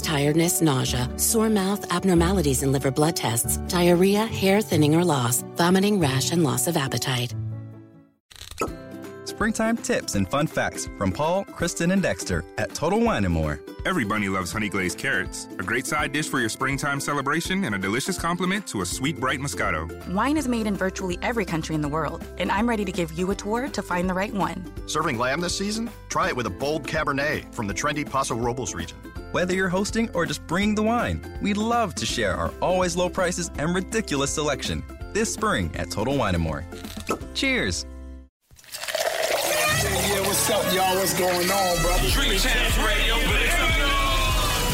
tiredness, nausea, sore mouth, abnormalities in liver blood tests, diarrhea, hair thinning or loss, vomiting, rash, and loss of appetite. Springtime tips and fun facts from Paul, Kristen, and Dexter at Total Wine and More. Everybody loves honey glazed carrots, a great side dish for your springtime celebration and a delicious compliment to a sweet, bright Moscato. Wine is made in virtually every country in the world, and I'm ready to give you a tour to find the right one. Serving lamb this season? Try it with a bold Cabernet from the trendy Paso Robles region. Whether you're hosting or just bringing the wine, we love to share our always low prices and ridiculous selection this spring at Total Wine and More. Cheers! Hey, yeah, what's up, y'all? What's going on, brother? Drink Champs Radio,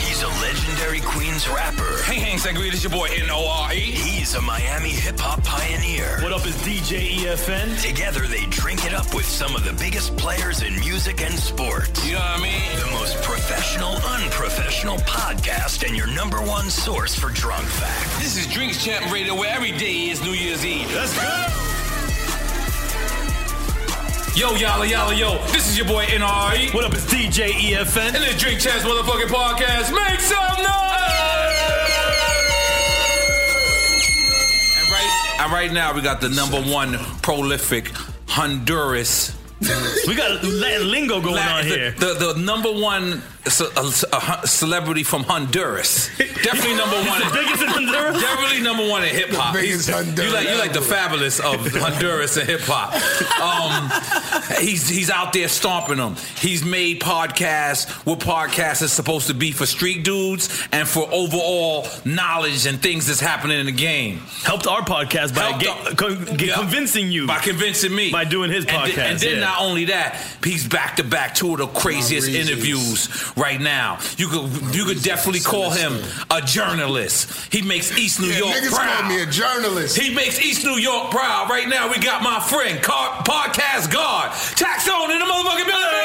He's a legendary Queens rapper. Hey, hey, Sangre, this your boy N.O.R.E. He's a Miami hip hop pioneer. E. What up is DJ EFN? Together, they drink it up with some of the biggest players in music and sports. You know what I mean? The most professional, unprofessional podcast and your number one source for drunk facts. This is Drinks Champ Radio, where every day is New Year's Eve. Let's go! Yo, yalla, yalla, yo. This is your boy NRE. What up? It's DJ EFN. And this Drink Chance Motherfucking Podcast. Make some noise! And right, and right now, we got the number one prolific Honduras. we got Latin lingo going Latin- on here. The, the, the number one ce- a- a hun- celebrity from Honduras. Definitely number one. in- Biggest in Honduras. Definitely number one in hip hop. The biggest He's- Honduran You like you like the fabulous of Honduras and hip hop. Um, he's he's out there stomping them. He's made podcasts. What podcasts is supposed to be for street dudes and for overall knowledge and things that's happening in the game. Helped our podcast by Helped get, our- con- get Yeah. convincing you. by convincing me By doing his And then- podcast, and then yeah. not only that, he's back to back two of the craziest interviews right now. You could you could definitely call him a journalist. He makes East New York niggas proud. call me a journalist. He makes East New York proud. Right now, we got my friend, car, podcast guard, Taxon in the motherfucking building.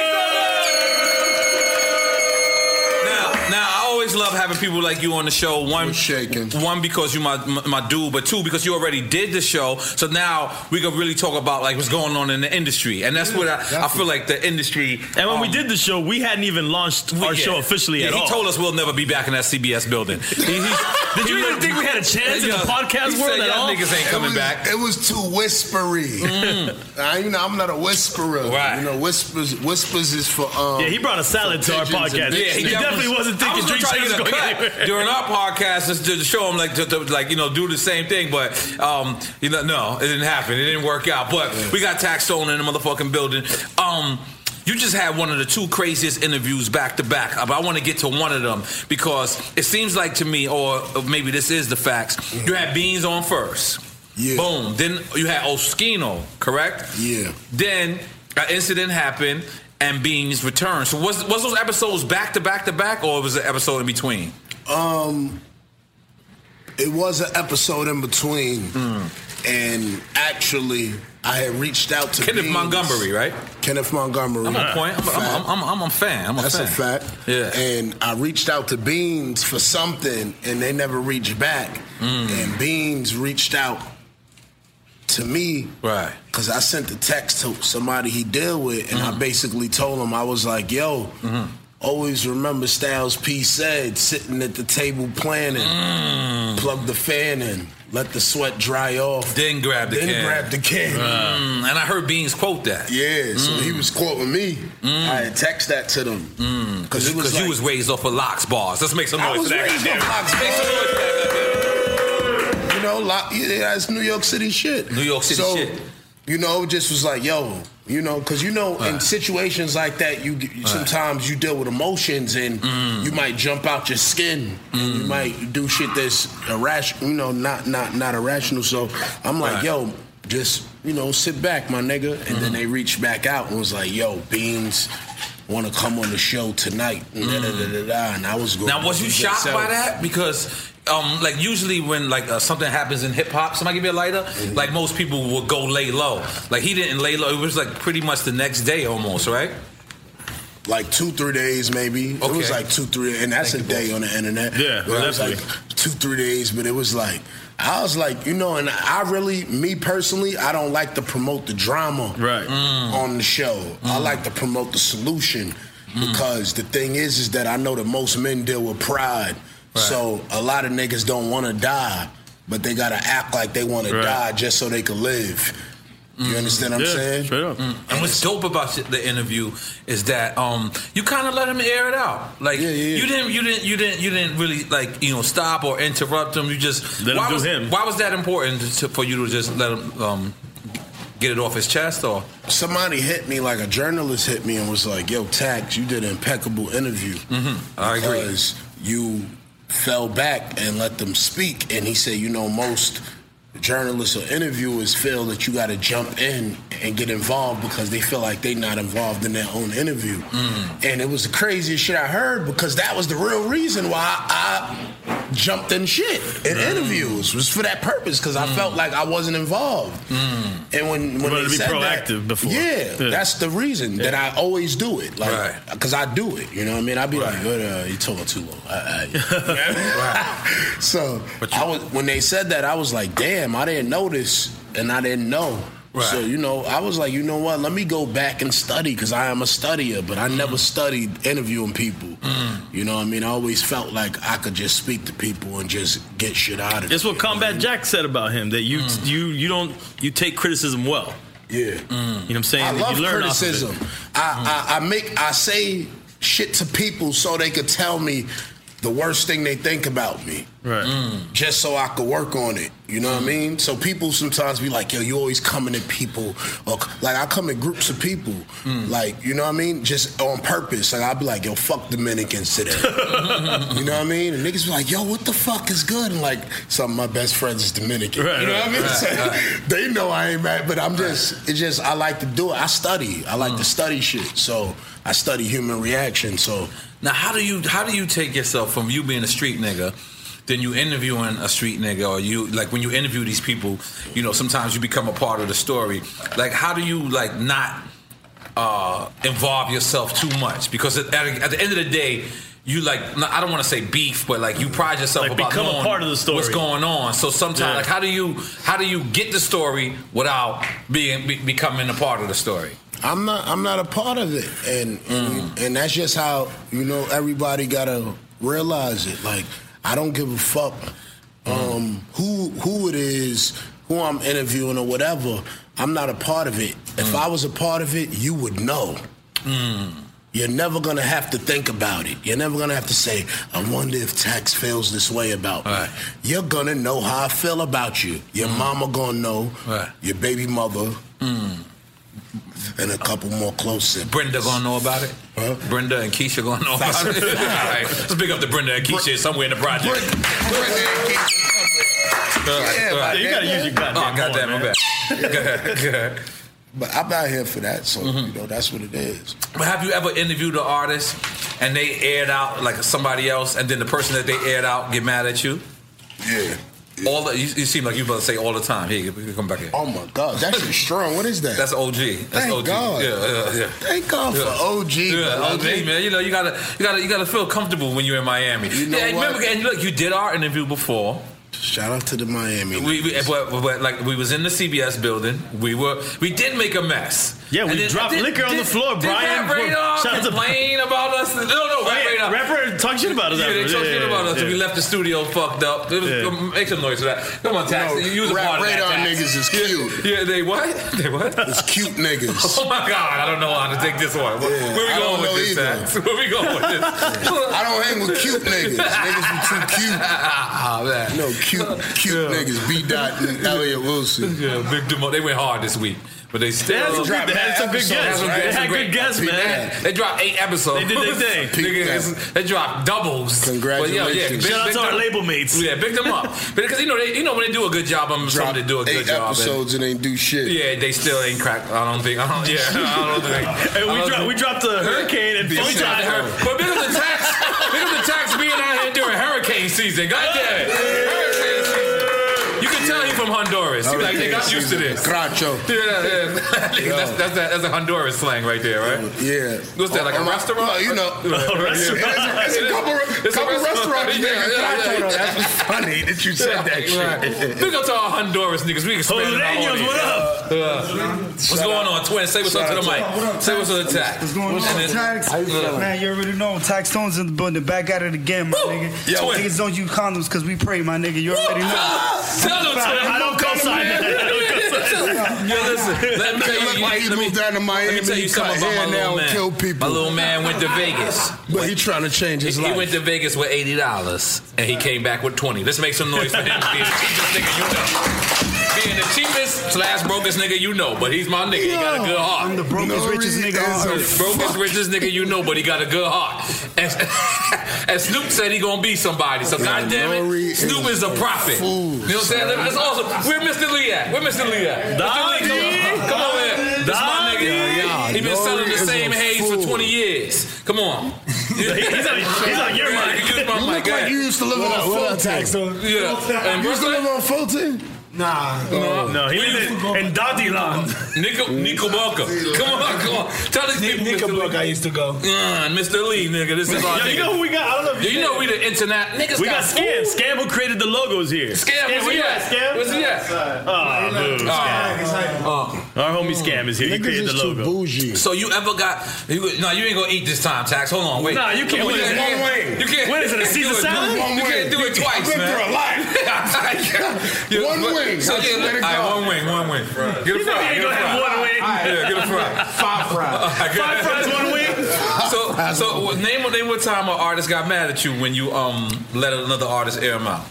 Now, now I always love having people like you on the show. One shaking. One because you my my dude, but two because you already did the show. So now we can really talk about like what's going on in the industry, and that's what I, I feel like the industry. um, And when we did the show, we hadn't even launched our Yeah. show officially Yeah, at he all. told us we'll never be back in that CBS building. He- he- Did you he even looked- think we had a chance in the Yeah. podcast He world said, at "Y'all all?" niggas ain't coming it was, back. It was too whispery. Mm. I, you know, I'm not a whisperer. Right. You know, whispers whispers is for um. Yeah, he brought a salad to our pigeons and podcast. bitches. Yeah, he He definitely definitely- wasn't thinking I was gonna Drake try to Shaw's get a going cut anywhere. during our podcast just to to show him like to, to, like you know do the same thing, but um you know no it didn't happen it didn't work out. But we got Taxone in the motherfucking building. Um. You just had one of the two craziest interviews back to back. But I want to get to one of them because it seems like to me, or maybe this is the facts. You had Beans on first. Yeah. Boom. Then you had Oskino, correct? Yeah. Then an incident happened and Beans returned. So was was those episodes back to back to back, or was it episode in between? Um, it was an episode in between, Mm. and actually, I had reached out to Kenneth Beans. Montgomery, right? Kenneth Montgomery. I'm on point. I'm, I'm, I'm, I'm, I'm a fan. I'm a That's fan. a fact. Yeah. And I reached out to Beans for something, and they never reached back. Mm. And Beans reached out to me, right? Because I sent the text to somebody he deal with, and I Mm. basically told him I was like, "Yo, always remember Styles P said, sitting at the table planning, Mm. plug the fan in, let the sweat dry off, Then grab the then can. grab the can." Mm, and I heard Beans quote that. Yeah, so he was quoting me. I had text that to them because because it was Mm. you was raised off of locks bars. Let's make some I noise was for that. raised goddamn- on Fox Make some noise for that. Bro. You know, lot, yeah, that's New York City shit. New York City so, shit. You know, it just was like, yo, you know, because you know, in situations like that, you get- sometimes you deal with emotions and Mm. you might jump out your skin. And you might do shit that's irrational, you know, not not not irrational. So I'm like, Right. Mm-hmm. yo, just you know, sit back, my nigga. And then they reached back out and was like, yo, Beans. Want to come on the show tonight? and da- da- da- da- da. And I was going. Mm. Now, was you shocked by that? Because, um, like, usually when like uh, something happens in hip hop, somebody give me a lighter. Like most people will go lay low. Like he didn't lay low. It was like pretty much the next day almost, right? like two, three days maybe. It was Okay. like two, three, and that's a day on the internet. Yeah, But it was like definitely. two, three days, but it was like I was like, you know, and I really, me personally, I don't like to promote the drama right on the show. I Mm. like to promote the solution because the thing is, is that I know that most men deal with pride, so a lot of niggas don't want to die, but they gotta act like they want to die just so they can live. You understand what I'm saying? Mm. And what's dope about the interview is that um, you kind of let him air it out. Like you didn't, you didn't, you didn't, you didn't really like you know stop or interrupt him. You just Let him why do was, him. Why was that important to, for you to just let him um, get it off his chest or? somebody hit me, like a journalist hit me and was like, "Yo, Tax, you did an impeccable interview. Mm-hmm. I agree. You fell back and let them speak." And he said, "You know, most journalists or interviewers feel that you got to jump in and get involved because they feel like they not involved in their own interview." Mm. And it was the craziest shit I heard because that was the real reason why I jumped in shit in interviews was for that purpose because I Mm. felt like I wasn't involved. And when when wanted they to be said proactive that, before. yeah, Yeah. that's the reason that I always do it, like because I do it. You know what I mean? I'd be like, oh, uh, you talking too long. I- I- so I was when they said that, I was like, damn, I didn't notice, and I didn't know. So you know, I was like, you know what? Let me go back and study because I am a studier, but I Mm. never studied interviewing people. You know, what I mean, I always felt like I could just speak to people and just get shit out of it. It's what Combat Jack said about him that you Mm. you you don't you take criticism well. Yeah, you know what I'm saying. I That love you learn off of it. criticism. I, I, I make I say shit to people so they could tell me the worst thing they think about me. Right. Mm. Just so I could work on it. You know what I Mm. mean? So people sometimes be like, yo, you always coming at people. Or, like I come in groups of people. Mm. Like, you know what I mean? Just on purpose. Like I'll be like, yo, fuck Dominicans today. you know what I mean? And niggas be like, yo, what the fuck is good? And like, some of my best friends is Dominican. Right, you know right, what I mean? right, So, right. they Mm. know I ain't mad, but I'm just it's just I like to do it. I study. I like to study shit. So I I study human reaction. So Now, how do you how do you take yourself from you being a street nigga, then you interviewing a street nigga, or you like when you interview these people, you know, sometimes you become a part of the story. Like, how do you like not uh involve yourself too much? Because at, at, at the end of the day. You like no, I don't want to say beef, but like you pride yourself Like, about become a knowing part of the story. What's going on? So sometimes, Yeah. like, how do you how do you get the story without being be, becoming a part of the story? I'm not I'm not a part of it, and and, and that's just how you know everybody gotta realize it. Like I don't give a fuck um, who who it is, who I'm interviewing or whatever. I'm not a part of it. If I was a part of it, you would know. You're never gonna have to think about it. You're never gonna have to say, "I wonder if Tex feels this way about me." You're gonna know how I feel about you. Your mama gonna know. Your baby mother Hmm. and a couple more close in. Brenda gonna know about it. Brenda and Keisha gonna know about it. All right, let's pick up the Brenda and Keisha somewhere in the project. Yeah, All right. you gotta use your goddamn Oh, goddamn, my horn, bad. Go ahead, go ahead. But I'm not here for that, so Mm-hmm. you know that's what it is. But have you ever interviewed an artist and they aired out like somebody else, and then the person that they aired out get mad at you? Yeah. All the, you, you seem like you about to say all the time. Here, you come back here. Oh my God, that shit's strong. What is that? That's OG. That's Thank OG. God. Yeah, yeah, yeah. Thank God for OG, Yeah, man. OG, man. You know, you gotta, you gotta, you gotta feel comfortable when you're in Miami. know yeah, and what? remember, and look, you did our interview before. Shout out to the Miami. We, eh, we but, but like we was in the CBS building. We were we did make a mess. Yeah, we And then- dropped did- liquor on did- the floor, did Brian. Rap Radar Shout out to- complain about us. No, no, Oh, Rap Yeah, Radar. Rap Radar talked shit about us Yeah, they after. talked Yeah, shit about yeah, us. yeah. We left the studio fucked up. It was, Yeah. Make some noise for that. Come on, Tax. No, You, you was a Rap part of that, Radar Tax. niggas is cute. Yeah, they what? They what? It's cute niggas. Oh my God! I don't know how to take this one. Where we going I don't with know this? either. Tax? Where we going with this? I don't hang with cute niggas. Niggas be too cute. No, cute, cute niggas. B. Dot and Elliot Wilson. Yeah, big demo. They went hard this week, but they still They had some good- they had some good Episodes, guests, right? man. They Some had great- good guests, I peeped man. that. They dropped eight episodes. They did their thing. Nigga, it's- they dropped doubles. Congratulations. But yeah, yeah, big- Shout out big to our them- label mates. Yeah, pick them up because you know they, you know when they do a good job, I'm Drop somebody to do a good eight job. and- episodes and ain't do shit. yeah, they still ain't cracked. I don't think. I don't, Oh, yeah, I don't think. Hey, we I don't dro- think- we dropped the hurricane and We phone dropped the time. hur- But big up the tax. big up the tax being out here during hurricane season. God damn it. Hurricane season. You can tell he from Honduras. He like they got Hurricane used to season. this. Cracho. Yeah, yeah. that's, that's, that, that's a Honduras slang right there, right? Yeah. What's that, like a Oh, oh, restaurant? oh, you know. A restaurant. Yeah. It's a- it's a couple- It's a couple restaurant. restaurants, Yeah, yeah, nigga. yeah. Cracho, though. That's what's funny that you said that shit. Big up to all Honduras niggas. We expanding our Hondureños, audience. what up? Yeah. What's Shout going out. on, twin? Say what's up to Shout the out to- What mic. up, Say what's up to Tax. What's going And on, then- Tax? Yeah. Man, you already know. Tax Stone's in the building. Back at it again, my nigga. Yo, wait. niggas don't use condoms because we pray, my nigga. You already know. Tell them, Twin. I don't co-sign that. Yeah, listen. Let me tell you, Look like he let me- moved down to Miami. Let me tell you he something cut about my hair now little and man. kill people. My little man went to Vegas. But he trying to change his He life. went to Vegas with eighty dollars, and he came back with twenty. Let's make some noise for him being the cheapest nigga you know, being the cheapest slash brokest nigga you know. But he's my nigga. He got a good heart. I'm the brokest, richest nigga on The earth. brokest, richest nigga you know, but he got a good heart. And, and Snoop said he gonna be somebody. So goddamn it, Snoop is a prophet. you know what I'm saying? That's awesome. Where Mr. Lee at? Where Mr. Lee at? Mr. Lee, come, come over here. This my nigga. He been selling the Nori is same a haze for 20 years. Come on. he's, on- he's on your mic. You look like you used to live in a Fulton. Yeah. And You used to live on Fulton? Nah. No, no, he lived in Daddyland. Nico, Nico Barker. Come on, come on. Tell these people. Nico I used to go. Mr. Lee, nigga, this is our Yo, nigga. you know who we got? I don't know if Yo, you you know. know we the internet niggas. we got Scam. Ooh. Scam who created the logos here. Scam, Scam's where he here, at? Scam. Where's he at? Ah, boo. Scam. Our homie Scam is here. He Niggas created the is too logo. Oh. So you ever got? You, no, you ain't gonna eat this time, Tax. Hold on, wait. Nah, you Come can't. on, What is you it, can't- one way? You can't. What is it, a you can't Caesar do it- salad? You One can't way. do it You- twice, I've been man. through a lot. Yeah, One but- wing. So I yeah, swear to all right, God. one wing, one wing. Get a You know fry. you ain't get a gonna fry. have one wing. All right, Yeah, get a fry. Five fries. All right, Five fries, one wing. So, so what- name what- name what time an artist got mad at you when you um let another artist air him out.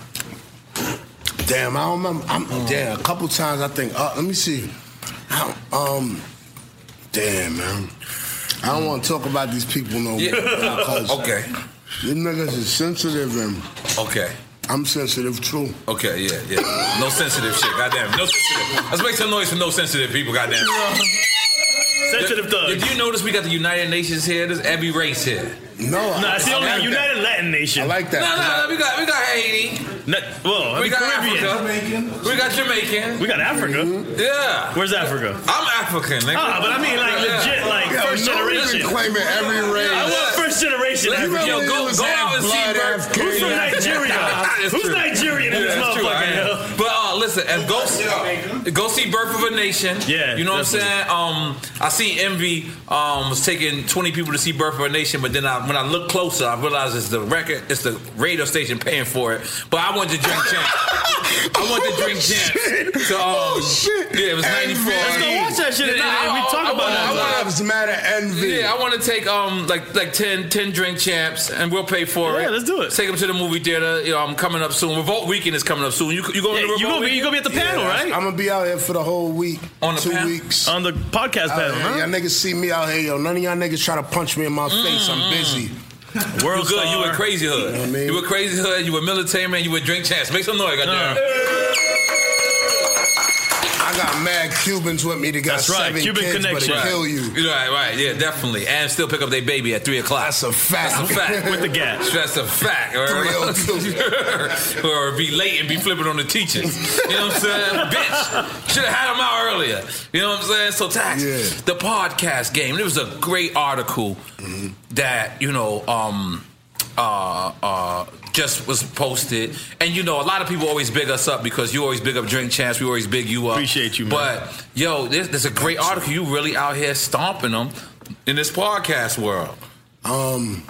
Damn, I don't remember. I'm, Damn, a couple times I think. Uh, let me see. I don't- um, damn man, I don't want to talk about these people no more. Yeah. because Okay. These niggas is sensitive and Okay. I'm sensitive too. Okay, yeah, yeah. No sensitive shit, goddamn. No sensitive. Let's make some noise for no sensitive people, goddamn. Sensitive thugs. Did you notice we got the United Nations here? There's every race here. No, Nah, it's the only United Latin Nation. I like that. No, no, we got we got Haiti. No, well, I we mean, got Caribbean. Africa. We got Jamaican. We got Africa. Yeah. Mm-hmm. Where's Africa? I'm African. Nigga. Ah, but I mean, like, legit, like, Yeah, first no generation. nigga claiming every race. I want first generation You African. remember Yo, when go, it go was out and see half blood Bert. African? Who's from Nigeria? That's Who's true. Nigerian in Yeah, this that's true, I motherfucker, am. But uh, listen, and go see, go see Birth of a Nation. Yeah, you know what I'm saying. Um, I see Envy um was taking 20 people to see Birth of a Nation, but then I, when I look closer, I realize it's the record, it's the radio station paying for it. But I wanted to drink champ. I wanted to drink champ. So, um, oh shit! Yeah, it was 94. Let's go watch that shit Yeah, and- and we talk about wanna- that. wanna- Lives matter envy. Yeah, I want to take um like like 10, 10 drink champs, and we'll pay for it. Yeah, let's do it. Take them to the movie theater. You know, I'm coming up soon. Revolt Weekend is coming up soon. You you going to Revolt Weekend? I'm gonna be out here for the whole week. On the two panel? weeks. On the podcast out panel, here. huh? Y'all niggas see me out here, yo. None of y'all niggas try to punch me in my face. Mm-hmm. I'm busy. you good. You were crazy hood. You, were crazy hood. You were military man. You were drink champs. Make some noise, goddamn. I got mad Cubans with me that got seven kids, but they kill you. Right, right, yeah, definitely, and still pick up their baby at three o'clock. That's a fact. That's a fact. With the gas. That's a fact. oh or be late and be flipping on the teachers. You know what I'm saying, bitch? Should have had them out earlier. You know what I'm saying? So tax the podcast game. There was a great article that you know. um uh, uh, just was posted, and you know, a lot of people always big us up because you always big up Drink Chance. We always big you up. Appreciate you, man. But yo, there's, there's a great article. You really out here stomping them in this podcast world. Um,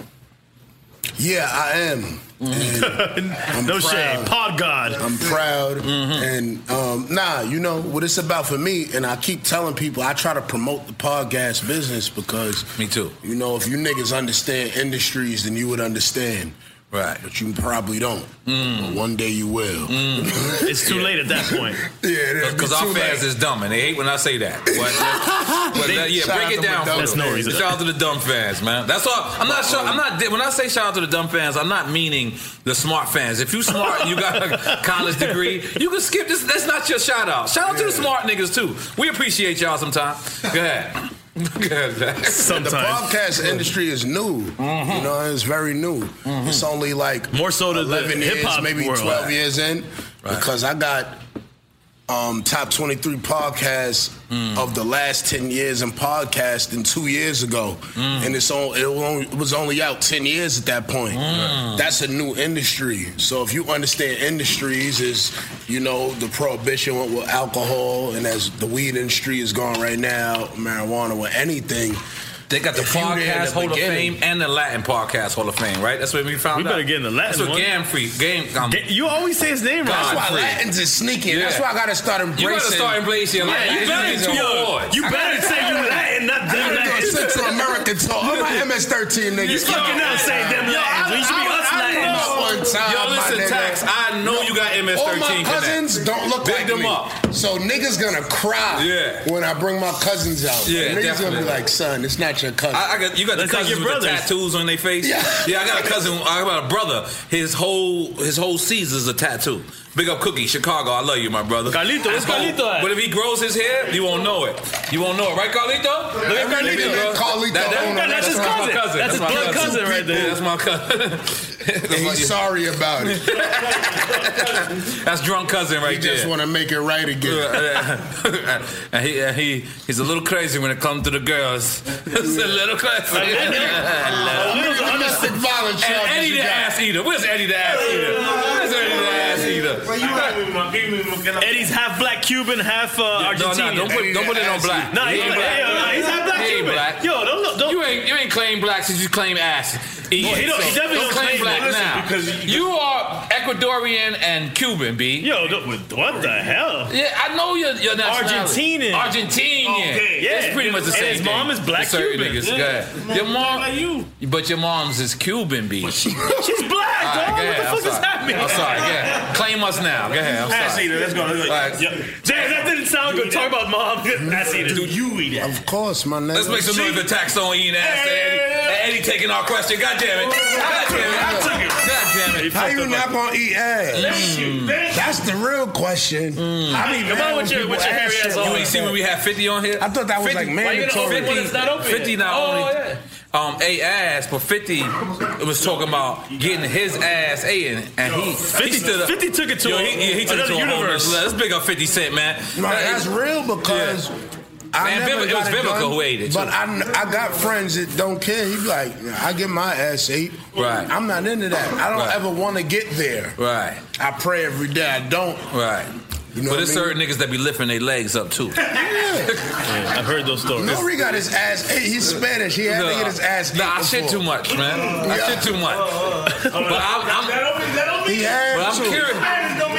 yeah, I am. And I'm No shade. Pod God. I'm proud. And um, nah, you know what it's about for me. And I keep telling people I try to promote the podcast business because me too. You know, if you niggas understand industries, then you would understand. Right. But you probably don't. But one day you will. It's too late at that point. Yeah, it is. Because our fans is dumb and they hate when I say that. But, but They- that- yeah, Shout out break it to down. the dumb For That's them. no reason. Shout out to the dumb fans, man. That's all. I'm not sure. I'm not. When I say shout out to the dumb fans, I'm not meaning the smart fans. If you smart, and you got a college degree, you can skip this. That's not your shout out. Shout out to the smart niggas too. We appreciate y'all sometime. Go ahead. Go ahead. Zach. The podcast industry is new. You know, it's very new. It's only like more so to the years, hip-hop maybe world. twelve years in, because I got um, top twenty three podcasts of the last ten years in podcasting two years ago, and it's on. It was only- it was only out ten years at that point. That's a new industry. So if you understand industries, is you know the prohibition with, with alcohol, and as the weed industry is gone right now, marijuana with anything. They got the If you there in podcast the Hall beginning- of Fame and the Latin Podcast Hall of Fame, right? That's what we found We out. better get in the Latin That's what one. Game Free. Game. Um, you always say his name That's why Latins is sneaky. and That's why I gotta start embracing. You gotta start embracing. Latin. Yeah, you It's better, your yo, boy. you better say you Latin, not them I gotta do a Central American talk. I'm an MS-13 nigga. You fucking not saying them Latins. You should be us Latins. One time, Yo, listen, my nigga. Tax, I know you got MS-13 All my connect. cousins don't look Big like them me. up. So niggas gonna cry Yeah. when I bring my cousins out. Yeah, niggas gonna definitely. be like, son, it's not your cousin. I, I got you got the cousins with the tattoos on their face. Yeah. I got a cousin. I got a brother. His whole his whole Caesar's a tattoo. Big up Cookie, Chicago. I love you, my brother. Carlito, where's Carlito at? But if he grows his hair, you won't know it. You won't know it, right, Carlito? Look at Carlito. Bro. Carlito on him. That's his my cousin. That's his my blood cousin right there. That's my cousin. And he's sorry about it. That's drunk cousin right there. Just wanna make it right again. and he, and he he's a little crazy when it comes to the girls. He's a little crazy. A little- a little domestic violence And charges Eddie you the got. ass eater. Where's Eddie the ass eater? Where's Eddie the ass eater? Eddie's half black Cuban, half uh, No, Argentinian. no, don't put, don't put it on black. Nah, He he's ain't black. Hey, yo, nah, he's half black He ain't Cuban. black. Yo, don't look. Don't, You ain't you ain't claim black since you claim ass. eating. he don't- he definitely don't claim black it. Listen, now. because you, are Ecuadorian and Cuban, b. Yo, what the hell? Yeah, I know you're, you're Argentinian. Argentinian. Okay, yeah. it's pretty much the And same his thing. mom is black For certain Cuban. Niggas. Yeah. Go ahead. Your mom, but your mom's is Cuban, b. She's black, She's black, dog. What the fuck is happening? I'm sorry. Yeah, claim us now. Go ahead. I'm sorry. Ass eater, let's go, let's go. All right. Jay, that didn't sound good. Talk about mom. That's it. Do you eat it? Of course, my nigga. Let's make some noise for tax Oh, on eating ass. Eddie, Eddie taking our question. God damn it. God damn it. God damn it. really How fucked you E? up not my- gonna eat ass? Mm. Thank you, bitch. That's the real question. I be Come mad on when with your- people with your ask hairy shit ass like Mm. You ain't see that. when we had 50 on here? I thought that was, like, Why you gonna mandatory. open when it's not open 50 yet? not Oh, only yeah. um, a ass, but 50 was talking about getting his ass a and, and he, 50 he stood up. 50 took it to Yo, a- he, yeah, he took it another to a whole nother universe. level. Let's big up 50 Cent, man. No, That- that's real because I Man, never Vivica- it got was it Vivica done, who ate it, But too. I, kn- I got friends that don't care. He be like, "Nah, I get my ass ate. Right. I'm not into that. I don't Right. ever want to get there. Right. I pray every day. I don't. Right. know but what there's I mean? certain niggas that be lifting their legs up too. I've heard those stories. Nori got his ass ate. He's Spanish. He had to get his ass Nah, I ate shit before. too much, man. I Yeah. shit too much. But I'm, I'm, He had But I'm to. curious.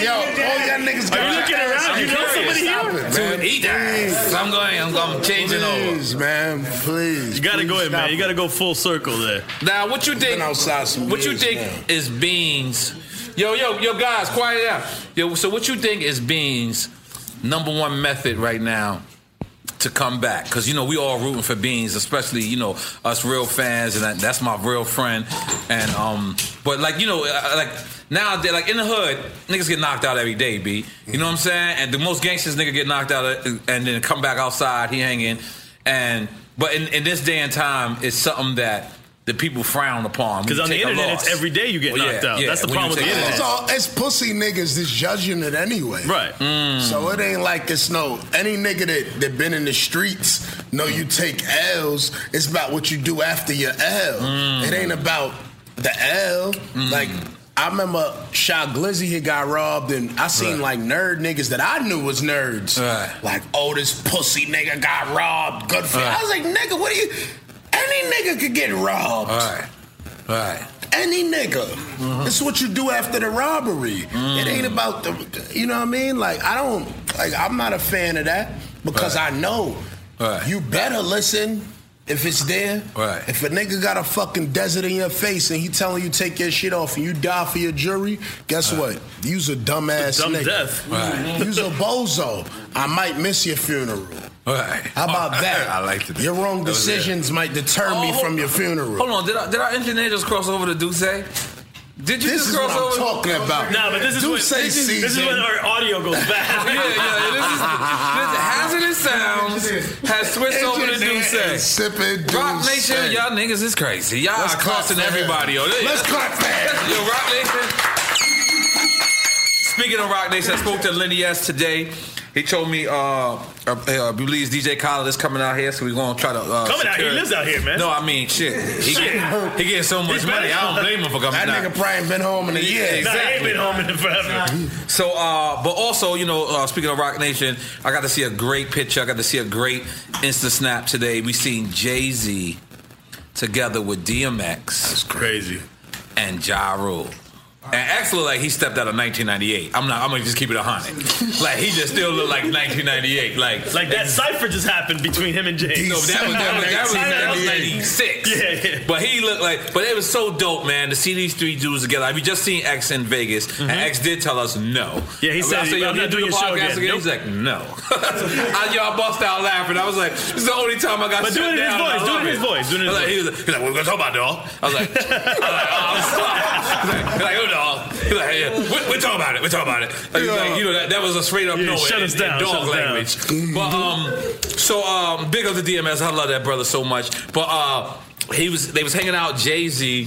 Yo, all y'all niggas got you looking their ass around? ate. You know somebody Stop here? it, to man. eat ass. I'm going. I'm, I'm changing over. Please, man. Please. You gotta please go in, stop man. You gotta go full circle there. Now, what you think? what you years think is Beans? Yo, yo, yo, guys, quiet out. Yo, so what you think is Beans' number one method right now to come back? Because you know we all rooting for Beans, especially you know us real fans, and that, that's my real friend. And um, but like you know, uh, like now they like in the hood, niggas get knocked out every day, b. You know what I'm saying? And the most gangsters nigga get knocked out, uh, and then come back outside, he hanging. And but in, in this day and time, it's something that. The people frown upon when Because you on the take a internet, loss. it's every day you get Well, knocked yeah, out. yeah, That's the when you problem with the take a internet. It's, all, it's pussy niggas that's judging it anyway. Right. Mm. So it ain't like it's no any nigga that that been in the streets know you take L's. It's about what you do after your L. Mm. It ain't about the L. Like I remember Shaw Glizzy had got robbed, and I seen like nerd niggas that I knew was nerds. Like, oh, this pussy nigga got robbed. Good for you. Right. I was like, nigga, what do you? Any nigga could get robbed. Right. Right. Any nigga. It's what you do after the robbery. It ain't about the, you know what I mean? Like, I don't, like, I'm not a fan of that because I know you better listen if it's there. Right. If a nigga got a fucking desert in your face and he telling you take your shit off and you die for your jury, guess what? You's a dumbass Dumb nigga. death. Right. You's a bozo. I might miss your funeral. Right. How about that? I like that. Your wrong That was it. decisions might deter Oh, me hold- from your funeral. Hold on, did I, did our engineer just cross over to Duce? Did you This just is cross what I'm over? talking about. Nah, but this is Do when say this is, this is season. when our audio goes back. yeah, yeah, yeah. This is, this hazardous sounds has switched over to Engineer and Duce. sipping Rock Duce. Nation, y'all niggas is crazy. Y'all Let's are clap crossing for him. everybody. Yo, Let's clap for him. Yo, Rock Nation. Speaking of Rock Nation, I spoke to Lenny S today. He told me, uh, uh, uh believes DJ Khaled is coming out here, so we're gonna try to uh, Coming out here? secure- He lives out here, man. No, I mean shit. He, Shit. Get, he getting so much He money. better- I don't blame him for coming That out. nigga probably ain't been home in a year. Yeah, Nah, I ain't exactly. been home in forever. So, uh, but also, you know, uh, speaking of Rock Nation, I got to see a great picture. I got to see a great Insta snap today. We seen Jay Z together with DMX Crazy. and Ja Rule. And X looked like he stepped out of 1998. I'm not. I'm gonna just keep it a hundred. Like he just still looked like 1998. Like Like that cipher just happened between him and James. No, that was that was, that was, that was 96. Yeah, yeah. But he looked like, but it was so dope, man, to see these three dudes together. Like, we just seen X in Vegas, and X did tell us no. Mm-hmm. Yeah, he I said, "Yo, "I'm you not do doing the your show podcast again." Nope. He's like, no. I, yo, I bust out laughing. I was like, this is the only time I got But do shut it in his down. I voice, do it love in his voice, do it in his I was like, he was like, he's like, what we gonna talk about, dog? I was like, I was like, oh, I'm sorry. He's like, oh, dog. He's like, yeah, we, we're talking about it. We're talking about it. Like, he's like, you know, that, that was a straight up Yeah, no. shut in- us in down, shut Dog us down. language. But um, so um, big up to DMS. I love that brother so much. But uh, he was they was hanging out Jay Z,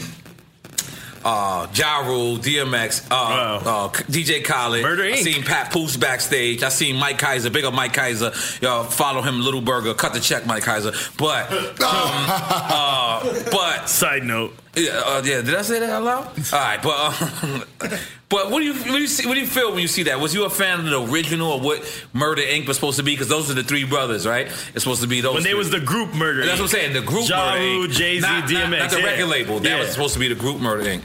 uh, Ja Rule, DMX, uh, uh, DJ Khaled. Murder, I Inc. seen Pat Poof's backstage. I seen Mike Kaiser. Big up Mike Kaiser. Y'all follow him. Little Burger. Cut the check, Mike Kaiser. But um, uh, but Side note. yeah, uh, yeah. Did I say that out loud? All right, but um, but what do you what do you, see, what do you feel when you see that? Was you a fan of the original or what Murder Inc. was supposed to be? Because those are the three brothers, right? It's supposed to be those. When they three. was the group murder. And that's what I'm saying. The group Ja Murder Rule, Inc. Jay Z, Not- DMX. not, not the yeah. record label. That Yeah. was supposed to be the group Murder Inc.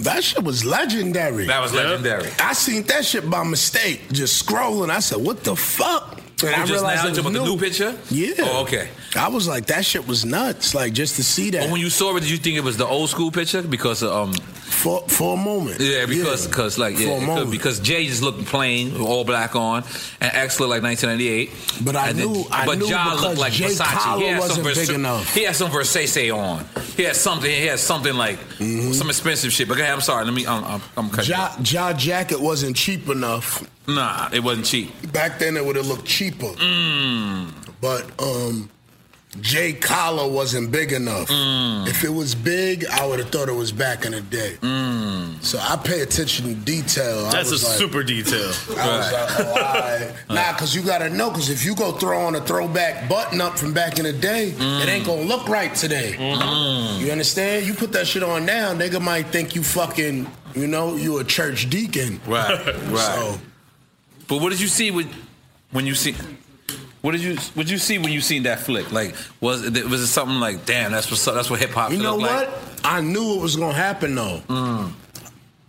That shit was legendary. That was legendary. I seen that shit by mistake, just scrolling. I said, "What the fuck?" And Oh, I just now, you talking about the new picture? Yeah. Oh, okay. I was like, "That shit was nuts!" Like just to see that But when you saw it, did you think it was the old school picture? Because um, for for a moment. Yeah, because because like For a yeah, it moment. could, because Jay just looked plain, all black on, and X looked like 1998. But I And knew- I but knew Ja because looked like Jay Versace. Collar had some wasn't big Versa- enough. He had some Versace on. He had something. He had something like some expensive shit. But go ahead. I'm sorry. Let me. I'm, I'm, I'm cutting. you Mm-hmm. Ja, ja jacket wasn't cheap enough. Nah, it wasn't cheap. Back then it would have looked cheaper. But um J collar wasn't big enough. Mm. If it was big, I would have thought it was back in the day. So I pay attention to Oh, detail. Mm. I That's a was like- super detail. I was like, oh, all right. Nah, cause you gotta know, cause if you go throw on a throwback button up from back in the day, it Mm. ain't gonna look right today. Mm-hmm. You understand? You put that shit on now, nigga might think you fucking, you know, you a church deacon. Right, right. So- But what did you see when when you see? What did you what you see when you seen that flick? Like was it was it something like damn that's what that's what hip hop You know look what? like? Mm. I knew it was gonna happen though.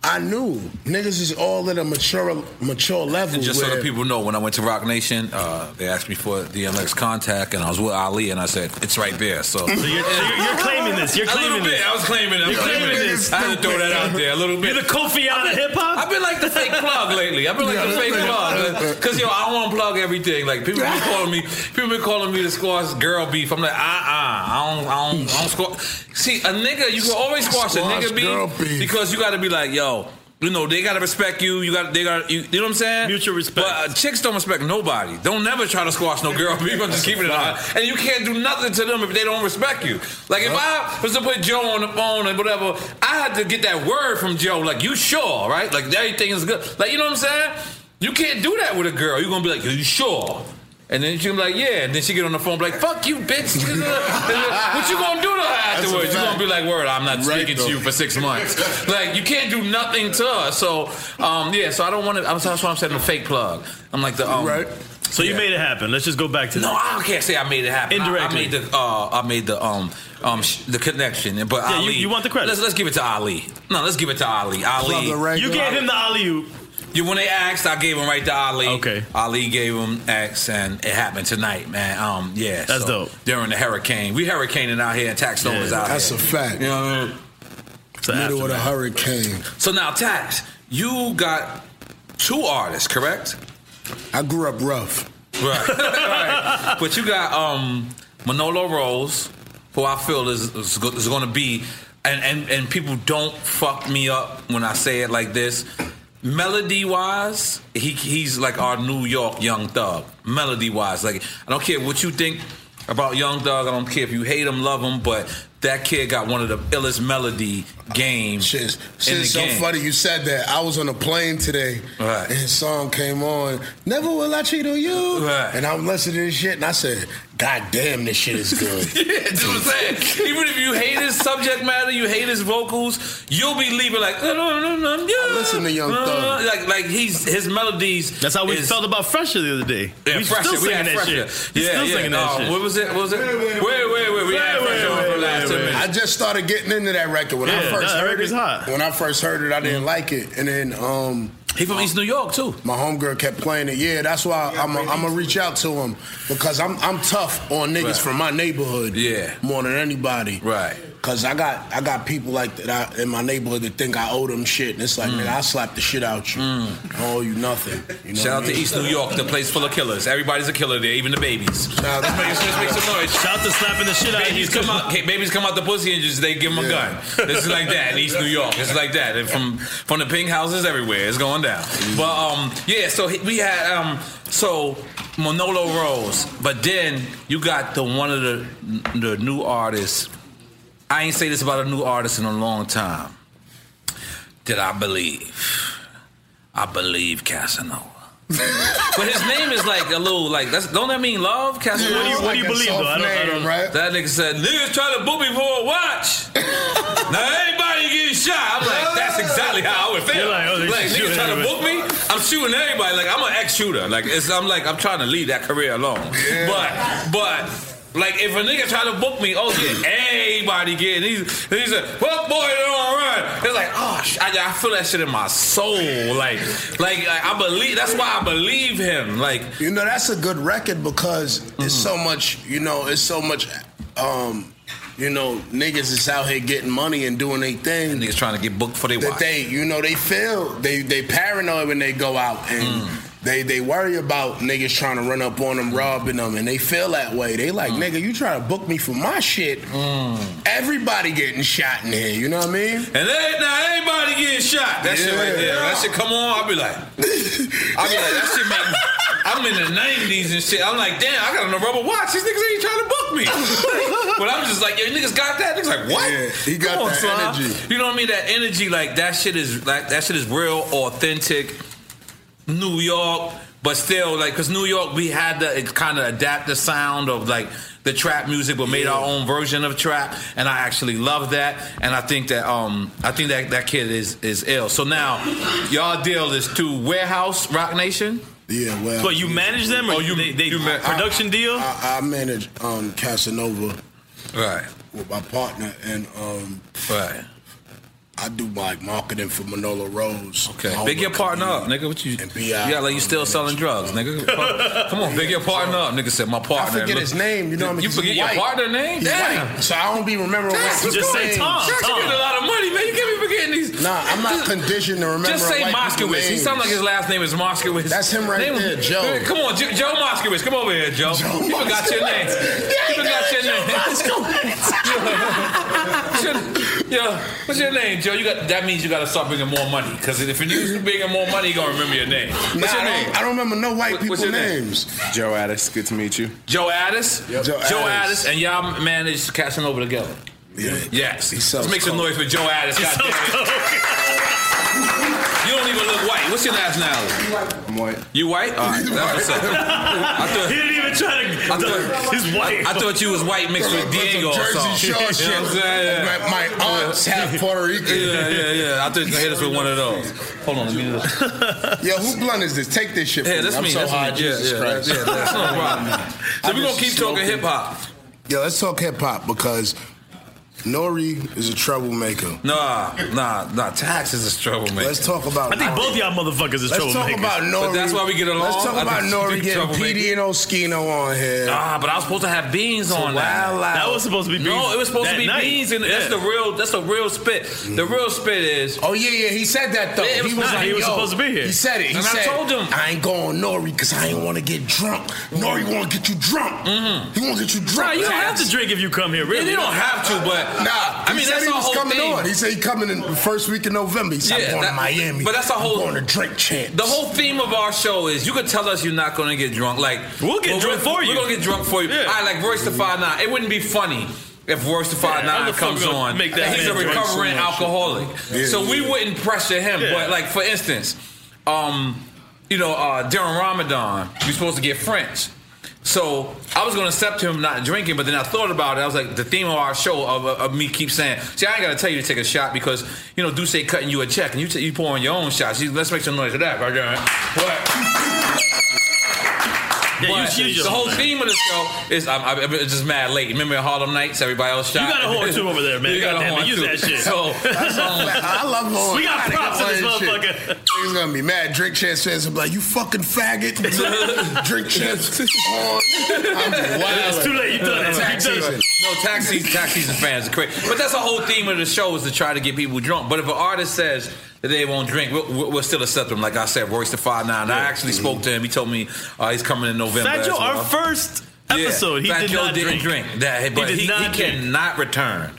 I knew niggas is all at a mature mature level. And just so where- the people know, when I went to Rock Nation, uh, they asked me for DMX contact, and I was with Ali, and I said it's right there. So, So you're, so you're, you're claiming this. You're A little claiming bit. this. I was claiming it. I was You're claiming this. I had to throw that out there a little bit. You're the Kofi out of hip hop. I've been like the fake plug lately. I've been like the fake plug because yo, I don't unplug everything. Like people been calling me, people been calling me the squash girl beef. I'm like, uh uh I don't, I don't, I don't squash. See, a nigga, you can always squash, Squash a nigga girl beef, beef. because you got to be like, yo. You know they gotta respect you. You got to they got you, you. know what I'm saying? Mutual respect. But uh, chicks don't respect nobody. Don't never try to squash no girl beef. I'm just keeping it on. And you can't do nothing to them if they don't respect you. Like if I was to put Joe on the phone and whatever, I had to get that word from Joe. Like you sure, right? Like everything is good. Like you know what I'm saying? You can't do that with a girl. You're gonna be like, you sure? And then she'll be like, yeah. And then she get on the phone, be like, fuck you, bitch. what you gonna do to her That's a afterwards? You fact. gonna be like, word, I'm not Right, speaking though. to you for six months. like you can't do nothing to her. So um, yeah, so I don't want to. That's why I'm saying the fake plug. I'm like the um, right. So you made it happen. Let's just go back to No, that. I can't say I made it happen. I- Indirectly. I, made the uh, I made the um um sh- the connection. But Yeah, you- Ali, you want the credit. Let's let's give it to Ali. No, let's give it to Ali. Plug Ali, the regular. You gave him the alley oop. You when they asked, I gave him right to Ali. Okay, Ali gave him X, and it happened tonight, man. Um, yeah, That's dope. During the hurricane, we hurricaning out here, and Tax Stone Yeah. is out That's here. a fact. You know what I mean? middle of the hurricane. So now, Tax, you got two artists, correct? I grew up rough. Right. right. But you got um, Manolo Rose, who I feel is is, go- is going to be, and, and, and people don't fuck me up when I say it like this. Melody wise, he he's like our New York Young Thug. Melody wise, like I don't care what you think about Young Thug. I don't care if you hate him, love him, but that kid got one of the illest melody games. Shit, Shit's so funny you said that. I was on a plane today, and his song came on. Never will I cheat on you. And I'm listening to this shit, and I said, "God damn, this shit is good." Yeah, that's what I'm saying. Even if you hate his subject matter, you hate his vocals, you'll be leaving like, no, no, no, no, yeah. listen to Young Thug. Like, like he's his melodies. That's how we is- felt about Fresher the other day. Yeah, we Fresher. still We singing had that Fresher. shit. We Yeah, still yeah, singing that no, shit. what was it? What was it? Wait, wait, wait. We had Fresher on for the last two minutes. I just started getting into that record when I Yeah, first that heard record's it. When I first heard it, I didn't like it, and then um, he from East New York too. My homegirl kept playing it. Yeah, that's why I'm I'm gonna reach out to him because I'm I'm tough on niggas Right. from my neighborhood. Yeah, more than anybody. Right. Cause I got I got people like that I, in my neighborhood that think I owe them shit, and it's Mm. like, nigga, I slap the shit out you. I owe you nothing. You know Shout what out I to mean? East New York, the place full of killers. Everybody's a killer there, even the babies. Shout out make, let's make some noise. Shout out to slapping the shit out of babies you, come out. okay, Babies come out the pussy and just they give them a gun. This is like that in East New York. It's like that and from from the pink houses everywhere. It's going down. Mm-hmm. But um, yeah. So he- we had um, so Manolo Rose, but then you got the one of the the new artists. I ain't say this about a new artist in a long time. Did I believe? I believe Casanova. but his name is like a little like that's don't that mean love? Casanova. What do you- what do you Like a believe, though? I don't- I soft don't- name, right? That nigga said niggas try to book me for a watch. now everybody getting shot. I'm like that's exactly how I would feel. You're like, Like, oh, they shoot niggas trying to everybody. book me. I'm shooting everybody. Like I'm an ex shooter. Like it's, I'm like I'm trying to leave that career alone. But but. Like if a nigga try to book me, oh yeah, everybody getting these. He's like, "What boy they don't run?" It's like, oh, sh- I, I feel that shit in my soul. Like, like, like I believe. That's why I believe him. Like, You know, that's a good record because it's so much, you know, it's so much um, you know, niggas is out here getting money and doing their thing. niggas trying to get booked for their that watch. Mm. they, you know, they feel they they paranoid when they go out and They they worry about niggas trying to run up on them, robbing them, and they feel that way. They Mm. like, nigga, you trying to book me for my shit? Everybody getting shot in here. You know what I mean? And they, now everybody getting shot. That shit right there. That shit come on, I'll be like, I'll be like, that shit make me- I'm in the 90s and shit. I'm like, damn, I got on a rubber watch. These niggas ain't trying to book me. but I'm just like, yo, you niggas got that? Niggas like, what? Yeah, he got Come on, that Sly. energy. You know what I mean? That energy, like that shit is like that shit is real, authentic. New York, but still like because New York, we had to kind of adapt the sound of like the trap music, but made our own version of trap, and I actually love that, and I think that um I think that that kid is is ill. So now, y'all deal is to Warehouse Rock Nation. Yeah, well. But you manage them, Oh, or you they, they production deal? I, I manage um, Casanova. Right. With my partner and um, right. I do my marketing for Manolo Rose. Okay, big your partner up, nigga. What you? Yeah, like you still selling drugs, nigga. Come on, big your partner up, nigga. Said my I partner. forget Look- his name. You know what I mean? You 'Cause forget he's your white. partner name? He's Damn. white, So I don't be remembering. Jax, what just his say name. Tom, Jax, you Tom. getting a lot of money, man. You can't be forgetting these. Nah, I'm not conditioned to remember. Just say white people Moskowitz. He names. sound like his last name is Moskowitz. That's him right Name- there, Joe. Hey, Come on, Jo- Joe Moskowitz. Come over here, Joe. Joe you forgot your name. you Moskowitz. forgot your name. What's your- Yo, what's your name, Joe? You got that means you got to start bringing more money because if you bringing more money, you gonna remember your name. What's Nah, your I name? don't- I don't remember no white people's your name? names. Joe Addis, good to meet you. Joe Addis. Joe Addis. Addis, and y'all managed Casanova together. Yeah. Yes. Let's make some coke. noise for Joe Addis. He God damn it. You don't even look white. What's your nationality? I'm white. You white? All right, that's what's up. I thought, he didn't even try to. I thought, He's white. I, thought you was white mixed with Diego or Jersey something. Shore You know what I'm shit. saying? Yeah. My aunt's half Puerto Rican. Yeah, yeah, yeah. I thought you hit us with one of those. Hold on, let me. Yo, who blunt is this? Take this shit. Yeah, from that's I'm me, so that's high, me. Yeah, Jesus yeah, Christ. yeah, that's no problem. So we gonna keep talking hip hop. Yeah, let's talk hip hop because Nori is a troublemaker. Nah, nah, nah. Tax is a troublemaker. Let's talk about. I think both y'all motherfuckers is Let's talk troublemakers. about Nori. But that's why we get along. Let's talk I about think Nori big getting troublemaker. PD and Oskino on here. Ah, but I was supposed to have beans So on that. wild out. That was supposed to be No, beans it was supposed that to be night. beans, and Yeah. that's the real. That's the real spit. The real spit is. Oh yeah, yeah. He said that though. Yeah, it was he was not. like, He was yo, supposed to be here. He said it. He And I said, told him. I ain't going Nori because I ain't want to get drunk. Nori want to get you drunk. Mm-hmm. He want to get you drunk. Nah, you don't have to drink if you come here, really. Yeah, You you don't have to, but- Nah, I he mean, said that's he our was whole coming thing. on. He said he coming in the first week in November. He said Yeah, I'm going that- to Miami. but that's a I'm whole- going to drink champs. The whole theme of our show is you could tell us you're not going to get drunk. Like We'll get we're- drunk for you. We're going to get drunk for you. Yeah. I like Royce the Five Nine. It wouldn't be funny if Royce the Five Yeah, how Nine the fuck comes we gonna on. make that and he's a man drink so recovering much? alcoholic, Yeah. so we wouldn't pressure him. Yeah. But like for instance, um, you know uh, during Ramadan, we're supposed to get French. So I was gonna accept him not drinking, but then I thought about it. I was like, the theme of our show of, of me keep saying, "See, I ain't gotta tell you to take a shot because you know Duce cutting you a check and you t- you pouring your own shots." You- Let's make some noise for that, right there. But, Yeah, you- but you just- the whole theme of the show is I'm, I'm it's just mad late. Remember Harlem Nights? Everybody else shot. got a horn too over there, man. you got a Goddamn it, horn use too. that shit. So um, That's all. I love Lauren. We got I gotta props get in this Lauren shit. motherfucker. Niggas gonna be mad. Drink champs fans will be like, you fucking faggot. Drink champs. on. I'm wild. It's too late. You done it. You Tax done it. season. No, tax season, tax season fans are crazy. But that's the whole theme of the show is to try to get people drunk. But if an artist says that they won't drink, we'll, we'll- we'll still accept them. Like I said, Royce the Five Nine. I actually spoke to him. He told me uh, he's coming in November. Fat as Joe, well. our first episode, he Fat did Joe not didn't drink. drink. That, but did he, he, not drink. cannot return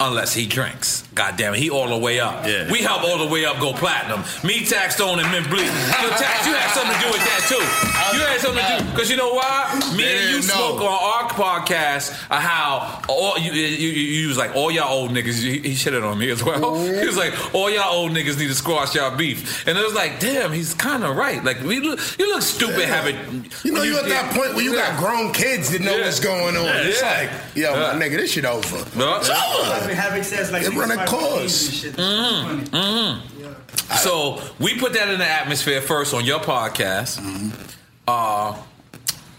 unless he drinks. God damn it, he all the way up. Yeah. We help all the way up go platinum. Me, Tax Stone, and Mint Bleak. So Tax, you had something to do with that too. You had something to do because you know why? Me and you spoke on our podcast of how all you, you, you, you was like all y'all old niggas. He, he shitted on me as well. He was like all y'all old niggas need to squash y'all beef, and it was like damn, he's kind of right. Like we look, you look stupid having You know, you at that point where you got grown kids that know Yeah. what's going on. Yeah. It's Yeah. like, yo, Yeah. my nigga, this shit over. Yeah. It's I've been over. having sex like It these run a five course. days and shit. Mm, mm. So we put that in the atmosphere first on your podcast. Uh,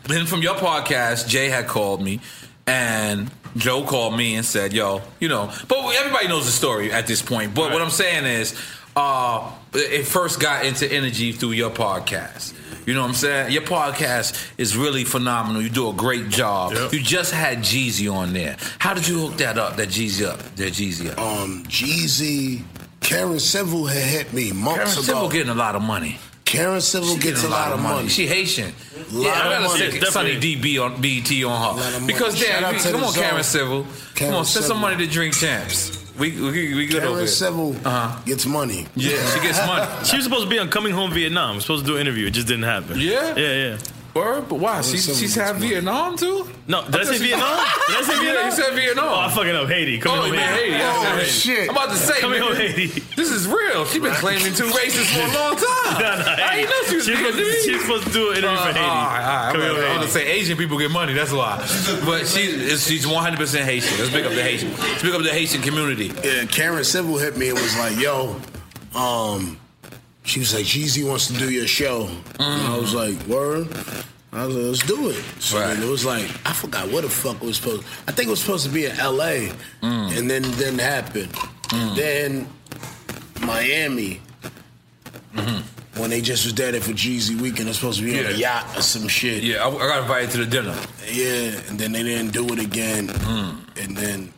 then from your podcast, Jay had called me, and Joe called me and said, "Yo, you know." But everybody knows the story at this point. But what I'm saying is, uh, it first got into energy through your podcast. You know what I'm saying? Your podcast is really phenomenal. You do a great job. You just had Jeezy on there. How did you hook that up? That Jeezy up? That Jeezy up? Um, Jeezy, Karen Civil had hit me months Karen ago. Civil getting a lot of money. Karen Civil gets a lot of money. She Haitian. Lot yeah, I of gotta money. stick Sunny D B on BT on Lot of her money. because Shout damn, out we- to come the on, Karen zone. Civil, Karen come on, send Civil. some money to Drink Champs. We we we good over Karen here. Civil Uh-huh. gets money. Yeah, she gets money. she was supposed to be on Coming Home Vietnam. We're supposed to do an interview. It just didn't happen. Yeah? Yeah, yeah. Word, but why? She, Civil she's gets had Vietnam too. No, did I thought say she- Vietnam? Did I say Yeah, Vietnam? you said Vietnam. Oh, I'm fucking up Haiti. Coming oh, home you meant Haiti. I said Oh, Haiti. shit. I'm about to say, Coming nigga, home Haiti. This is real. She been claiming two races for a long time. No, no, I Haiti. ain't know she was She's supposed- Vietnamese. she's supposed to do an interview for Uh, Haiti. All right, all Coming right. I'm home going to Haiti. say Asian people get money. That's why. But she, is- she's 100 percent Haitian. Let's pick up the Haitian. Let's pick up the Haitian community. Yeah, Karen Civil hit me and was like, "Yo, um," she was like, "Jeezy wants to do your show," and I was like, "Word." I was like, "Let's do it." So then it was like, I forgot what the fuck it was supposed. I think it was supposed to be in L.A. and then it didn't happen. Then Miami. When they just was down there for Jeezy weekend, it was supposed to be on a Yeah. yacht or some shit. Yeah, I, I got invited to the dinner. Yeah, and then they didn't do it again. Mm. And then,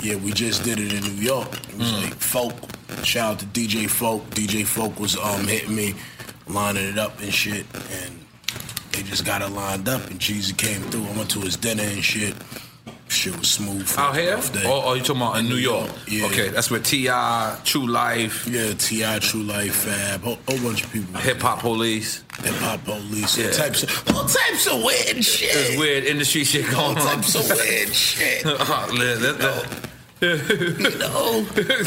yeah, we just did it in New York. It was Mm. like folk. Shout out to DJ Folk. DJ Folk was um hitting me, lining it up and shit. And they just got it lined up. And Jeezy came through. I went to his dinner and shit. Shit was smooth. Out here? Oh, oh, you talking about in New York? Okay, that's where Ti, True Life. Yeah, Ti, True Life, Fab, whole, whole bunch of people. Hip Hop Police. Hip Hop Police. Yeah. All types of all types of weird There's shit. weird industry shit going All on. types of weird shit. Uh, let- let- let- you know.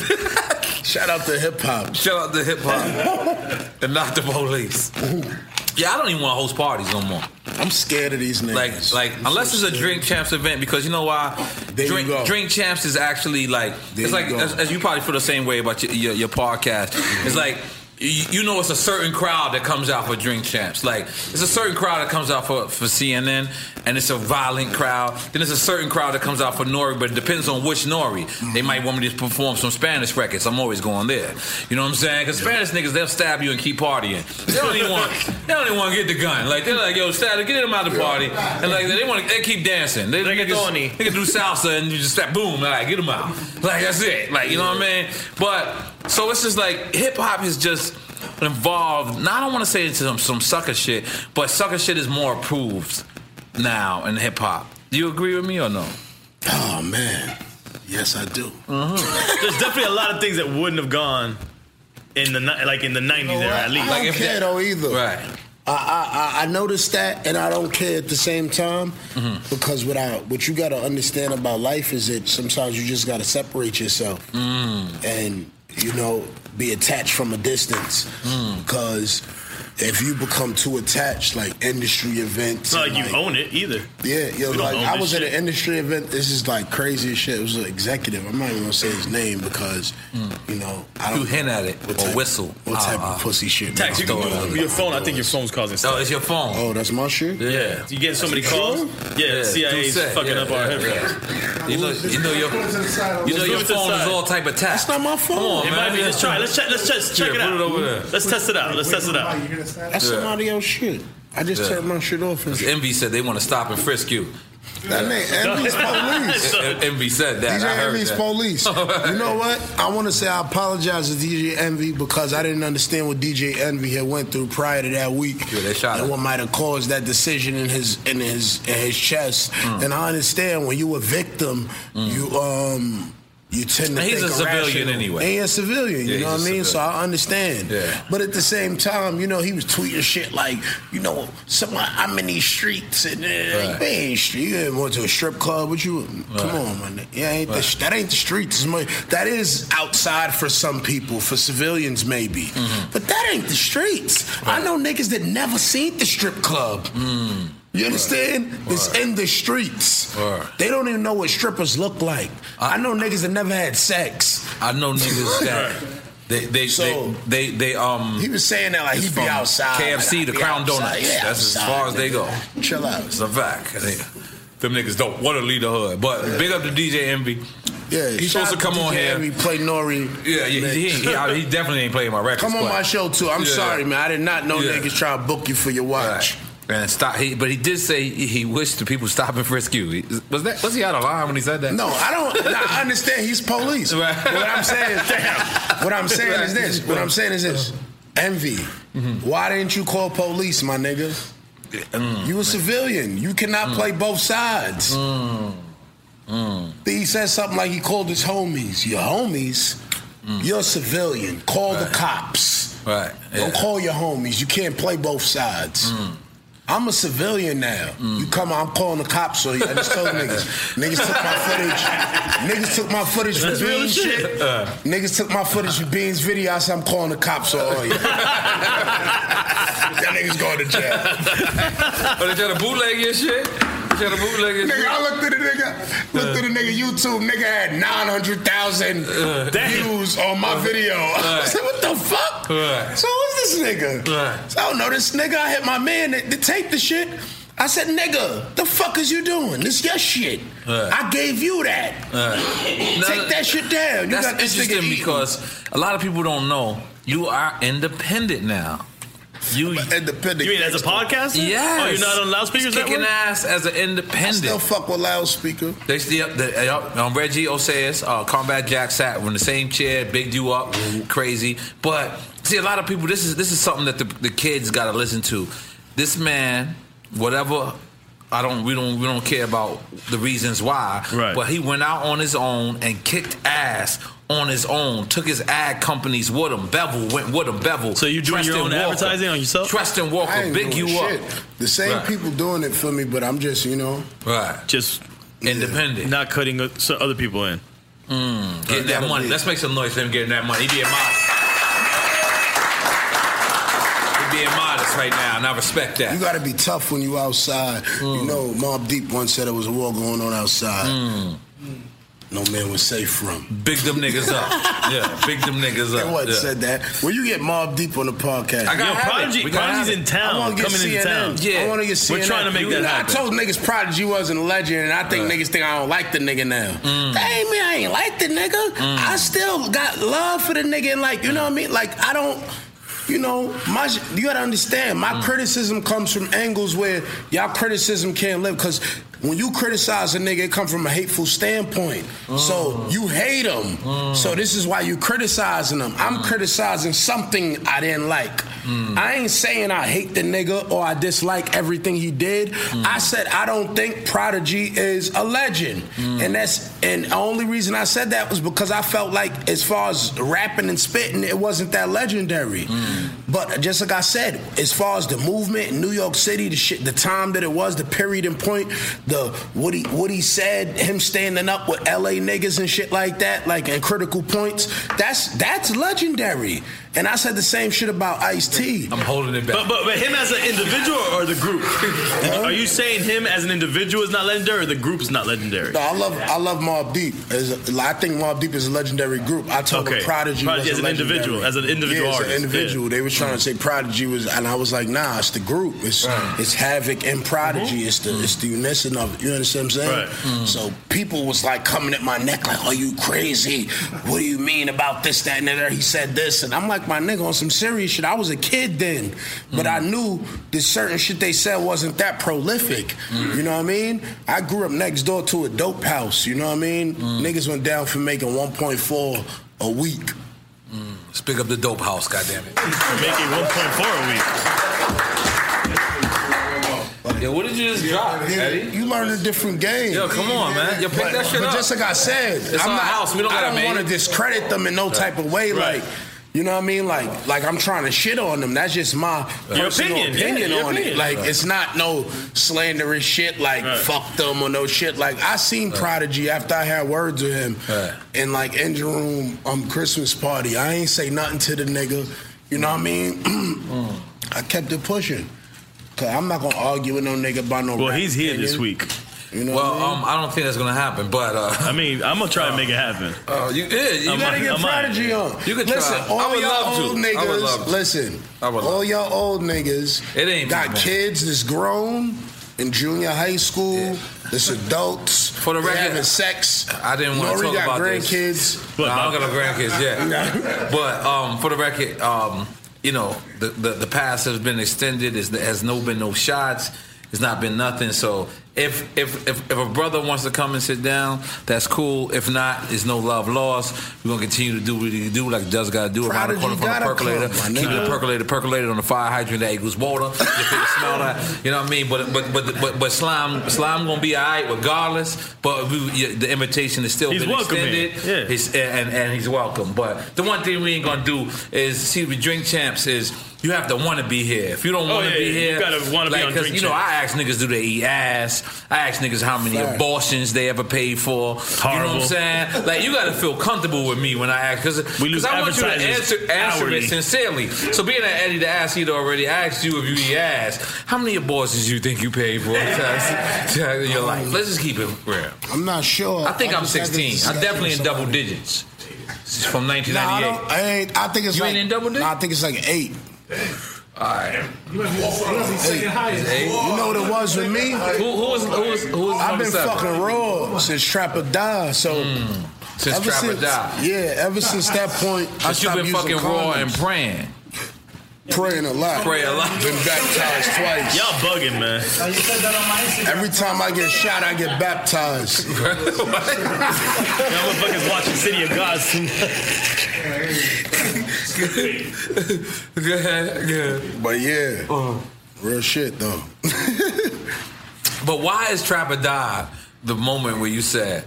Shout out to hip hop. Shout out to hip hop and not the police. Yeah, I don't even want to host parties no more. I'm scared of these niggas. Like, like unless it's a drink champs event, because you know why? drink, drink champs is actually like it's like as, as you probably feel the same way about your your, your podcast. It's like. You you know, it's a certain crowd that comes out for Drink Champs. Like, it's a certain crowd that comes out for, for CNN, and it's a violent crowd. Then there's a certain crowd that comes out for Nori, but it depends on which Nori. They might want me to perform some Spanish records. I'm always going there. You know what I'm saying? Because Spanish niggas, they'll stab you and keep partying. They don't even want. They don't even want to get the gun. Like they're like, yo, stab, get him out of the party. And like they want, they keep dancing. They, they niggas, thorny. They can do salsa and you just step, boom, like get them out. Like that's it. Like you know what I mean? But so it's just like hip hop is just involved. Now I don't want to say it's some some sucker shit, but sucker shit is more approved now in hip hop. Do you agree with me or no? Oh man, yes I do. Uh-huh. There's definitely a lot of things that wouldn't have gone in the ni- like in the 90s You know era what? at least. I don't care though either. Right. I, I I- I noticed that, and I don't care at the same time Mm-hmm. because what I what you got to understand about life is that sometimes you just got to separate yourself Mm. and you know be attached from a distance because if you become too attached, like industry events, It's not and, like you own it either. Yeah, yo, We don't like own I this was at shit. an industry event. This is like crazy as shit. It was an executive. I'm not even gonna say his name because Hmm. you know I don't. You hint at it or whistle. Uh-uh. What type of pussy shit? Tax, you can do it with your phone. I think your phone's causing stuff. Oh, it's your phone. Oh, that's my shit. Yeah. You getting so many calls? Yeah, the CIA's Douce, fucking yeah, up our yeah, headphones. yeah. You know, you know your, you know Let's your move it to the phone is side. all type of tax. That's not my phone. Come on, it man. might be. Let's try. it. Let's check. Let's just check Yeah, it put it out. over there. Let's test it out. Let's test it out. That's Yeah. somebody else's shit. I just Yeah. turned my shit off. And Because Envy said they want to stop and frisk you. That nigga Envy's police. En- Envy said that. I DJ heard Envy's that. police. you know what? I want to say I apologize to DJ Envy because I didn't understand what DJ Envy had went through prior to that week. Yeah, they shot and him. what might have caused that decision in his in his in his chest. Mm. And I understand when you a victim, you um you tend to And Mm. he's think a civilian irrational. anyway. And he's a civilian, you Yeah, know what I he's a mean? So I understand. Yeah. But at the same time, you know, he was tweeting shit like, you know, some I'm in these streets and uh, Right. you ain't street. You ain't went to a strip club, what you Right. come on, my nigga. Yeah, ain't the, that ain't the streets as much. That is outside for some people, for civilians maybe. Mm-hmm. But that ain't the streets. I know niggas that never seen the strip club. Mm-hmm. You understand? It's in the streets. Right. They don't even know what strippers look like. I, know niggas that never had sex. I know niggas that they they, So- they they they um. He was saying that like it's he'd be from outside. KFC, like, the I'd be Crown outside. Donuts. Yeah, That's as outside, far as they nigga. go. Chill out. It's a fact. They- Them niggas don't want to leave the hood. But big up to DJ Envy. Yeah, he's shout supposed to out come on DJ here. Envy, play Nori. Yeah, yeah, he, he, ain't- he, he definitely ain't playing my records. Come on but- my show too. I'm Yeah. sorry, man. I did not know Yeah. niggas try to book you for your watch. And stop. He, but he did say he, he wished the people stop and frisk you. He- Was that was he out of line when he said that? No, I don't. nah, I understand he's police. But What I'm saying, what I'm saying is this. What I'm saying is this. Envy Why didn't you call police, my nigga? you a civilian. You cannot play both sides. He said something like he called his homies. Your homies? You're a civilian. Call the cops. Right. Don't call your homies. You can't play both sides. Mm. I'm a civilian now. You come, I'm calling the cops. So I just told niggas, niggas took my footage. Niggas took my footage That's for real being shit. shit. Niggas took my footage with Beans video. I said, I'm calling the cops on all you. that nigga's going to jail. oh, they try to bootleg your shit? They try to bootleg your Nigga, shit? I looked at the nigga, looked Uh. at the nigga YouTube. Nigga had 900,000 views on Uh. my video. I said, what the fuck? So who's this nigga? So I don't know this nigga. I hit my man to, to tape the shit. I said, nigga, the fuck is you doing? This your shit. Right. I gave you that. Now, Take that shit down. You that's got this nigga interesting eating. because a lot of people don't know you are independent now. You independent. You mean as a podcaster? Yes. Oh, you're not on loudspeakers He's that Kicking way? ass as an independent. still fuck with loudspeaker. They still, they, uh, um, Reggie O says, uh, Combat Jack sat in the same chair, bigged you up, crazy. But see, a lot of people, this is this is something that the, the kids got to listen to. This man, whatever, I don't, we don't, we don't care about the reasons why. Right. But he went out on his own and kicked ass on his own. Took his ad companies with him. Bevel went with him. Bevel. So you doing your own advertising on yourself? Treston I Walker, ain't big you doing shit. up. The same Right. people doing it for me, but I'm just, you know. Right. Just independent. Not cutting o- so other people in. Mm, getting that money. Let's make some noise for him getting that money. He being modest. He being modest right now, and I respect that. You gotta be tough when you outside. Mm. You know, Mob Deep once said there was a war going on outside. Mm. No man was safe from. Big them niggas up. Yeah, big them niggas up. It wasn't yeah. said that. When you get Mob Deep on the podcast, I gotta Yo, have it. Prodigy- We gotta Prodigy's have it. in town, I wanna get coming CNN. into town. Yeah, I Yeah. want to get CNN. We're trying to make You that know, happen. I told niggas Prodigy wasn't a legend, and I think Right. niggas think I don't like the nigga now. Mm. Hey man, I ain't like the nigga. I still got love for the nigga, and like you know what I mean. Like I don't. You know, my you gotta understand. My criticism comes from angles where y'all criticism can't live. Cause when you criticize a nigga, it comes from a hateful standpoint. So you hate him. So this is why you criticizing him. I'm criticizing something I didn't like. Mm, I ain't saying I hate the nigga or I dislike everything he did. I said I don't think Prodigy is a legend, and that's and the only reason I said that was because I felt like as far as rapping and spitting, it wasn't that legendary. But just like I said, as far as the movement in New York City, the shit, the time that it was, the period and point, the what he what he said, him standing up with LA niggas and shit like that, like in critical points, that's that's legendary. And I said the same shit about Ice T. I'm holding it back. But, but but him as an individual or the group? Are you saying him as an individual is not legendary or the group is not legendary? No, I love I love Mob Deep. As a, I think Mob Deep is a legendary group. I told Okay. them Prodigy, Prodigy was as a an legendary. individual, as an individual yeah, as artist, an individual. They were trying to say Prodigy was, and I was like, nah, it's the group. It's it's Havoc and Prodigy. It's the it's the unison of it. You understand what I'm saying? So people was like coming at my neck, like, are you crazy? What do you mean about this, that, and the other? He said this, and I'm like, my nigga, on some serious shit. I was a kid then, but I knew that certain shit they said wasn't that prolific. You know what I mean? I grew up next door to a dope house. You know what I mean? Niggas went down for making 1.4 a week. Let's pick up the dope house, goddamn it. Making 1.4 a week. Yo, what did you just drop, Eddie? You learn a different game. Yo, come on, man. Yo, pick but, that shit but up. just like I said, It's I'm our not, house. We don't I gotta don't make want to it. discredit them in no type of way. Right. Like, you know what I mean? Like, like I'm trying to shit on them. That's just my Your personal opinion. Yeah, your on opinion. it. Like, Right. it's not no slanderous shit. Like, fuck them or no shit. Like, I seen Prodigy after I had words with him in like engine room um Christmas party. I ain't say nothing to the nigga. You know what I mean? Mm. I kept it pushing. Cause I'm not gonna argue with no nigga about no. Well, rap he's here this opinion. week. You know Well, um, I don't think that's gonna happen, but uh, I mean, I'm gonna try and make it happen. uh, you, yeah, you I'm gotta on- get I'm on. Prodigy on. You could listen, try. all I would y'all love to. old I would love niggas. to. Listen, I would all love y'all old niggas. It ain't got people. kids that's grown in junior high school. That's adults. For the record- having sex. I didn't want Nori to talk got about grandkids. this. No, I don't got no grandkids yet. but um, for the record, um, you know, the, the the pass has been extended. Is has no been no shots. It's not been nothing. So if if if, if a brother wants to come and sit down, that's cool. If not, it's no love lost. We're gonna continue to do what we do, like does gotta do around the Prodigy corner from the gotta percolator. come, my keep nigga. it percolated, percolated on the fire hydrant that equals water. You can smell that. You know what I mean? But but but but, but slime slime gonna be all right regardless. But we, yeah, the invitation is still He's been welcome here. extended. He's, and and he's welcome. But the one thing we ain't gonna do is see with drink champs is. You have to want to be here. If you don't Oh, want to yeah, be you here, gotta wanna be like, on 'cause, Drink You know, I Champs. I ask niggas do they eat ass. I ask niggas how many Fact. abortions they ever paid for. You know Horrible. what I'm saying? Like you got to feel comfortable with me when I ask because We lose I want you to answer, advertisers answer it hourly. sincerely. So being that Eddie the ass eater already asked you if you eat ass, how many abortions you think you paid for Tess, in your life? Let's just keep it real. I'm not sure. I think I'm just had this 16. I'm discussion definitely with in double digits from Nah, I, 1998. don't, I, ain't, I think it's like. Nah, I think it's like eight. All right. You know what it was with me? Who, who was who was who was I've number been seven? fucking raw since Trapper Die. So Hmm. Since ever Trap or since- Die. Yeah, ever since that point, I But you stopped been using fucking raw condoms. and praying. praying a lot. Pray a lot. Been baptized twice. Y'all bugging, man. Oh, Every time I get shot, I get baptized. Y'all motherfuckers watching City of God. Good, good. But yeah, real shit though. But why is Trap or Die the moment where you said,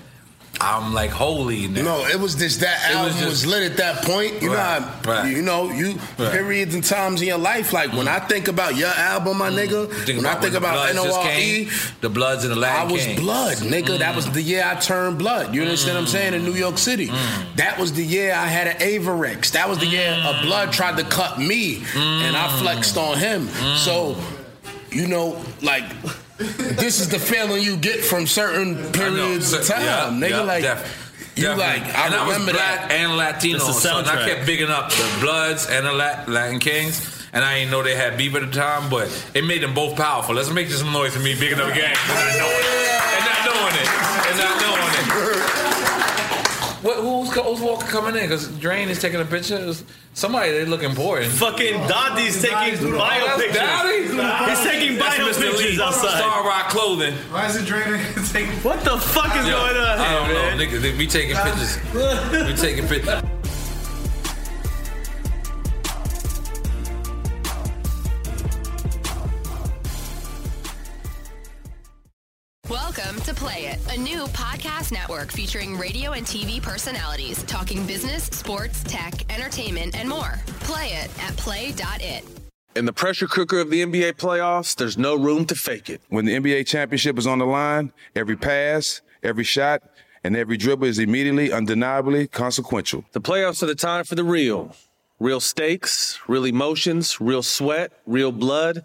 I'm like holy now? No, it was just that It was album was, just- lit at that point. You Right, know, how, right. you know, you Right. Mm. periods and times in your life. Like when I think about your album, my nigga. Think when I about think when the about Bloods just N.O.R.E. came, the Bloods and the E, Mm. I Latin was Kings. blood, nigga. That was the year I turned blood. You understand what I'm saying? In New York City. Mm. That was the year I had an Avarex. That was the year Mm. a blood tried to cut me and I flexed on him. Mm. So, you know, like this is the feeling you get from certain periods of So- time, yeah, nigga. yeah, like def- you definitely. like I and I was remember black that. and Latino, It's a so and I soundtrack. kept bigging up the Bloods and the Lat- Latin Kings. And I didn't know they had beef at the time, but it made them both powerful. Let's make just some noise for me bigging up gang. And not knowing it. And not knowing it. What, who's, who's walking coming in? Because Drain is taking a picture. It's- Somebody, they look important. Fucking Dottie's taking Oh, bio that's pictures. Dottie? He's taking That's bio Mr. pictures Lee, outside. Star Rock clothing. Why is it draining? What the fuck is Yo, going on I here, don't man? know, nigga. they- We taking pictures. we taking pictures. Welcome to Play It, a new podcast network featuring radio and TV personalities talking business, sports, tech, entertainment, and more. Play it at play.it. In the pressure cooker of the NBA playoffs, there's no room to fake it. When the NBA championship is on the line, every pass, every shot, and every dribble is immediately, undeniably consequential. The playoffs are the time for the real. Real stakes, real emotions, real sweat, real blood,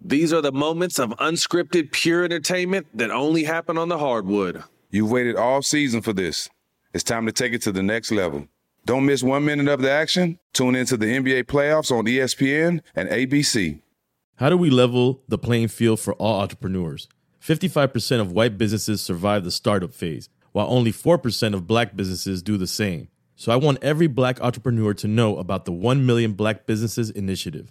These are the moments of unscripted, pure entertainment that only happen on the hardwood. You've waited all season for this. It's time to take it to the next level. Don't miss one minute of the action. Tune into the NBA playoffs on E ESPN and ABC. How do we level the playing field for all entrepreneurs? 55% of white businesses survive the startup phase, while only 4% of black businesses do the same. So I want every black entrepreneur to know about the 1 Million Black Businesses Initiative.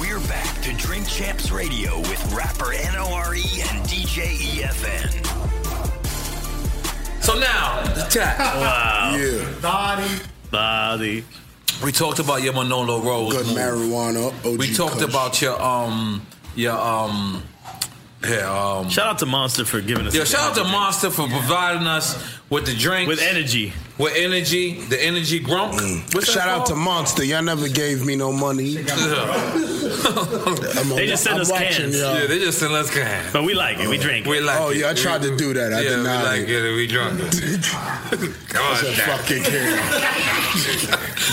We're back to Drink Champs Radio with rapper NORE E and E DJ EFN. So now, the chat. Wow. Yeah. Body. Body. We talked about your Manolo Rose. Good move. marijuana. OG we talked Kush. about your um your um yeah um Shout out to Monster for giving us. yeah, the shout out to Monster for providing us with the drinks. With energy. With energy, the energy grump. What's that Mm. Shout out to called? Monster. Y'all never gave me no money. I'm a- They just send I'm us watching cans. y'all. Yeah, they just send us cans. But we like it. We drink it. We like oh, it. yeah, I tried to do that. I yeah, did we not. like it. and We drunk it. Come on, That's a Jack. fucking kid.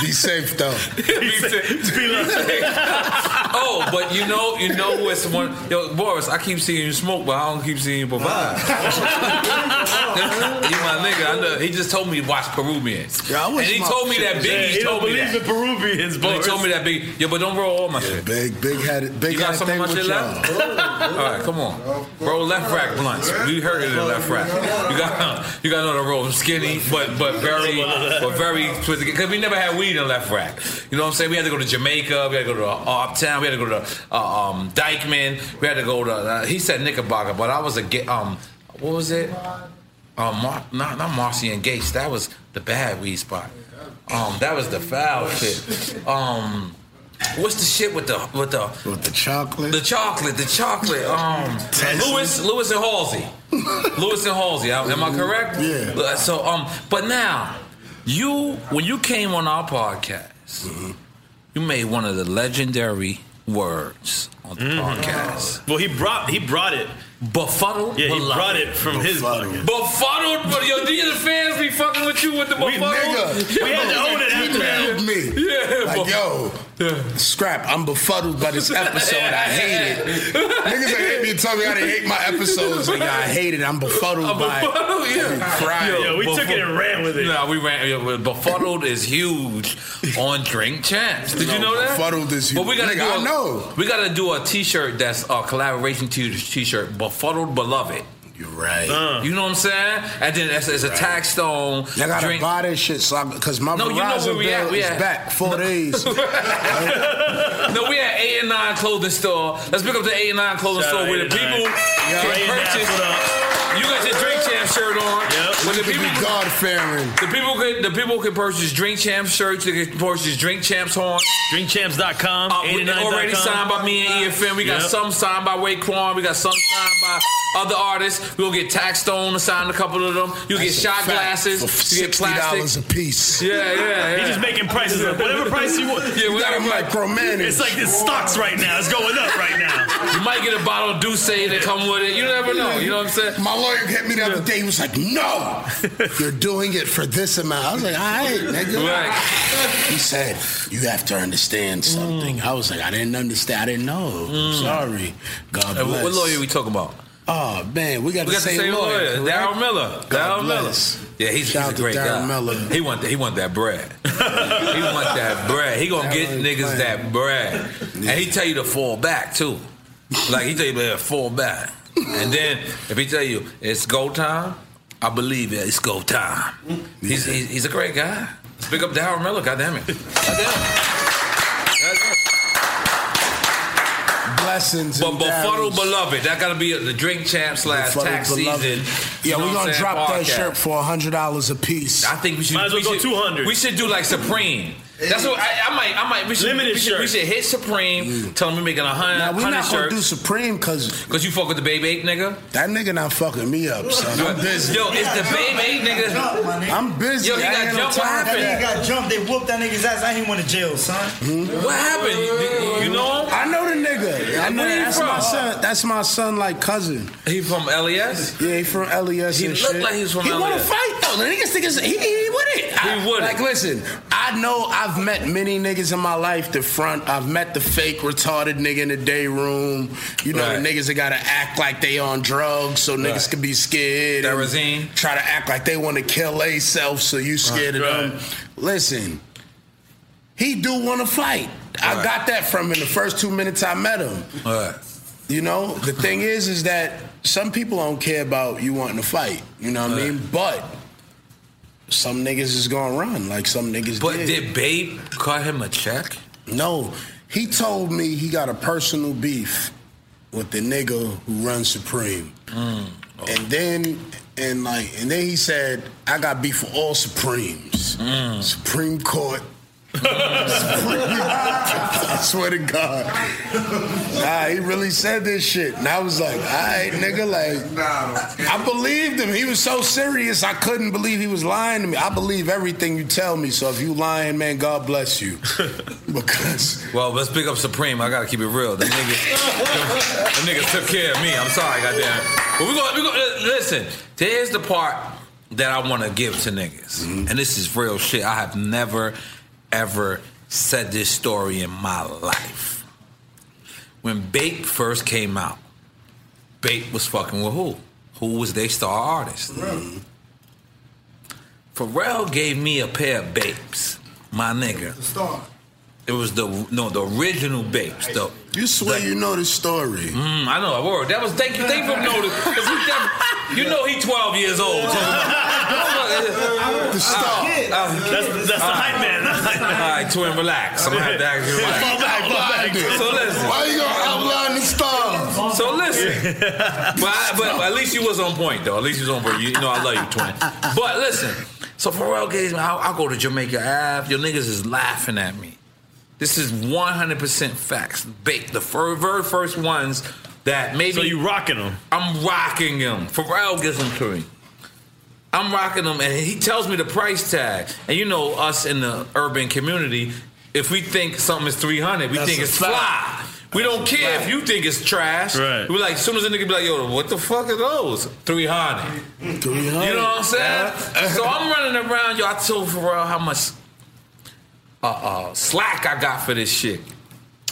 Be safe, though. Be safe. oh, but you know, you know who is one. Yo, Boris, I keep seeing you smoke, but I don't keep seeing you provide. you my nigga. I know. He just told me watch Peruvians. Yeah, I and wish he my- told me that Yeah, Biggie he don't told me believe that. in Peruvians, And Boris. He told me that Biggie. Yo, but don't roll all my shit. Big, big headed, big you got headed something on thing my with shit y'all. left? all right, come on, bro. Left rack blunts. We heard it in left rack. You got you got another roll. Skinny, but but very but very twisted. Because we never had weed in left rack. You know what I'm saying? We had to go to Jamaica. We had to go to uh, Uptown. We had to go to uh, um, Dykeman. We had to go to. Uh, he said Knickerbocker, but I was a ga- um. What was it? Um, Mar- not not Marcy and Gates. That was the bad weed spot. Um, that was the foul shit. Um. What's the shit with the with the with the chocolate? The chocolate, the chocolate. Um, Lewis, Lewis and Halsey, Lewis and Halsey. Am am I correct? Yeah. So um, but now you when you came on our podcast, Mm-hmm. you made one of the legendary words on the podcast. Mm. Well, he brought he brought it. Befuddled. Yeah, he Beloved. brought it from his bucket. Befuddled, but yo, these are the fans be fucking with you with the We- befuddled. nigga, we had to own it He after that. nailed me. Yeah, like yo, scrap. I'm befuddled by this episode. I hate it. Niggas that hate me and tell me I didn't hate my episodes. Like I hate it. I'm befuddled by it. yeah. Crying. Nah, we ran yeah, well, befuddled is huge on drink champs. Did you No, know that? Befuddled is But we gotta huge. do Nigga, a- I know. We gotta do a t-shirt that's a collaboration t- t-shirt, befuddled beloved. You're right. You know what I'm saying? And then it's, it's a tag stone. Y'all gotta drink. buy this shit, so because my No, you know Verizon where we bill at, we is at. back four days. no, we at eight and nine clothing store. Let's pick up the eight and nine clothing Shout store out where the 8 and 9. people Yeah. can Raise that purchase. foot You got your drink champ shirt on. When the could people be God-fearing. The people could the people could purchase Drink Champs shirts. They could purchase Drink Champs horns. DrinkChamps.com. Uh, we- they're 89.com. already signed by me and EFM. We got Yep. some signed by Raekwon. We got some signed by other artists. We'll get Tax Stone to sign a couple of them. You'll get That's a shot fact. glasses. For You get $60 plastic. a piece. Yeah, yeah, yeah. He's just making prices up. Whatever price you want. Yeah, you gotta whatever price. micromanage. It's like it's stocks right now. It's going up right now. You might get a bottle of Douce that come with it. You never know. You know what I'm saying? My lawyer hit me the other day. He was like, "No, you're doing it for this amount." I was like, "All right, nigga." He said, "You have to understand something." I was like, "I didn't understand. I didn't know. Sorry. God Hey, bless." Mm. what lawyer we talking about? Oh man, we got, the, We got the same same lawyer, correct? Daryl Miller. God Daryl bless. Miller. Yeah, he's, Shout he's a out to great Daryl guy. Miller. He want he want that bread. he want that bread. He gonna get niggas that bread, and he tell you to fall back too. Like he tell you to fall back, and then if he tell you it's go time, I believe it. It's go time. He's he's, he's a great guy. Pick up Daryl Miller. God damn it. Blessings. But and befuddled valleys. beloved, that gotta be the drink champ slash Befuddled tax Beloved. season. you Yeah, know we're what I'm gonna saying, drop that podcast. shirt for hundred dollars a piece. I think we should. we should, 200. We should do like Supreme. That's what I, I might. I might. We should, Limited we should, we should hit Supreme. Tell them we making a hundred. Now we're hundred Mm. not gonna do shirts. Supreme because Cause you fuck with the Babe Ape nigga. that nigga not fucking me up, son. I'm busy. Yo, it's the Babe Ape nigga. I'm busy. Yo, he I got ain't no jumped. What time for happened? that. He got jumped. They whooped that nigga's ass. I ain't went to jail, son. Hmm? What happened? You, you know him? I know the nigga. I know Where he that's from? my son. That's my son, like cousin. He from LES. Yeah, he from LES. He and looked shit. like he was from He wanna LES. fight though. The niggas think it's, he, he with it. I, He with it. Like, listen, I know I've met many niggas in my life. The front, I've met the fake retarded nigga in the day room. You know Right. the niggas that gotta act like they on drugs so niggas Right. can be scared. and Therazine. Try to act like they want to kill themselves so you scared Right. of them. Listen, he do want to fight. I Right. got that from him the first two minutes I met him. All right. You know, the thing is, is that some people don't care about you wanting to fight. You know what I mean? But some niggas is gonna run, like some niggas But did. did Babe cut him a check? No, he told me he got a personal beef with the nigga who runs Supreme, and then and like and then he said, "I got beef with all Supremes, Supreme Court." I swear to God. Nah, he really said this shit. And I was like, all right, nigga, like, I believed him. He was so serious, I couldn't believe he was lying to me. I believe everything you tell me. So if you lying, man, God bless you. because Well, let's pick up Supreme. I gotta keep it real. The nigga, the nigga took care of me. I'm sorry, goddamn. But we gonna, we gonna listen. There's the part that I want to give to niggas, and this is real shit. I have never, ever said this story in my life. When Bake first came out, Bake was fucking with who? Who was their star artist? Pharrell gave me a pair of Bakes, my nigga. It was the no, the original Bapes. The, you swear you know this story. Mm, I know. I worried. That was thank you. Thank you for noticing. 'cause he def- you know he twelve years old. So The star. that's the hype man. uh, All right, twin, relax. I'm gonna have to ask you. relax. Fall back, fall back. So listen. Why you gonna outline the star? So listen, but, I, but at least you was on point though. At least you was on point. You, you know I love you, twin. But listen, so Pharrell Gates, man, I'll, I'll go to Jamaica Ave. Your niggas is laughing at me. This is 100% facts. Bake the fir- very first ones that maybe So you rocking them? I'm rocking them. Pharrell gives them to me. I'm rocking them, and he tells me the price tag. And you know us in the urban community, if we think something is 300, we That's think a it's fact. fly. We don't care if you think it's trash. Right. We're like, as soon as a nigga be like, yo, what the fuck are those? 300. You know what I'm saying? so I'm running around, yo. I told Pharrell how much uh, uh, slack I got for this shit.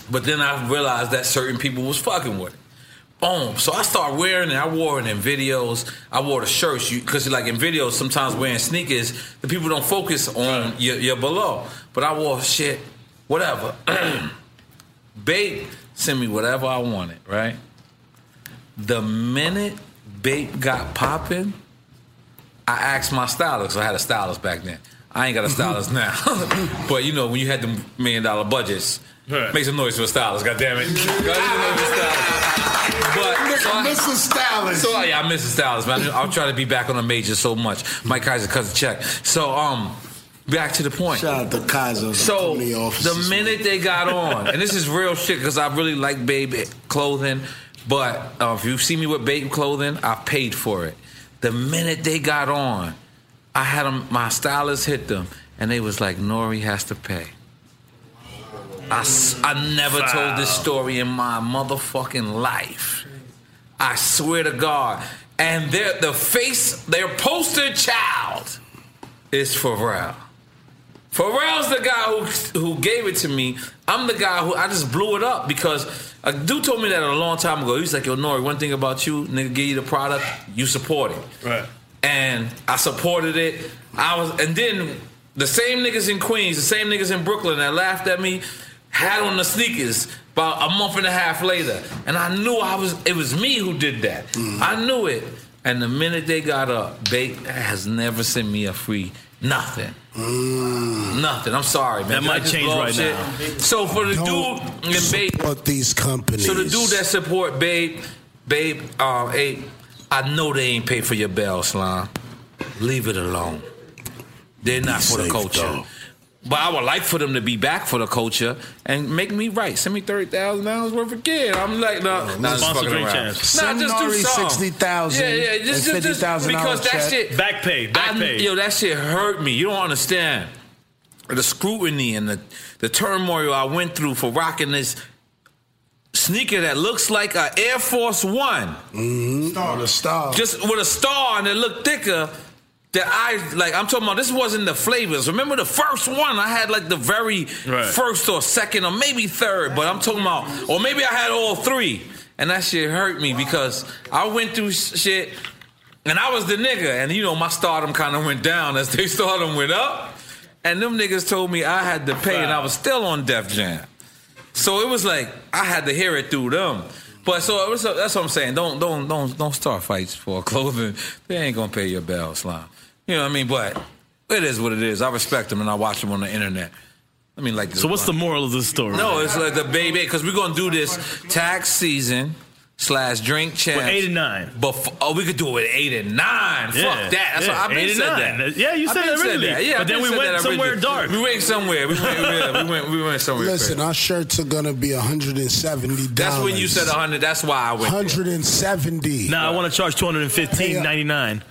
But then I realized that certain people was fucking with it. Boom. So I started wearing it. I wore it in videos. I wore the shirts because, like in videos, sometimes wearing sneakers, the people don't focus on your, your below. But I wore shit, whatever. Babe sent me whatever I wanted, right? The minute Babe got popping, I asked my stylist. 'cause I had a stylist back then. I ain't got a stylist now, but you know when you had the million dollar budgets, Right. make some noise for a stylist. God damn it! God, you know, the stylist. But so I Mr. Stylist. So yeah, I miss the stylist, man. I'll try to be back on a major so much. Mike Kaiser cuts a check. So um, back to the point. Shout out to Kaiser. So the minute they got on, and this is real shit because I really like Babe clothing, but uh, if you see me with Babe clothing, I paid for it. The minute they got on, I had them. My stylist hit them, and they was like, "Nori has to pay." I, s- I never told this story in my motherfucking life. I swear to God. And their the face, their poster child is Pharrell. Pharrell's the guy who who gave it to me. I'm the guy who I just blew it up because a dude told me that a long time ago. He was like, "Yo, Nori, one thing about you, nigga, give you the product, you support it." Right. and I supported it. I was, and then the same niggas in Queens, the same niggas in Brooklyn that laughed at me, had on the sneakers about a month and a half later, and I knew I was. It was me who did that. I knew it. And the minute they got up, they has never sent me a free nothing. mm, Nothing. I'm sorry, man. That Did I might just change blow up right shit? now. So for the Don't dude in Bay Support these companies. so the dude that support Babe, Babe, um, Ape, I know they ain't pay for your bell, slime. Leave it alone. They're not for the safe, culture. though. But I would like for them to be back for the culture and make me right. Send me thirty thousand dollars worth of kid. I'm like, no, nah, nah, just sponsor fucking Great around. Chance. Nah, Send just do Nori something. 60,000 Yeah, yeah, just, and just, just $50,000 because that check. shit Back pay, back I- pay. Yo, that shit hurt me. You don't understand the scrutiny and the the turmoil I went through for rocking this sneaker that looks like an Air Force One, Star, the star. just with a star and it looked thicker. That I like, I'm talking about. This wasn't the flavors. Remember the first one I had like the very first or second or maybe third, but I'm talking about, or maybe I had all three, and that shit hurt me because I went through sh- shit, and I was the nigga, and you know my stardom kind of went down as they stardom went up, and them niggas told me I had to pay, and I was still on Def Jam. So it was like I had to hear it through them. But so it was, that's what I'm saying. Don't don't don't don't start fights for clothing. They ain't gonna pay your bill, slime. You know what I mean? But it is what it is. I respect them and I watch them on the internet. I mean, like. So what's the moral of the story? No, it's like the baby because we're gonna do this tax season slash drink champs. With eight and nine. Before, oh, we could do it with eight and nine. Yeah, Fuck that. That's yeah, what I've been eight and said nine. that. Yeah, you I said been that originally. Yeah, I But then been we said went that somewhere originally. dark. We went somewhere. We went. yeah, we went. We went somewhere. crazy. Listen, our shirts are gonna be 170 That's when you said 100. That's why I went. 170. Nah, I want to charge two hundred and uh, fifteen ninety nine.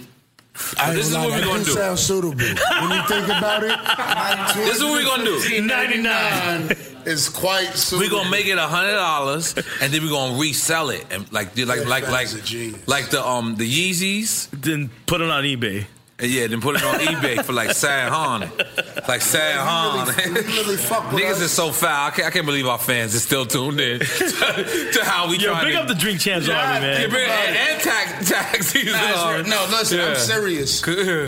I ain't uh, This is gonna what lie, we that gonna do do. sound suitable. when you think about it, This is what we gonna do. 99 is quite suitable. We're gonna make it a hundred dollars, and then we're gonna resell it, and like, do- like, That like, like, guy's a genius. like the um the Yeezys. Then put it on eBay. And yeah, then put it on eBay for like sad hon, like sad hon. really fuck with Niggas us. is so foul. I can't, I can't believe our fans is still tuned in to, to how we. Yo, trying big to, up the drink champs Yeah, army, man. yeah, big- and, and tax tax season. Nah, it's- no, listen, Yeah. I'm serious.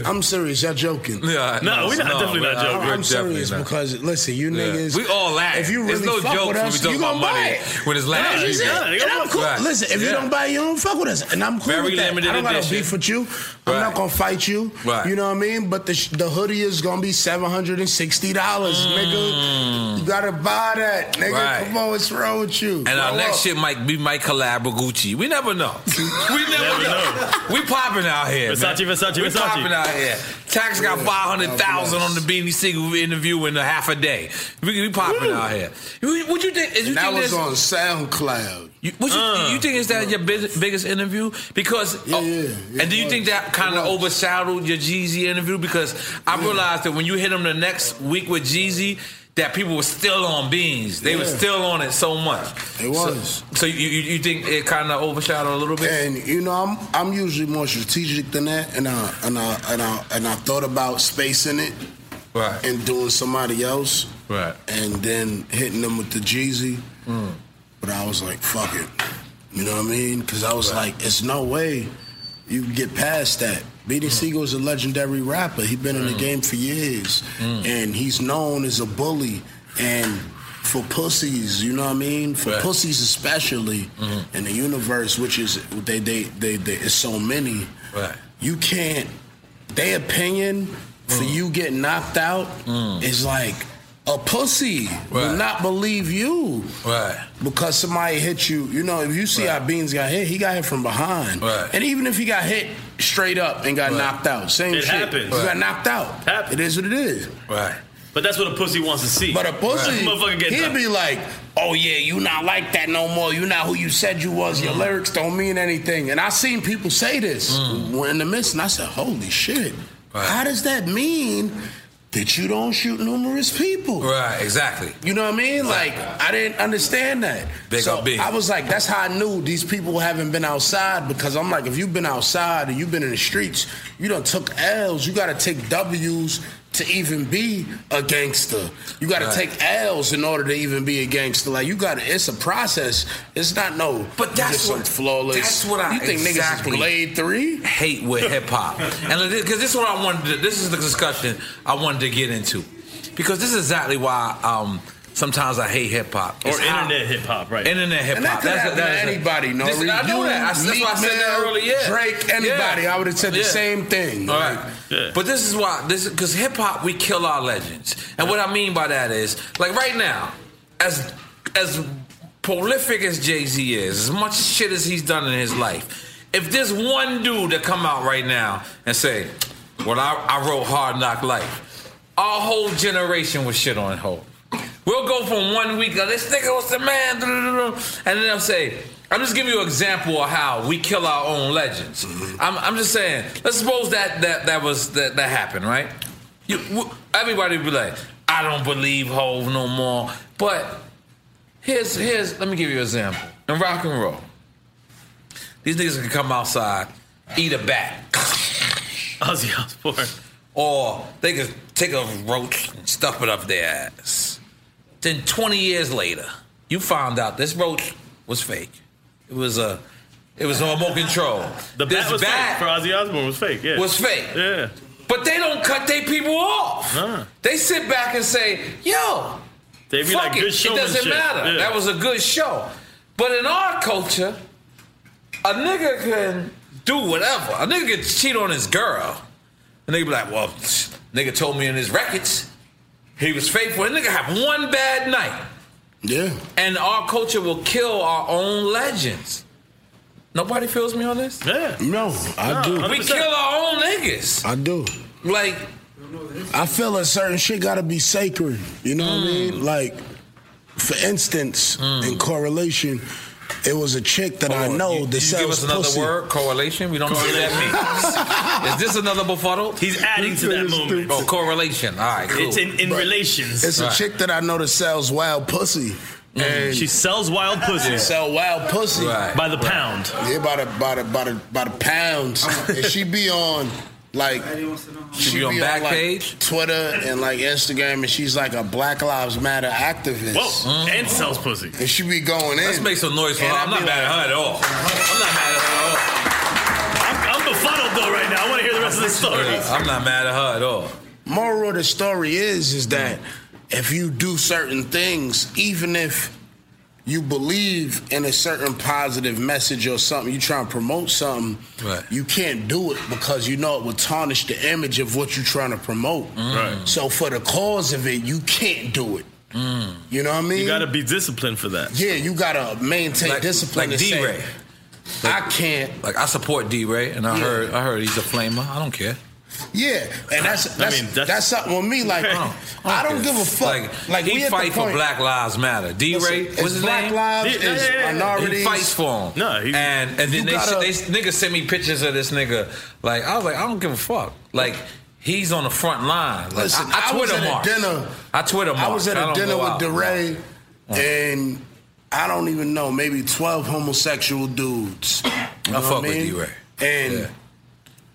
I'm serious. Y'all joking. Yeah, No, we're not- definitely we're not joking. We're I'm serious definitely not. because listen, you Yeah. niggas. We all laugh. If you It's really no fuck jokes with when we us, talk you about gonna money. buy it. When it's laugh, That's you get what I'm it. saying. And I'm cool. Facts. Listen, if you Yeah. don't buy it, you don't fuck with us, and I'm cool Very with that. limited I don't gotta edition. beef with you. Right. I'm not gonna fight you. Right. You know what I mean? But the sh- the hoodie is gonna be seven hundred and sixty dollars, nigga. You gotta buy that, nigga. Right. Come on, what's wrong with you? And our Grow next up. shit might we might collab with Gucci. We never know. We never know. We popping out here. Versace, man. Versace, we Versace. popping out here. Tax got five hundred thousand on the Beanie Siegel interview in a half a day. We, we popping out here. You- What you think? Is you That think was this? on SoundCloud. You, what you, Uh. you think is that your big, biggest interview? Because oh, and do you think that kind of overshadowed your Jeezy interview? Because I realized that when you hit him the next week with Jeezy, that people were still on beans. They were Yeah. still on it so much. It was. So, so you, you you think it kind of overshadowed a little bit? And you know, I'm I'm usually more strategic than that, and I and I and I and I thought about spacing it Right. and doing somebody else, Right. and then hitting them with the Jeezy. But I was like, fuck it, you know what I mean? Because I was like, it's no way you can get past that. BD Siegel's a legendary rapper. He's been in the game for years, and he's known as a bully and. For pussies, you know what I mean. For Right. pussies especially, Mm. in the universe, which is they they they, they it's so many. Right. You Mm. can't. Their opinion for you getting knocked out is like a pussy will not believe you. Right. Because somebody hit you. You know, if you see how Beans got hit, he got hit from behind. Right. And even if he got hit straight up and got knocked out, same It shit. happens. You got Right. knocked out. It is what it is. Right. But that's what a pussy wants to see. But a pussy, motherfucker get he'd done. be like, "Oh yeah, you not like that no more. You not who you said you was. Mm. Your lyrics don't mean anything." And I seen people say this Mm. when in the midst, and I said, "Holy shit! How does that mean that you don't shoot numerous people?" Right, exactly. You know what I mean? Like I didn't understand that. Big so up B. I was like, that's how I knew these people haven't been outside because I'm like, if you've been outside and you've been in the streets, you done took L's. You gotta take W's to even be a gangster. You gotta Right. take L's in order to even be a gangster. Like you gotta, it's a process. It's not no. But you that's just some what- flawless. That's what I you think niggas exactly is blade three? hate with hip hop, and because this is what I wanted. To, this is the discussion I wanted to get into, because this is exactly why um, sometimes I hate hip hop Or internet hip hop, right? Internet hip And that hop. could happen to anybody. No, This- I know that. I, that's why I said that earlier. Yeah. Drake, anybody, Yeah. I would have said the Yeah. same thing. All right. But this is why this because hip hop we kill our legends, and what I mean by that is like right now, as as prolific as Jay Z is, as much shit as he's done in his life, if there's one dude that come out right now and say, "Well, I, I wrote Hard Knock Life," our whole generation was shit on hold. We'll go from one week of this nigga was the man, and then I'll say, I'm just giving you an example of how we kill our own legends. I'm, I'm just saying, let's suppose that that that was that, that happened, right? You, w- everybody would be like, I don't believe Hove no more. But here's here's let me give you an example. In rock and roll, these niggas can come outside, eat a bat. Ozzy Osbourne. Or they could take a roach and stuff it up their ass. Then 20 years later, you found out this roach was fake. It was a, it was remote control. The this bat was fake. For Ozzy Osbourne was fake. Yeah. was fake. Yeah. But they don't cut their people off. They sit back and say, yo, They be fuck like, it. good it doesn't showmanship. matter. Yeah. That was a good show. But in our culture, a nigga can do whatever. A nigga can cheat on his girl. And they be like, well, nigga told me in his records he was faithful. And nigga have one bad night. Yeah. And our culture will kill our own legends. Nobody feels me on this? Yeah. No, I do. We kill our own niggas. I do. Like, I feel a certain shit gotta be sacred. You know what I mean? Like, for instance, in correlation, it was a chick that I know that Did Oh, you sells give us another pussy. word? Correlation? We don't know what that means. Is this another befuddled? He's adding to that moment. Oh, correlation. All right, cool. But It's a Right. Mm. chick that I know that sells wild pussy. And She sells wild pussy. She sell wild pussy Right. By the pound. Yeah, by the by the by the by the pounds. and she be on like She be on like, Backpage? Twitter and like Instagram, and she's like a Black Lives Matter activist. Whoa. And sells pussy. And she be going in. Let's make some noise for her. And I'm I not be mad at her at all. I'm not mad at her at all. I'm, I'm befuddled though right now. I want to hear the rest of the story. I'm not mad at her at all. Moral of the story is is that if you do certain things, even if you believe in a certain positive message or something, you trying to promote something, Right. you can't do it because you know it would tarnish the image of what you're trying to promote. Right. Mm. So for the cause of it, you can't do it. You know what I mean? You gotta be disciplined for that. yeah, you gotta maintain discipline. Like and say, D Ray. I can't. Like I support D Ray, and I Yeah. heard I heard he's a flamer. I don't care. Yeah, and that's I that's mean, that's, that's- something with me. Like, I I don't give a fuck. Like, Like, he we at the fight for point- Black Lives Matter. D Ray, Listen, what's it's his Black name? Lives, Yeah, it's yeah, yeah, yeah. minorities. He fights for him. No, he, and and You then they, gotta- they niggas sent me pictures of this nigga. Like I was like, I don't give a fuck. Like he's on the front line. Like, Listen, I, I I was Twitter at a mark. dinner- I Twitter mark. I was at a a dinner with DeRay, Oh. and I don't even know, maybe 12 homosexual dudes. You know fuck what with mean? D-Ray. And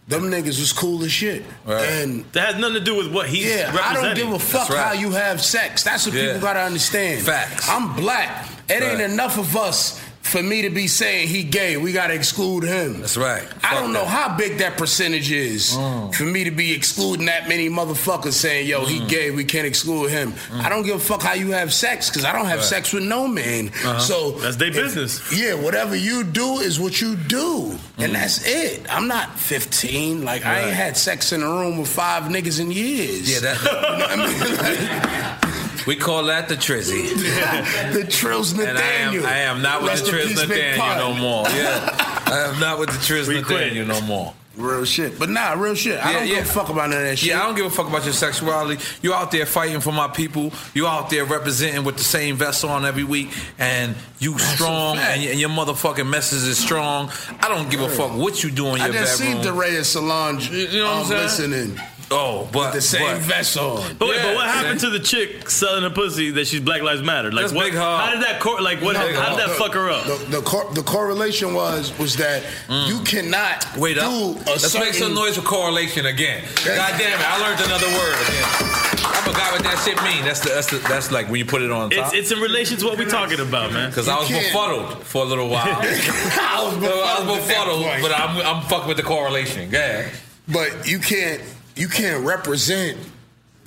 them niggas was cool as shit. And That has nothing to do with what he's yeah, I don't representing. give a fuck That's right. how you have sex. That's what Yeah. people gotta understand. Facts. I'm black. It ain't Right. enough of us for me to be saying he gay. We gotta exclude him. That's right. I don't know how big that percentage is for me to be excluding that many motherfuckers saying, yo, he gay, we can't exclude him. I don't give a fuck how you have sex because I don't have Right. sex with no man. Uh-huh. So That's their if- business. yeah, whatever you do is what you do. And that's it. I'm not 15. Like, I ain't Right. had sex in a room with five niggas in years. Yeah, that- You know what I mean? We call that the Trizzy. the Trills And I am, Nathaniel. I am not with Rest the in Triz peace, Big Nathaniel Pun. no more. Yeah. I am not with the Triz We quit. Nathaniel no more. Real shit. But nah, real shit. I Yeah, don't yeah. give a fuck about none of that shit. Yeah, I don't give a fuck about your sexuality. You out there fighting for my people. You out there representing with the same vest on every week, and you strong, and, y- and your motherfucking message is strong. I don't give a fuck what you do in I your just bedroom. seen DeRay and Solange. um, You know what I'm saying? Listening. Oh, but the same but- vest on. But wait, Yeah, but what happened same- to the chick selling her pussy that she's Black Lives Matter? Like That's what? big hog. how did that cor- like what? No, how did that the- fuck her up? Mm. The the, cor- the correlation was was that you cannot Wait do uh, up. a Let's certain make some noise for correlation again. God damn it! I learned another word again. I forgot what that shit mean. That's the, that's the, that's like when you put it on top. It's, it's in relation to what we're talking about, man. Because I was befuddled for a little while. I was befuddled, but I'm, I'm fucking with the correlation. Yeah. But you can't you can't represent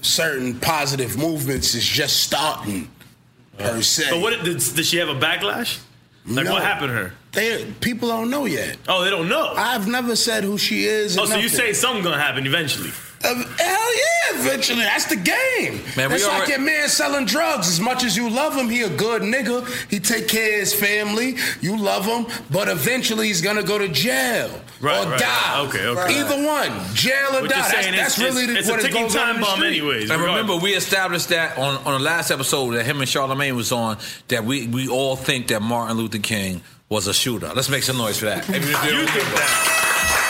certain positive movements. It's just starting per se. But what did, did she have a backlash? Like No. what happened to her? They people don't know yet. Oh, they don't know. I've never said who she is. Oh, or so you nothing. say something gonna happen eventually? Uh, hell yeah, eventually. That's the game. Man, we That's like already- your man selling drugs. As much as you love him, he a good nigga. He take care of his family. You love him, but eventually he's gonna go to jail Right, or right, die. right. Okay, okay. Either one, jail or What you're die. That's, saying is- that's really it's- it's a what it ticking goes time on in the bomb street. anyways. And remember, we established that on, on the last episode that him and Charlemagne was on that we, we all think that Martin Luther King was a shooter. Let's make some noise for that. If you think that?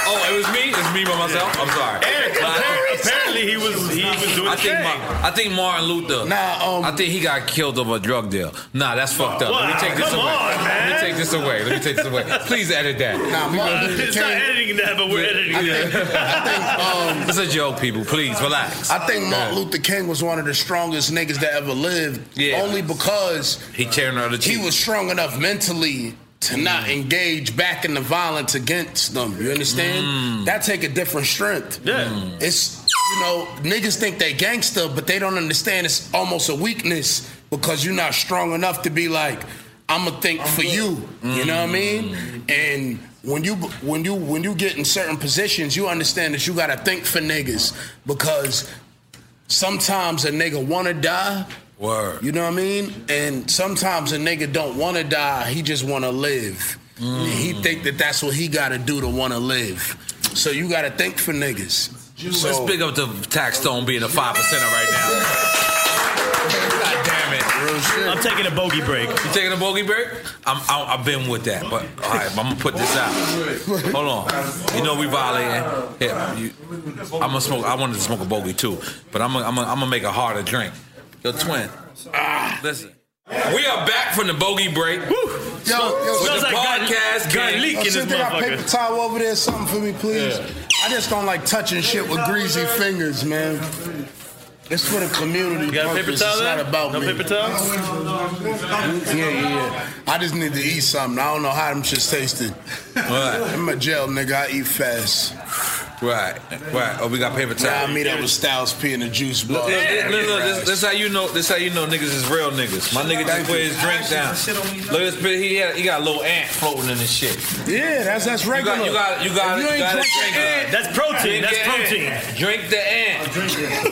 Oh, it was me. It's me by myself. I'm sorry. Eric, But I- apparently- apparently he was- he was doing I his think thing. Ma- I think Martin Luther. Nah, um, I think he got killed over a drug deal. Nah, that's fucked up. Let me Wow, take this come away. on, man. Let me take this away. Let me take this away. Please edit that. Nah, Martin Luther it's not King- editing that, but we're editing that. it's a joke, people. Please relax. I think Martin Luther King was one of the strongest niggas that ever lived. Yeah. Only because He tearing her the Mm. he cheek. was strong enough mentally to not engage back in the violence against them. You understand? Mm. That take a different strength. Yeah. It's you know, niggas think they gangster, but they don't understand it's almost a weakness because you're not strong enough to be like, I'ma think for you. You know what I mean? Mm. And when you when you when you get in certain positions, you understand that you gotta think for niggas because sometimes a nigga wanna die. Word. You know what I mean? And sometimes a nigga don't wanna die, he just wanna live. And he Mm. think that that's what he gotta do to wanna live. So you gotta think for niggas. Let's So, big up the tax stone being a five percenter right now. God damn it! I'm taking a bogey break. You taking a bogey break? I'm, I, I've been with that, but all right, I'm gonna put this out. Hold on. You know we violating. Yeah, you, I'm gonna smoke. I wanted to smoke a bogey too, but I'm gonna, I'm gonna, I'm gonna make a harder drink. Yo, twin. Ah, listen. We are back from the bogey break. Yo, yo, with the podcast gang. Oh, shit, they got paper towel over there, something for me, please. I just don't like touching shit with greasy fingers, man. It's for the community. You got a paper purpose. towel It's there? not about No me. paper towel? uh, Yeah, yeah, yeah. I just need to eat something. I don't know how them shits tasted. Right. I'm a jail nigga. I eat fast. Right, right. Oh, we got paper towel. Nah, I meet up with Styles P in the juice Look, bar. look, look, look, this, this how you know. This how you know niggas is real niggas. My nigga just Thank put you. his drink down. Look at this bit. He had, he got a little ant floating in his shit. Yeah, that's that's regular. You got you got you got, If you you ain't got drink drink the it. ant- That's protein, Drink that's the protein. Ant. Drink the ant.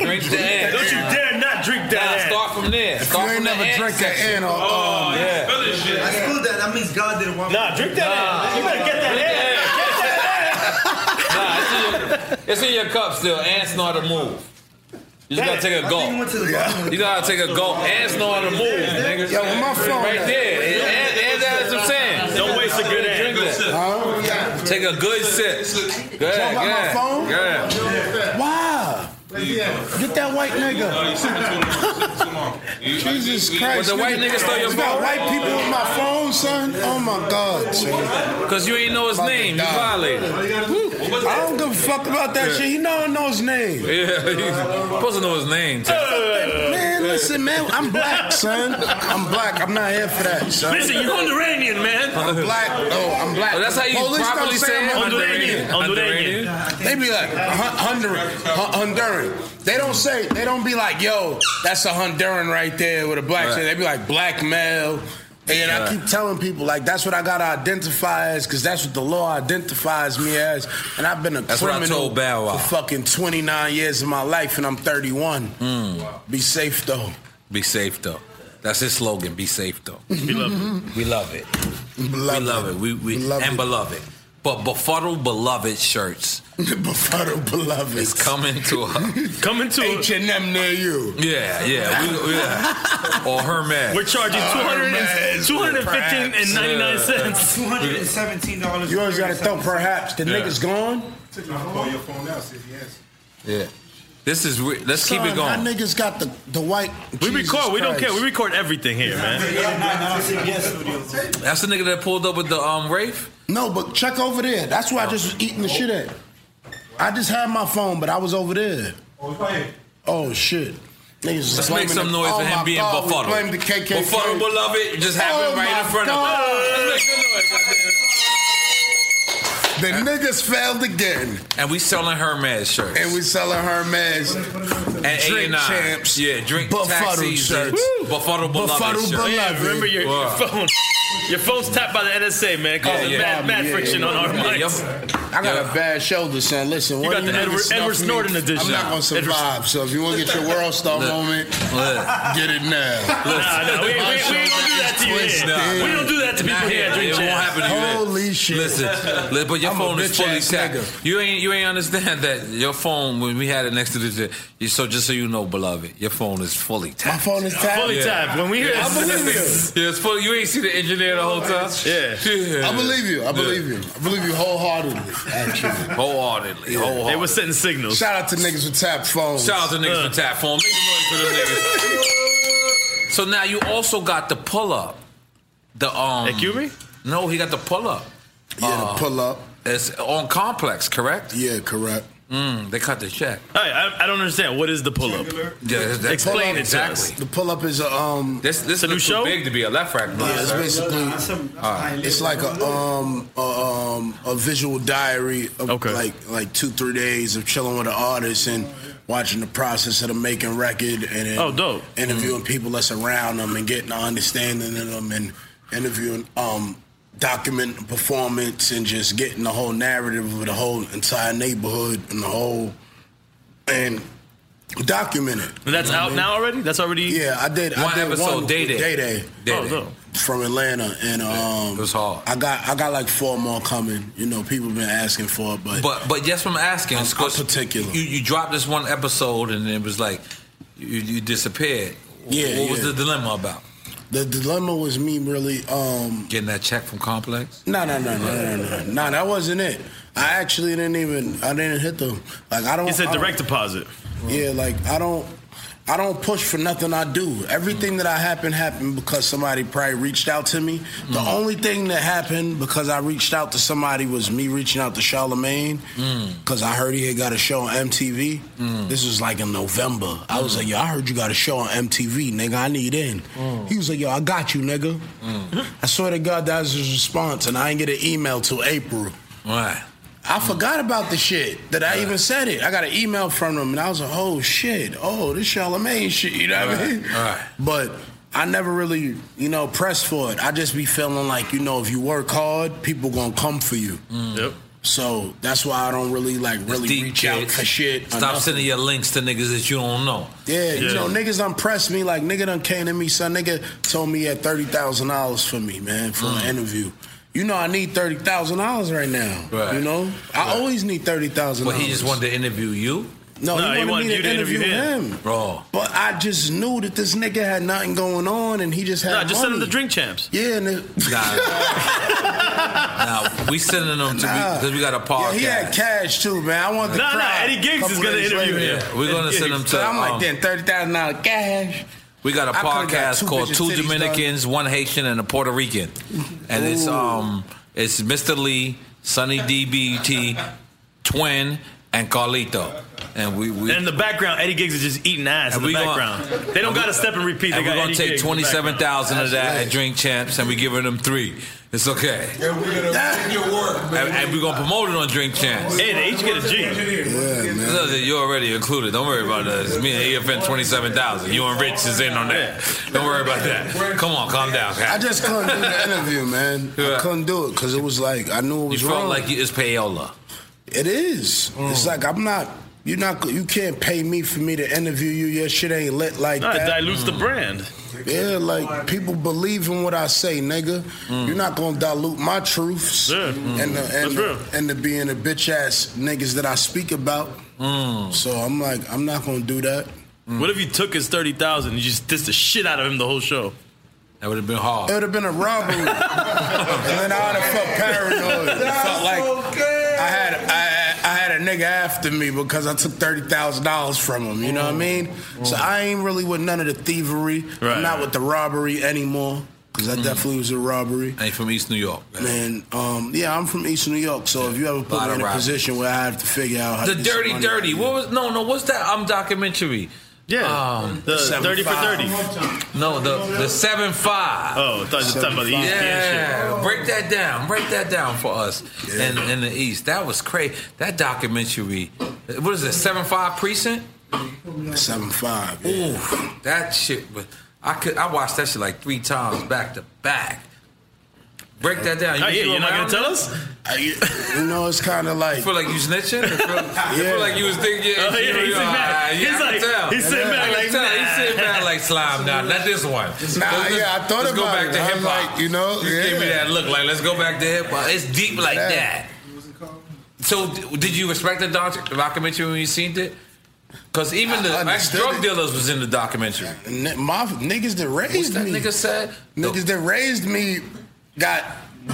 Drink the ant. Don't you dare not drink that. Nah, start from there. If Start you from ain't the never ant drank an section. ant or oh, um, yeah. I screwed that. That means God didn't want Nah, drink that in. You better get that in. It's in your cup still. Ants know how to move. You just gotta take a gulp. to the You gotta take a gulp. Ants know how to move, nigga. Yo, my phone right there. And, and that's what I'm saying. Don't waste a good ant. Drink that. Take a good sip. Go ahead, go Jump out my ahead, phone? go ahead. Wow. eh, Get that white nigga. Jesus Christ. the white nigga stole your You got phone? white people with my phone, son? Oh my God, son. Cause you ain't know his About to name. You die. violated. I don't give a fuck about that Yeah. shit. He know I know his name. Yeah, he's supposed to know his name. too. Man, listen, man, I'm black, son. I'm black. I'm not here for that, son. Listen, you're Honduranian, man. I'm black. Oh, I'm black. Oh, that's how you Police don't properly say say I'm Honduranian. Honduranian. They be like "Hun- Honduran, Hun- Honduran. They don't say. They don't be like, "Yo, that's a Honduran right there with a black." Right. shit." They be like black male. And I Right. keep telling people like that's what I gotta identify as because that's what the law identifies me as. And I've been a That's what I criminal told Bow Wow. Hmm. for fucking 29 years of my life, and I'm 31. Be safe though. Be safe though. That's his slogan. Be safe though. We love it. We love it. we love it. We, we and beloved. But befuddled beloved shirts befuddled beloved. is coming to a coming to H and M near you. yeah yeah we, yeah or Hermes. We're charging Oh, 200 and, Hermes, 215 and 99 uh, cents. Two hundred and seventeen dollars. You always gotta thump. Perhaps the Yeah. nigga's gone. Call your phone now, see if he answers. Yeah. This is re- let's keep Son, it going. Our niggas got the the white. We Jesus record. We don't Christ. care. We record everything here, man. That's the nigga that pulled up with the um Rafe. No, but check over there. That's where I just was eating the shit at. I just had my phone, but I was over there. Oh shit. Niggas Let's make some noise for for him being befuddled. Blame the KKK. Befuddled beloved it just happened Oh, right in my front of us. God. Let's make some noise, goddamn. The niggas failed again, And we selling Hermes shirts. and we selling Hermes And drink A&I. champs. Yeah, drink Befuddled taxis, shirts. and Befuddled beloved. Befuddled shirts. beloved. Oh, Yeah, remember your, your Wow. phone. Your phone's tapped by the NSA, man, causing yeah. mad, mad Yeah, friction yeah, on our yeah. mics. I got a bad shoulder, son. Listen, You one got of the niggas Edward- snuff Edward me. Snowden edition. I'm not gonna Edward- survive. So if you wanna get your world star Look. moment, Look. get it now. Nah, nah, we, we, we My ain't gonna do that to you shoulder is here. twisted. We don't do that to Nah, people here. it at Drink won't Champs. happen to you. man. Holy shit! Listen, li- but your I'm a phone is bitch fully ass tapped. nigga. You ain't you ain't understand that your phone when we had it next to the you- so just so you know, beloved, your phone is fully My tapped. phone is tapped. Fully Yeah. tapped. When we hear I believe you. Yeah, it's fully. You ain't see the engineer the whole time. Yeah. yeah. I believe you. I believe you. I believe you wholeheartedly. Actually, Wholeheartedly, wholeheartedly. They were sending signals. shout out to niggas with tap phones. Shout out to niggas for tap phone. Make some noise for them niggas. So now you also got the pull up. The um. At Cuban? No, he got the pull up. Uh, yeah, to pull up. It's on complex, correct? Yeah, correct. Mm, they cut the check. All right, I, I don't understand. What is the pull up? Yeah, that's- that's- Explain it to us. exactly. The pull up is a um. This this a new looks show? too big to be a left rack. Yeah, it's basically it's like a um a, um a visual diary of Okay. like like two three days of chilling with an artist and watching the process of them making record and then Oh, dope. interviewing people that's around them and getting an understanding of them and interviewing um documenting the performance and just getting the whole narrative of the whole entire neighborhood and the whole and document it. And that's out now already? That's already. Mm-hmm. Yeah, I did. One I did episode, one Day Day. Day Day Oh, no. from Atlanta, and um, it was hard. I got I got like four more coming. You know, people been asking for it, but, But but yes, I'm asking. I'm- it's 'cause I'm particular. You you dropped this one episode and it was like you, you disappeared. Yeah, What was yeah. the dilemma about? the dilemma was me really. Um, Getting that check from Complex? no, no, no, no, no, no, no. That wasn't it. I actually didn't even. I didn't hit them. Like I don't. It's I a don't- direct deposit. Yeah, like I don't. I don't push for nothing I do. Everything that I happen happened because somebody probably reached out to me. The Mm-hmm. only thing that happened because I reached out to somebody was me reaching out to Charlemagne because I heard he had got a show on MTV. Mm. This was like in November. I was like, yo, I heard you got a show on MTV, nigga. I need in. Mm. He was like, yo, I got you, nigga. I swear to God, that was his response, and I ain't get an email till April. Right. I forgot about the shit that I even said it. I got an email from them and I was like, oh shit, oh, this Charlemagne shit, you know what I Right, mean? right. But I never really, you know, pressed for it. I just be feeling like, you know, if you work hard, people gonna come for you. Mm. Yep. So that's why I don't really like really Deep reach out kids. for shit. or Stop nothing. sending your links to niggas that you don't know. Yeah, Yeah. you know, niggas done pressed me. Like, nigga done came to me, son. Nigga told me he had $30,000 for me, man, for Mm. an interview. You know, I need $30,000 right now. Right. You know? I always need $30,000. But he just wanted to interview you. No, No, he, wanted me to, interview, him. Bro. But I just knew that this nigga had nothing going on and he just had. Nah, just send him money. the drink champs. Yeah, and it, Nah. nah, we sending them to Nah. because we got a yeah, podcast. he had cash too, man. I want the Nah, nah, crowd. Eddie Giggs Couple is gonna days interview later. him. We're gonna send them So to. I'm like, um, then thirty thousand dollars cash. We got a I could've got podcast two called bitches' Two titties Dominicans, One Haitian, and a Puerto Rican, and it's um it's Mr. Lee, Sonny DBT, Twin, and Carlito, and we we And in the background, Eddie Giggs is just eating ass And in we the gonna- background. they don't and we- got to step and repeat. They and got we're gonna Eddie take Giggs in the twenty seven thousand of that at Drink Champs, and we giving them three. It's okay, And we're gonna That- make your work, and, man. and we're gonna promote it on Drink Champs. background. Hey, they each get a G. No, You're already included. Don't worry about that. It's me and E EFN twenty seven thousand. You and Rich is in on that. Don't worry about that. Come on, calm down. I Cat. just couldn't do the interview, man. Yeah. I couldn't do it because it was like I knew it You was felt wrong. like you, it's payola. Mm. it is. It's like I'm not. You not you can't pay me for me to interview you. Your shit ain't lit like Nah, it that. dilutes the brand. Yeah, like people believe in what I say, nigga. You're not gonna dilute my truths and the, Mm. and, That's real. the, and the being a bitch ass niggas that I speak about. Mm. So I'm like, I'm not gonna do that. Mm. What if you took his thirty thousand and you just dissed the shit out of him the whole show? That would have been hard. It would have been a robbery, and then I'd have felt paranoid. felt like I had I, I had a nigga after me because I took thirty thousand dollars from him. You know what I mean? So I ain't really with none of the thievery. Right, I'm not right. with the robbery anymore because that Mhm. definitely was a robbery. Ain't from East New York. Man, um, yeah, I'm from East New York, so if you ever put Lot me of in a rock. position where I have to figure out how The to get some Dirty money- Dirty. What was no no? What's that? I'm documentary. Yeah, um, The 30 for 30. No, the the seven five. Oh, I thought you were talking about the East Yeah, End shit. break that down. Break that down for us in, in the East. That was crazy. That documentary. What is it? Seven five precinct. Seven five. Ooh, that shit. was- I could. I watched that shit like three times back to back. Break that down. Oh, yeah, feel you're not around gonna tell it? us? I- you, you know, it's kind of like. You feel like you snitching? You feel, you feel like you was thinking. Oh, yeah, he's you, uh, sitting back. yeah, He's I can like- tell. he's sitting back I can like, tell. He's nah. sitting back like slime. Nah, not this one. Nah, yeah, I thought let's go about back it. to I'm hip hop. like, you know, you yeah. gave me that look. Like, let's go back to hip hop. It's deep like Yeah. that. So, d- did you respect the doc- documentary when you seen it? Because even the ex drug dealers was in the documentary. N- my niggas that raised me. nigga said? Niggas that raised me got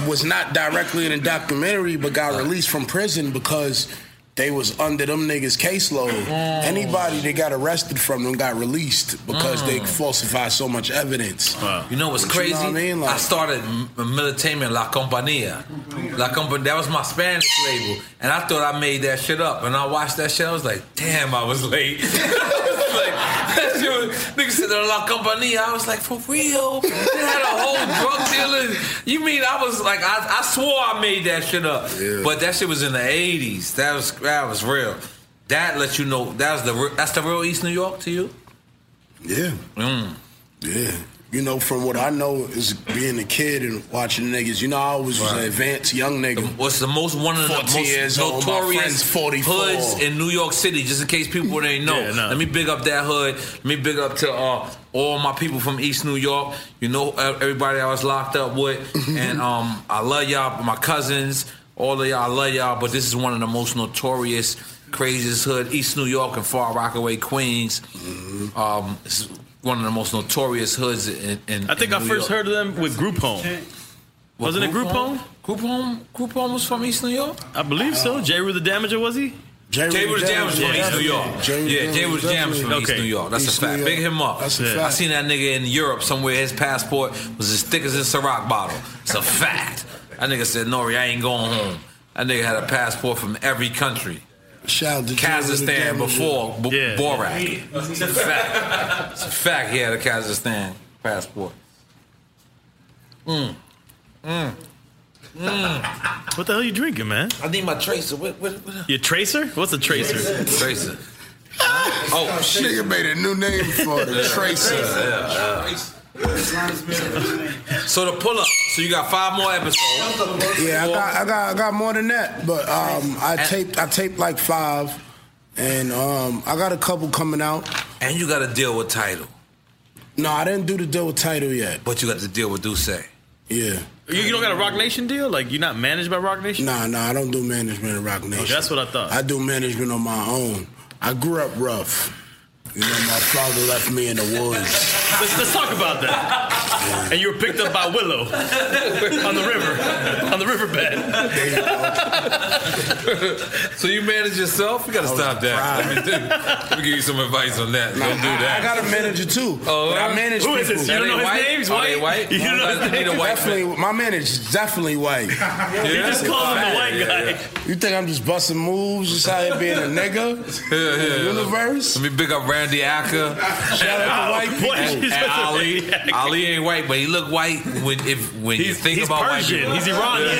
was not directly in the documentary, but got released from prison because they was under them niggas caseload. Oh. Anybody that got arrested from them got released because they Mm. falsified so much evidence. You know what's But crazy? You know what I mean? I started M- Militamen La Compañía. La Compa- that was my Spanish label. And I thought I made that shit up. And I watched that shit. I was like, damn, I was late. I was like, that shit was, nigga said "They're La Compañía. I was like, for real? They had a whole drug dealer. You mean I was like, I, I swore I made that shit up. But that shit was in the 80s. That was, that was real. That lets you know, that was the, re- that's the real East New York to you? Yeah. Mm. Yeah. You know, from what I know is being a kid and watching niggas, you know, I always was an advanced young nigga. What's the most one of the 14 most years old, my friend's notorious 44. hoods in New York City? Just in case people didn't know, let me big up that hood. Let me big up to uh, all my people from East New York. You know uh, everybody I was locked up with, and um, I love y'all. My cousins, all of y'all, I love y'all. But this is one of the most notorious, craziest hood, East New York and Far Rockaway, Queens. Mm-hmm. Um, it's one of the most notorious hoods in. in I think in I New first York. heard of them with Group Home. Wasn't it Group Home? Group Home, Group Home was from East New York. I believe so. J. Rue the Damager was he? J. Uh, Jay was Jams from East New York. yeah, Jay was Jams from East New York. That's a fact. Big him up. That's a I fact. seen that nigga in Europe somewhere. His passport was as thick as a Ciroc bottle. It's a fact. That nigga said, "Nori, I ain't going home." That nigga had a passport from every country. Shout out to Jay with the Kazakhstan Damager. before B- Yeah. Borat. It's a fact. It's a fact. He had a Kazakhstan passport. Mm. Mm. Mm. What the hell you drinking, man? I need my tracer. What, what, what Your tracer? What's a tracer? Tracer. Oh, shit. Nigga made a new name for the Yeah. Tracer. Yeah, yeah. So the pull up. So you got five more episodes. Yeah, I got, I got, I got more than that, but um, I taped, I taped like five, and um, I got a couple coming out. And you got to deal with title, No, I didn't do the deal with title yet. but you got to deal with Duce. Yeah. You, you don't got a Rock Nation deal? Like you're not managed by Rock Nation? Nah, nah, I don't do management at Rock Nation. Okay, that's what I thought. I do management on my own. I grew up rough. You know, my father left me in the woods. Let's, let's talk about that. And you were picked up by Willow on the river, on the riverbed. So you manage yourself? You got to stop that. Let me, do, let me give you some advice on that. Don't do that. I got a manager too. Oh, but I manage who is people. this? You don't know his Are they name? He's Are they white? You don't know his Need a name? white definitely, my manager's definitely white. You just called him the white Yeah, guy. yeah. You think I'm just busting moves, just out here being a nigga? Yeah, yeah, yeah. Universe. Let me big up Randy Acker. Shout out to white people. And, and Ali. Ali ain't white, but he look white when if when you think he's about Persian. white people. He's Iranian.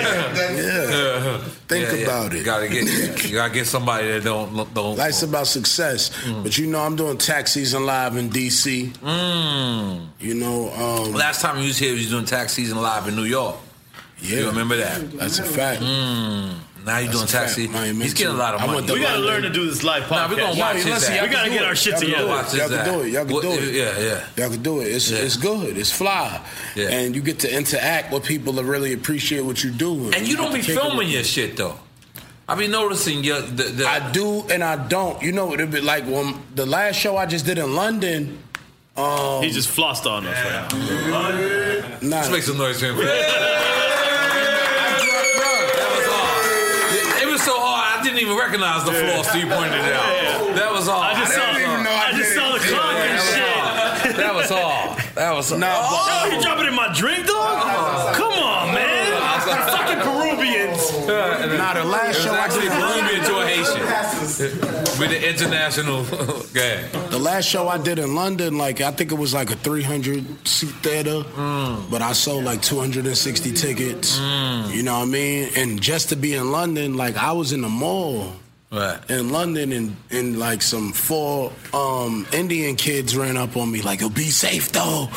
Yeah. Yeah. Think about it. Gotta get you gotta get somebody that don't look- don't. Life's about success, but you know I'm doing tax season live in DC. Mm. You know, um, last time you was here, you was doing tax season live in New York. Yeah. you remember that? That's a fact. Mm. Now you're doing taxi. He's getting a lot of I money. went to We gotta London. learn to do this live Nah, we're podcast. gonna watch Y'all- his ass. listen, y'all We gotta can get do our it. shit Y'all can together. do it. Watch Y'all his can do ass. it. Y'all can What- do it. Yeah, yeah. Y'all can do it. It's Yeah. it's good. It's fly, Yeah. and you get to interact with people that really appreciate what you do. And you don't be filming your shit though. I be noticing your. The, the, I do and I don't. You know, it'd be like when the last show I just did in London. Um, He just flossed on us right now. Nah. Let's make some noise for him. It was so hard. I didn't even recognize the floss till you pointed it out. That was all. I just saw- I just saw the clock and shit. That was all. That was all. Oh, you dropping it in my drink, dog? Come on, man. Fucking Peruvians. Nah, the last show I did Peruvian to a Haitian with the international. Okay. The last show I did in London, like I think it was like a 300 seat theater, but I sold like 260 tickets. You know what I mean? And just to be in London, like I was in the mall Right. in London, and and like some four um, Indian kids ran up on me, like, "Yo, be safe though."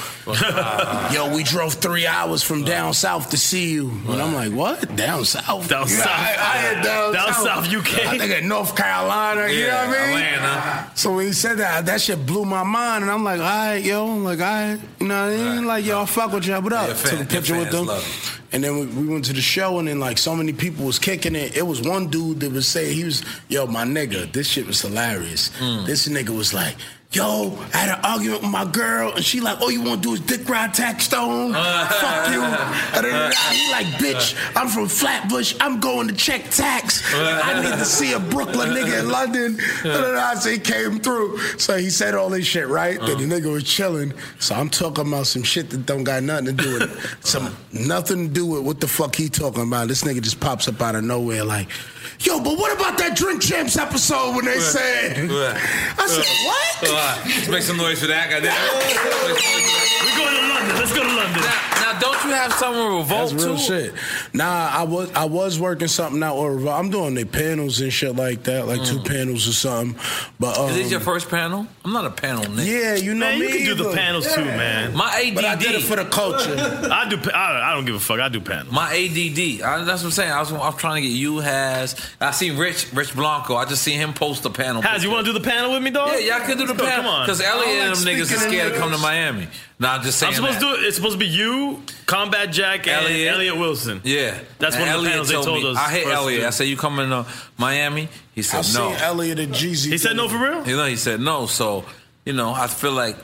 Yo, we drove three hours from down south to see you, and I'm like, "What? Down south? Down You know, south. I, I had down, Down south, UK. I think at North Carolina. you know what I mean? Atlanta. So when he said that, that shit blew my mind, and I'm like, all right, yo, I'm like, all right, you know what I mean? Like, yo, I fuck with y'all, what up? Your fan- Took a picture your with fans them. love And then we, we went to the show, and then like so many people was kicking it. It was one dude that was saying he was, yo, my nigga, this shit was hilarious. Mm. This nigga was like, yo, I had an argument with my girl, and she like, all you want to do is dick ride tax stone. Fuck you. And then he like, bitch, I'm from Flatbush. I'm going to check tax. I need to see a Brooklyn nigga in London. And then I say he came through. So he said all this shit, right? Then Uh-huh. the nigga was chilling. So I'm talking about some shit that don't got nothing to do with it. Some nothing to do with what the fuck he talking about. This nigga just pops up out of nowhere like, yo, but what about that Drink Champs episode when they said? I said, what? Let's make some noise for that guy. We're going to London. Let's go to London. Now, now don't you have someone revolt That's real too? shit. Nah, I was I was working something out or revolt. I'm doing the panels and shit like that, like two panels or something. But um, Mm. Is this your first panel? I'm not a panel nigga. yeah, you know Man, me you can do the either. panels too, man. My ADD. But I did it for the culture. I do. pa- I, I don't give a fuck. I do panels. My ADD. I, that's what I'm saying. I was, I was trying to get you, Has. I seen Rich, Rich Blanco. I just seen him post a panel. Has, you want to do the panel with me, dog? Yeah, y'all can do the Let's go, panel. Come on. Because Elliot and them niggas is scared to come to Miami. Nah, I'm just saying I'm supposed that. to do it. It's supposed to be you, Combat Jack, and Elliot, Wilson. Yeah, That's And one of Elliot the panels they told me, us. I hit for us to Elliot. do. I said, "You coming to Miami?" He said, I "No." seen Elliot and Jeezy. He said no for real. You know, he said no. So, you know, I feel like,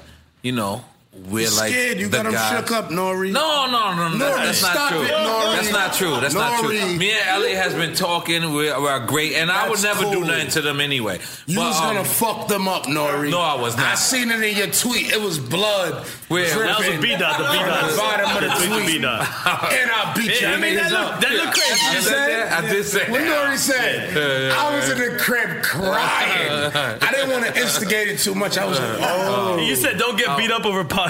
you know, we're He's like scared. You the got him guys- shook up, Nori. No, no, no, no. that- Nori, that's stop not true. it, Nori. That's not true. That's not true. Nori. Me and Elliot has been talking. We're, we're great, and I would That's never do cool. nothing to them anyway. You But, was um, gonna fuck them up, Nori. No, I was not. I seen it in your tweet. It was blood. Where? That was a dripping B-dot, the from B-dot. Bottom of The the tweet, tweet. B-dot. And I beat Yeah, you. I mean, that niggas look- up. that look crazy. You I said that? I did say What that. Nori said? Yeah, yeah, I was yeah. in the crib crying. I didn't want to instigate it too much. I was like, oh. You said don't get beat up over podcasts.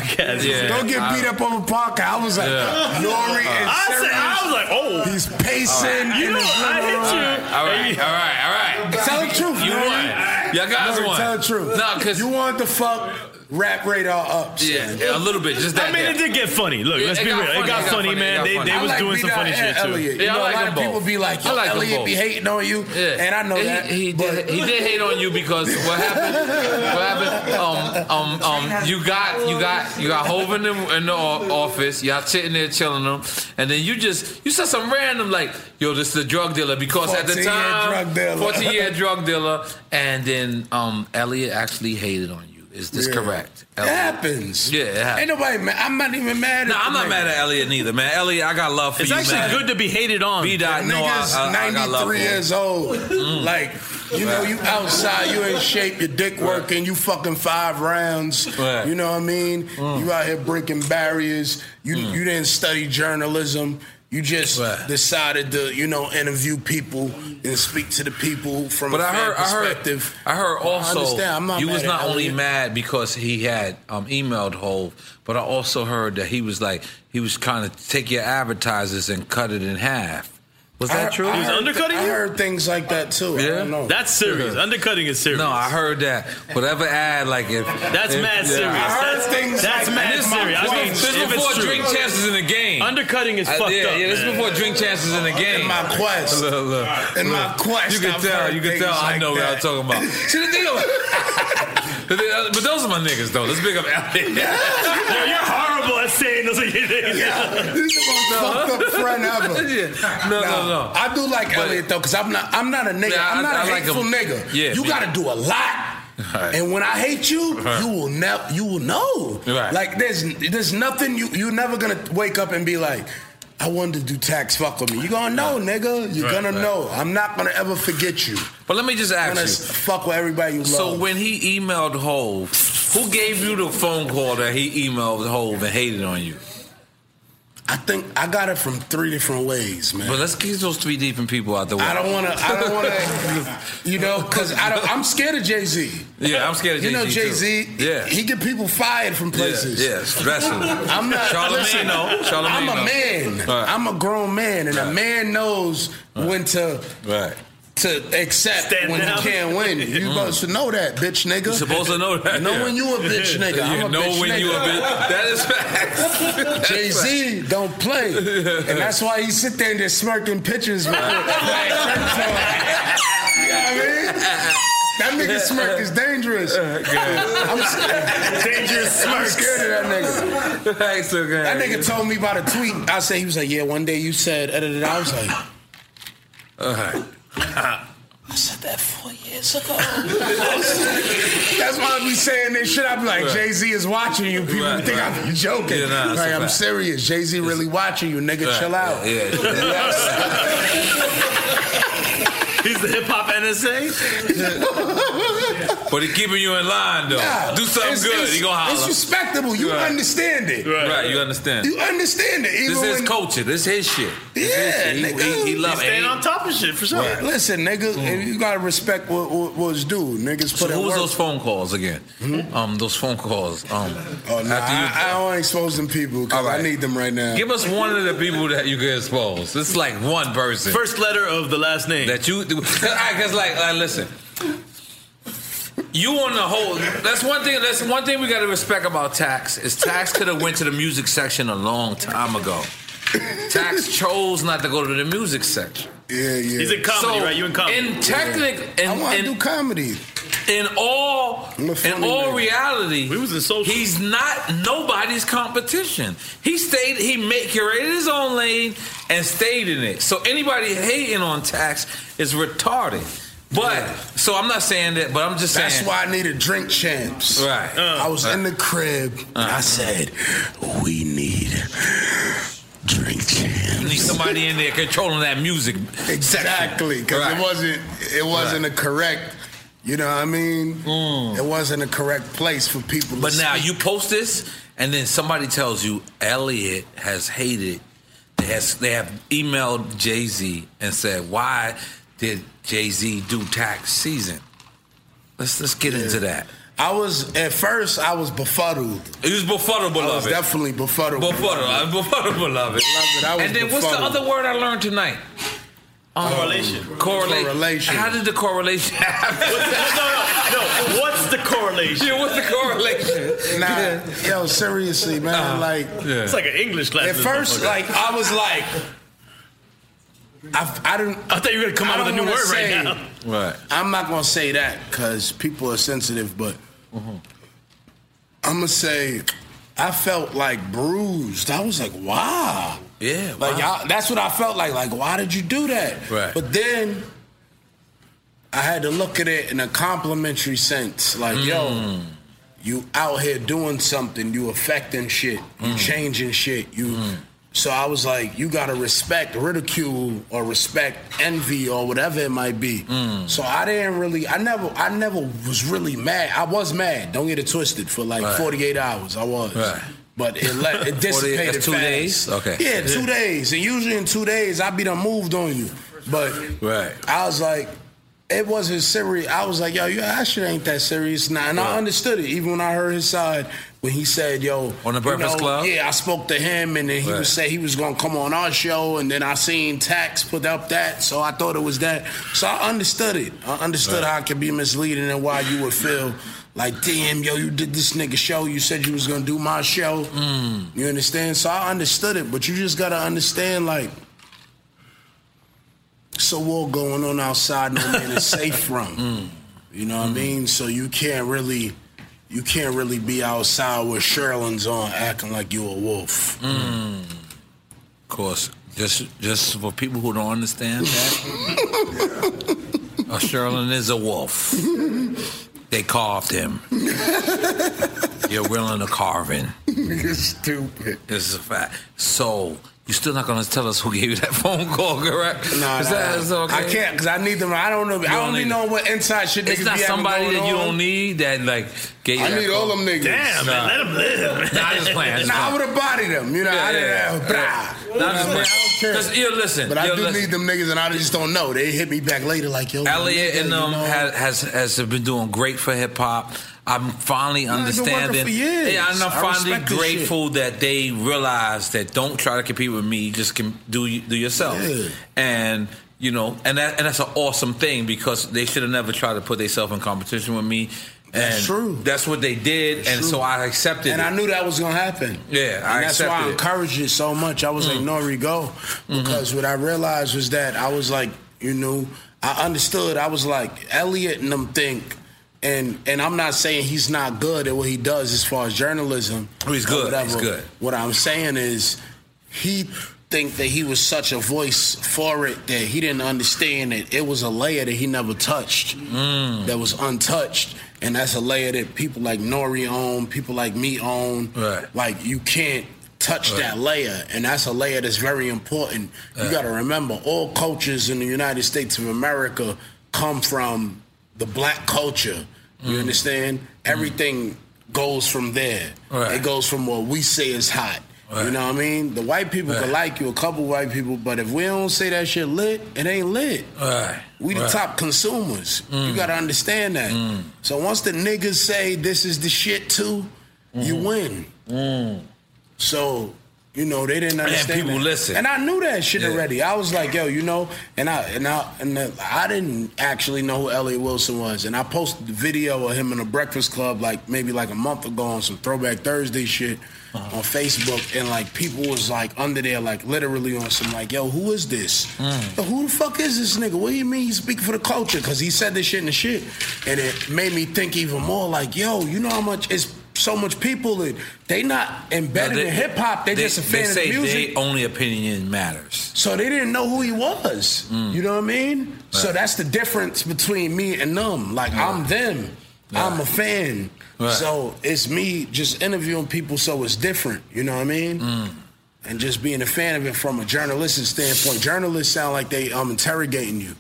Yeah. Don't get beat up over Parker. I was like, Yeah. Nori and Uh-huh. I said I was like, oh, He's pacing. You in know, his I living hit room. you. All right, all right, all right. Tell the truth, You man. won. Y'all guys Nori, won. Tell the truth. No, because you wanted to fuck rap radar up. son. yeah, yeah, a little bit. Just that. I mean, it there. did get funny. Look, Yeah, let's it be real. got funny, it got funny, it man. got They, funny. they I was like doing Beat some out funny and shit too. Elliot. Yeah, you know, I like a lot them of both. people be like, I yo, like them Elliot be both. hating on you, Yeah. and I know he, that. He did, he did hate on you because what happened? what happened? Um, um, um, you got you got you got Hov in the, in the o- office. Y'all sitting there chilling them, and then you just you said some random like, "Yo, this is a drug dealer." Because at the 14-year drug time, dealer. fourteen year drug dealer, and then um, Elliot actually hated on you. Is this Yeah. correct? It Elliot? happens. Yeah, it happens. Ain't nobody mad. I'm not even mad. No, at I'm the not nigga. mad at Elliot neither, man. Elliot, I got love for It's you. actually man. good to be hated on. B dot, no, I, Niggas I, I got love for Mm. 93 you. years old. Like, you know, you outside, you in shape, your dick working, you fucking five rounds. Right. Mm. You know what I mean? You out here breaking barriers. You you didn't study journalism. You just decided to, you know, interview people and speak to the people from But a I fan heard, I heard, perspective. I heard I also. understand. I'm not you mad was at not only Elliot. mad because he had um, emailed Hove, but I also heard that he was like he was trying to take your advertisers and cut it in half. Was that I- true? I He was heard- undercutting I heard things like that too. I don't know. That's serious. Undercutting is serious. No, I heard that. Whatever ad, like if That's if- mad yeah. serious. that's that's mad This- serious. this I mean, was- if this it's before true. drink chances in the game. Undercutting is Uh, fucked yeah, up. Yeah, this is man. before drink chances in the game. In my quest. Look, look, In my look. quest, you can I've tell. heard You can things tell. I like know what I'm that. talking about. See the thing about- the thing- uh, but those are my niggas though. Let's big up LA. Yo, you're horrible at saying those. Yeah, this is the most fucked up friend ever. No, no, Nah, no. I do like Elliot though, cause I'm not. I'm not a nigga. Yeah, I- I'm not a I like hateful him. nigga. Yeah, you me- got to do a lot. And when I hate you, Right. you will never. You will know. Right. Like there's there's nothing you you're never gonna wake up and be like. I wanted to do tax fuck with me. You're gonna know, nigga. You're Right, gonna right. know. I'm not gonna ever forget you. But let me just I'm gonna ask you. s- fuck with everybody you So love. when he emailed Hove, who gave you the phone call that he emailed Hove and hated on you? I think I got it from three different ways, man. But let's get those three different people out the way. I don't wanna I don't wanna you know, cause I don't I'm scared of Jay-Z. Yeah, I'm scared of Jay You Z. know Jay Z. Yeah. he get people fired from places. yeah, stressful. I'm not. Charlamagne listen, know. Charlamagne I'm a know. man. Right. I'm a grown man, and a Right. man knows when to Right. to accept Stand when down. you can't win. You Mm. supposed to know that, bitch nigga. You're supposed to know that. You know yeah. when you a bitch nigga. You I'm a know bitch when nigga. you a bitch. That is facts. Jay Z don't play, and that's why he sit there and just smirking pictures. With That nigga smirk is dangerous. I'm scared. Dangerous I'm smirks. scared of that nigga. That nigga told me about a tweet. I said he was like, "Yeah, one day you said." da, da, da." I was like, Uh-huh. I said that four years ago. "That's why I be saying this shit." I be like, Right. "Jay Z is watching you." People Right, think right. I be joking. Yeah, nah, that's like a I'm fact. serious. Jay Z really watching you, nigga. Right, Chill out. yeah, yeah. He's the hip hop NSA. But he keeping you in line though. Nah, Do something it's- good. It's, he gonna holler. It's respectable. You Right. understand it. Right. you understand. You understand it. Even this is when- culture. This is his shit. This Yeah, his shit. nigga. He, he, he love He staying it. on top of shit for sure. Right. Listen, nigga, you gotta respect what, what was due. Niggas put So in who was work. Hmm? those phone calls again? Um, those phone calls. Um, Oh, nah, I, I don't expose them people because I need them right now. give us one of the people that you could expose. It's like one person. First letter of the last name. That you, because like, like, listen, you on the whole. That's one thing. That's one thing we got to respect about Tax is Tax could have went to the music section a long time ago. Tax chose not to go to the music section. Yeah, yeah. He's in comedy, right? You in comedy. In technic, I in, want to in- do comedy. in all I'm a in funny all nigga. reality, we was in social. He's not nobody's competition. He stayed. He made curated his own lane and stayed in it. So anybody hating on tax is retarded. But so I'm not saying that. But I'm just saying That's why I needed drink champs. Right. Uh-huh. I was in the crib. and I said, we need drink champs. you need somebody in there controlling that music. Exactly, because it wasn't it wasn't a correct. You know what I mean? It wasn't a correct place for people. Mm. But to now speak. you post this, and then somebody tells you Elliot has hated. They has they have emailed Jay Z and said, "Why did Jay Z do tax season?" Let's let's get into that. I was at first I was befuddled. It was befuddled, I was beloved. definitely befuddled. Befuddled, I'm befuddled, beloved. Beloved, I was uh, and then what's the befuddled. other word I learned tonight? Um, Correlation. Correlation. Correlation. How did the correlation happen? no, no, no. What's the correlation? Yeah, what's the correlation? Nah, yo, seriously, man. Uh-huh. like, It's like an English class. At first, like I was like, I, I didn't. I thought you were gonna come I out with a don't new wanna word say- right now. Right. I'm not gonna say that because people are sensitive, but I'm gonna say I felt like bruised. I was like, wow. Yeah, Like wow. I, that's what I felt like. Like, why did you do that? Right. But then I had to look at it in a complimentary sense. Like, yo, you out here doing something. You affecting shit. You changing shit. You. Mm. So I was like, you gotta respect ridicule or respect envy or whatever it might be. So I didn't really, I never, I never was really mad. I was mad. Don't get it twisted. For like Right. 48 hours, I was. Right. But it let it 48 dissipated that's two fast. days? Okay. Yeah, two days. And usually in two days, I be done moved on you. But Right. I was like, it wasn't serious. I was like, yo, you, that shit ain't that serious. Nah, and I understood it even when I heard his side when he said, yo, On the you Breakfast know, Club? Yeah, I spoke to him and then he Right. was say he was gonna come on our show and then I seen Tax put up that, so I thought it was that. So I understood it. I understood Right. how it could be misleading and why you would feel like, damn, yo, you did this nigga show. You said you was gonna do my show. Mm. You understand? So I understood it, but you just gotta understand, like, it's a war going on outside no man is safe from. Mm. You know what Mm. I mean? So you can't really, you can't really be outside with Sherlin's on, acting like you a wolf. Mm. Of course. Just just for people who don't understand that. a Sherlin is a wolf. They carved him. You're willing to carve in. You're stupid. This is a fact. So you're still not gonna tell us who gave you that phone call, correct? Nah, Is nah, that- is that nah. okay? I can't because I need them. I don't know. I don't don't need even know what inside shit niggas It's not be having somebody going that you on. don't need that like gave you I that need all call. them niggas. Nah. Nah, I just playing. I just Nah, I playing. would have bodied them. You know, Yeah, I didn't yeah, have. yeah. brah. Nah, I'm You just know what I mean? playing. I don't care. Cause, yeah, listen, But I yeah, do listen. need them niggas, and I just don't know. They hit me back later, like yo. Elliot nigga, and you um know? has, has has been doing great for hip hop. I'm finally been working understanding. for years. Yeah, and I'm I finally respect this grateful that they realize that don't try to compete with me. Just can do you- do yourself. Yeah. And you know, and that and that's an awesome thing because they should have never tried to put themselves in competition with me. That's And true. That's what they did, and so I accepted. And it. I knew that was gonna happen. Yeah, I and that's accepted why I it. Mm. Mm-hmm. encouraged it so much. I was like, Nori, go. Because what I realized was that I was like, you know, I understood. I was like, Elliot and them think, and and I'm not saying he's not good at what he does as far as journalism. Oh, he's or good. He's good. What I'm saying is, he think that he was such a voice for it that he didn't understand that it was a layer that he never touched Mm. that was untouched. And that's a layer that people like Nori own, people like me own. Like you can't touch Right. that layer. And that's a layer that's very important. You Right. gotta remember all cultures in the United States of America come from the black culture. You Mm. understand? Everything goes from there. Right. It goes from what we say is hot. You Right. know what I mean? The white people could like you, a couple white people, but if we don't say that shit lit, it ain't lit. Right. We the Right. Mm. top consumers. You gotta understand that. So once the niggas say this is the shit too, you Mm. win. So you know they didn't And understand. people that. listen. And I knew that shit Yeah. already. I was like, yo, you know, and I and I and the, I didn't actually know who Elliot Wilson was. And I posted the video of him in the Breakfast Club like maybe like a month ago on some Throwback Thursday shit Uh-huh. on Facebook, and like people was like under there like literally on some like, yo, who is this? Yo, Who the fuck is this nigga? What do you mean he's speaking for the culture? Because he said this shit in the shit, and it made me think even more. Like, yo, you know how much it's so much people that they not embedded They- in hip hop. They, just a fan of say the music. They only opinion matters. So they didn't know who he was. You know what I mean? So that's the difference between me and them. Like I'm them. I'm a fan. Right. So it's me just interviewing people so it's different. You know what I mean? And just being a fan of it from a journalistic standpoint. Journalists sound like they um interrogating you.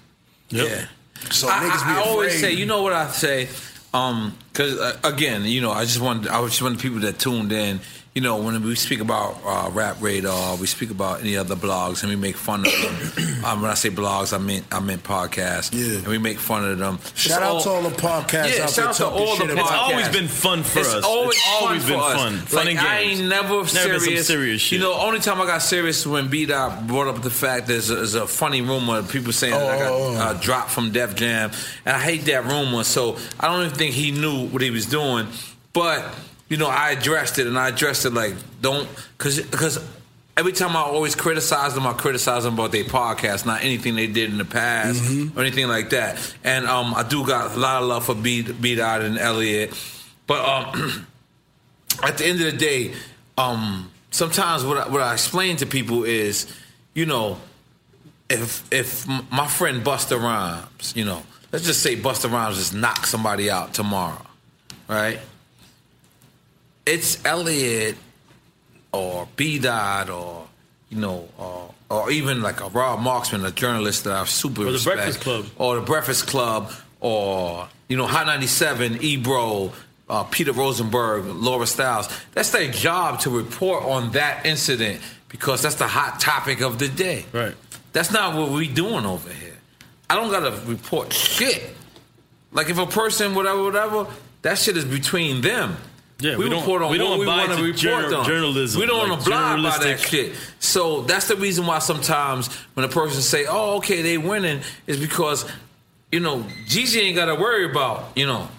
Yeah. So I, niggas be I- I always afraid. say, you know what I say, um, because uh, again, you know, I just wanted, I just want the people that tuned in. You know, when we speak about uh, Rap Radar, we speak about any other blogs, and we make fun of them. um, when I say blogs, I meant I meant podcasts. Yeah, and we make fun of them. It's Shout out all- to all the podcasts Yeah, out shout there out to talking all the shit podcasts. about- It's always been fun for us. It's always, It's always fun been for us. fun. Fun like, and I games. ain't never Never been serious. some serious shit. You know, only time I got serious when B Dot brought up the fact there's a, there's a funny rumor of people saying that I got uh, dropped from Def Jam, and I hate that rumor. So I don't even think he knew what he was doing, but. You know, I addressed it, and I addressed it like, don't, because, because every time I always criticize them, I criticize them about their podcast, not anything they did in the past or anything like that. And um, I do got a lot of love for B B Dot and Elliot, but um, at the end of the day, um, sometimes what I, what I explain to people is, you know, if if m- my friend Buster Rhymes, you know, let's just say Buster Rhymes just knock somebody out tomorrow, right? It's Elliot or B Dot or you know or or even like a Rob Marksman, a journalist that I super Or The respect, Breakfast Club. or the Breakfast Club, or you know High ninety seven, Ebro, uh, Peter Rosenberg, Laura Stiles. That's their job to report on that incident because that's the hot topic of the day. Right. That's not what we're doing over here. I don't gotta report shit. Like if a person, whatever, whatever, that shit is between them. Yeah, we don't- we don't abide wanna to jour- journalism, We don't like want to blab about that journalistic- shit. So that's the reason why sometimes when a person say, "Oh, okay, they winning," is because you know Jeezy ain't got to worry about you know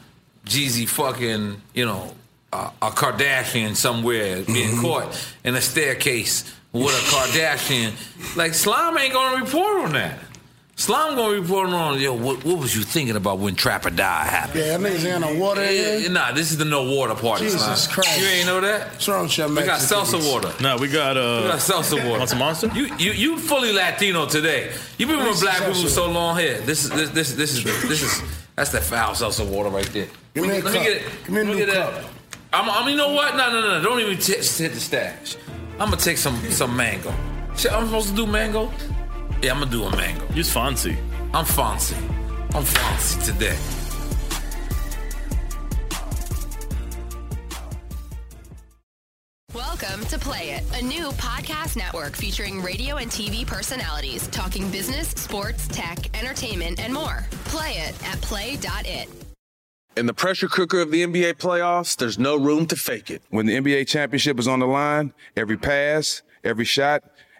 Jeezy fucking you know a, a Kardashian somewhere being Mm-hmm. caught in a staircase with a Kardashian. like Slime ain't gonna report on that. Slime gonna report on yo. What, what was you thinking about when Trapper Die happened? Yeah, that nigga's in the water. Yeah, yeah, nah, this is the no water party. Jesus Slime. Christ. You ain't know that? What's wrong with your We got Mexicans? salsa water. No, we got uh. We got salsa water. Want some monster? You you you fully Latino today. You've been with This black is people salsa. so long here. This is this this this is this is that's that foul salsa water right there. Give me a Let cup. me get it. Give me a Let new get that. I'm, I'm you know what? No no no. Don't even t- hit the stash. I'm gonna take some some mango. Shit, I'm supposed to do mango. Yeah, I'm gonna do a mango. You're fancy. I'm fancy. I'm fancy today. Welcome to Play It, a new podcast network featuring radio and TV personalities talking business, sports, tech, entertainment, and more. Play it at play.it. In the pressure cooker of the NBA playoffs, there's no room to fake it. When the NBA championship is on the line, every pass, every shot,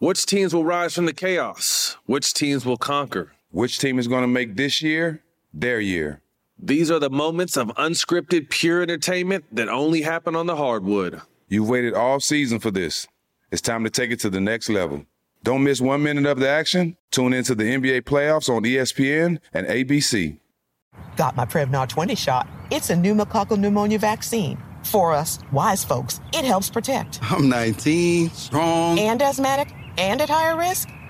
Which teams will rise from the chaos? Which teams will conquer? Which team is going to make this year their year? These are the moments of unscripted, pure entertainment that only happen on the hardwood. You've waited all season for this. It's time to take it to the next level. Don't miss one minute of the action. Tune into the NBA playoffs on E ESPN and ABC. Got my Prevnar 20 shot. It's a pneumococcal pneumonia vaccine. For us wise folks, it helps protect. I'm 19, strong. And asthmatic and at higher risk?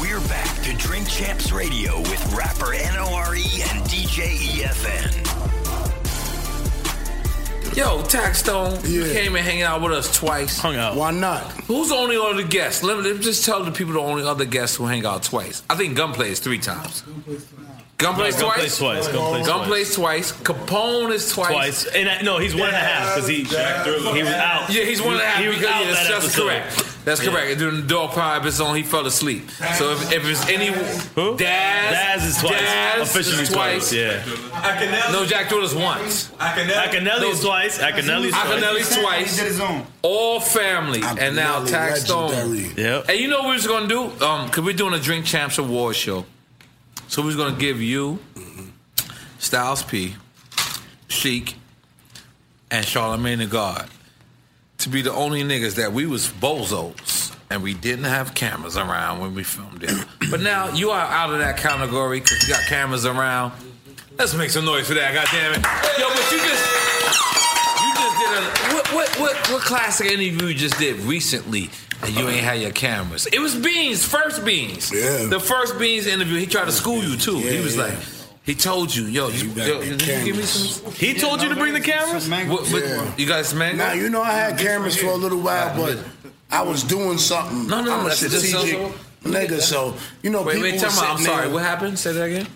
We're back to Drink Champs Radio with E rapper NORE and DJ EFN. Yo, Tax Stone, you came and hanging out with us twice. Hung out. Why not? Who's the only other guest? Let me, let me just tell the people the only other guests who hang out twice. I think Gun plays three times. Gun No, plays Gun twice. plays twice, Gun plays plays twice. twice. Capone is twice. Twice. And I, no, he's one and a half because he he was out. Yeah, he's one and a half. He was because- out yeah, that that's, that's episode. correct. That's Yeah. correct. And then the dog pie is on. He fell asleep. So if, if it's any who Daz, Daz is twice. Daz is Officially twice. Yeah. No, Jack Doyle is once. Acanelli is twice. Acanelli's twice. Acanelli's twice. He did his own. All family. and now Tax Stone. Yep. And you know what we was gonna do? Um, cause we're doing a Drink Champs Award show. So we was gonna give you Styles P, Chic, and Charlamagne the God to be the only niggas that we was bozos and we didn't have cameras around when we filmed it. but now you are out of that category because you got cameras around. Let's make some noise for that, goddamn it. Yo, but you just you just did a what what what what classic interview you just did recently and you ain't had your cameras. It was Beans, first Beans. Yeah. The first Beans interview, he tried to school you too. he was like, he told you, yo, you, yo, did you give me some He told you to bring the cameras? What- what- You got some mango? Now you know I had cameras for a little while, but I was doing something. No, no, no, I'm a that's- that's strategic also- nigga, so you know. Wait, people wait, tell were me. I'm sitting sorry. there What happened? Say that again.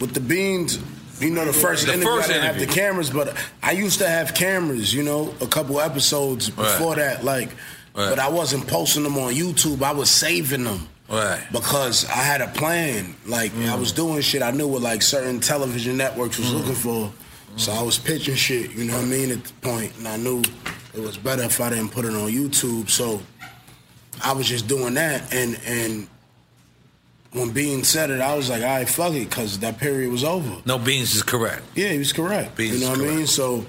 With the beans, you know, the first The interview first I didn't have the interview. cameras, but I used to have cameras. You know, a couple episodes Right. before that, like, Right. but I wasn't posting them on YouTube. I was saving them. Right. because I had a plan. Like I was doing shit I knew what like certain television networks was looking for. So I was pitching shit, you know what I mean, at the point, and I knew it was better if I didn't put it on YouTube. So I was just doing that, and and when Bean said it, I was like, all right, fuck it, because that period was over. No, Beans is correct. Yeah, he was correct. Beans you know is what I mean? So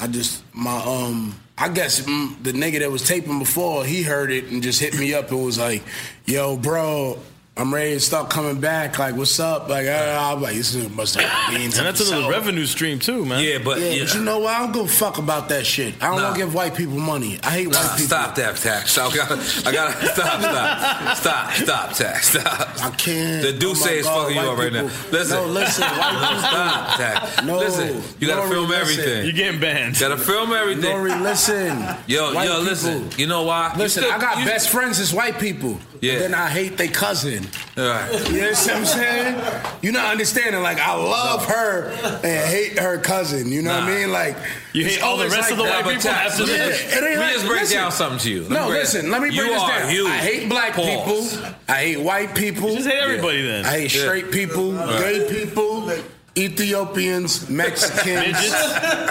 I just my um I guess mm, the nigga that was taping before he heard it and just hit me up and was like, "Yo, bro." I'm ready to start coming back. Like, what's up? Like, uh, I, I'm like, this nigga must have been. And that's another revenue stream too, man. Yeah, but yeah, but you know what? I don't give a fuck about that shit. I don't Nah. wanna give white people money. I hate Nah, white people. stop that, Tax. I gotta, I gotta stop, stop, stop, stop, Tax, stop. I can't. The Duce Oh my is God, fucking you white up right now. people. Listen, No, listen, white people- stop, Tax. No, listen, you gotta Nori, film listen. everything. You're getting banned. Gotta film everything. Nori, listen. Yo, White yo, listen. You know why? You Listen, still- I got you- best friends as white people. Yeah. And then I hate their cousin. All right. You know what I'm saying? You're not understanding. Like, I love her and hate her cousin. You know what I mean? Like, You hate it's all the always rest of the that. white people Yeah, after it this? ain't Let me like- just break listen. down something to you. Let me no, break- listen. Let me You break this are down. huge. I hate black Pause. people. I hate white people. just hate everybody then. I hate Yeah. straight people, Right. gay people. Ethiopians, Mexicans,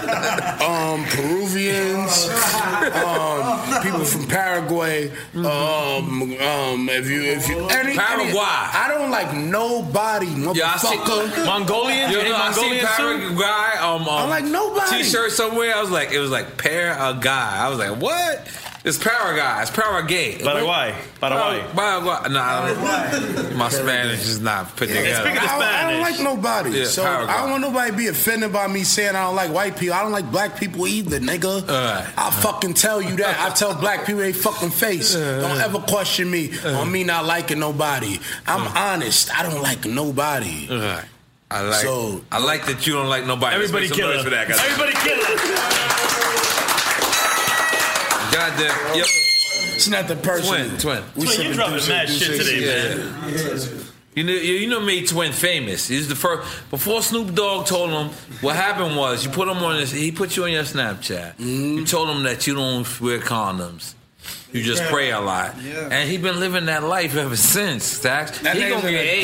um, Peruvians, um, people from Paraguay. Um, um, if you, if you, any, any- Paraguay. I don't like nobody, Yeah, I see motherfucker. You know, I see Paraguay. Um, um, I'm like, nobody. T-shirt somewhere. I was like, it was like pair a guy. I was like, what? It's Paraguay. It's Paraguay. Paraguay. Paraguay. Paraguay. No, I don't, my Spanish is not put I, together. don't- I don't like nobody. Yeah, so Paraguay. I don't want nobody to be offended by me saying I don't like white people. I don't like black people either, nigga. I fucking tell you that. I tell black people they fucking face. Don't ever question me Uh. on me not liking nobody. I'm honest. I don't like nobody. I like. So- I like that you don't like nobody. Let's Everybody make some kill noise her. for that. guys. Everybody kill Goddamn. Yep. It's not the person. Twin. Twin. We Twin, you sipping dropping Deuce, mad Deuce shit today, Deuce. man. Yeah. You know, you you know, made Twin famous. He's the first. Before Snoop Dogg told him, what happened was you put him on this. He put you on your Snapchat. Mm-hmm. You told him that you don't wear condoms. You just Yeah. pray a lot, and he been living that life ever since. Stacks, That he nigga's gonna get gonna AIDS.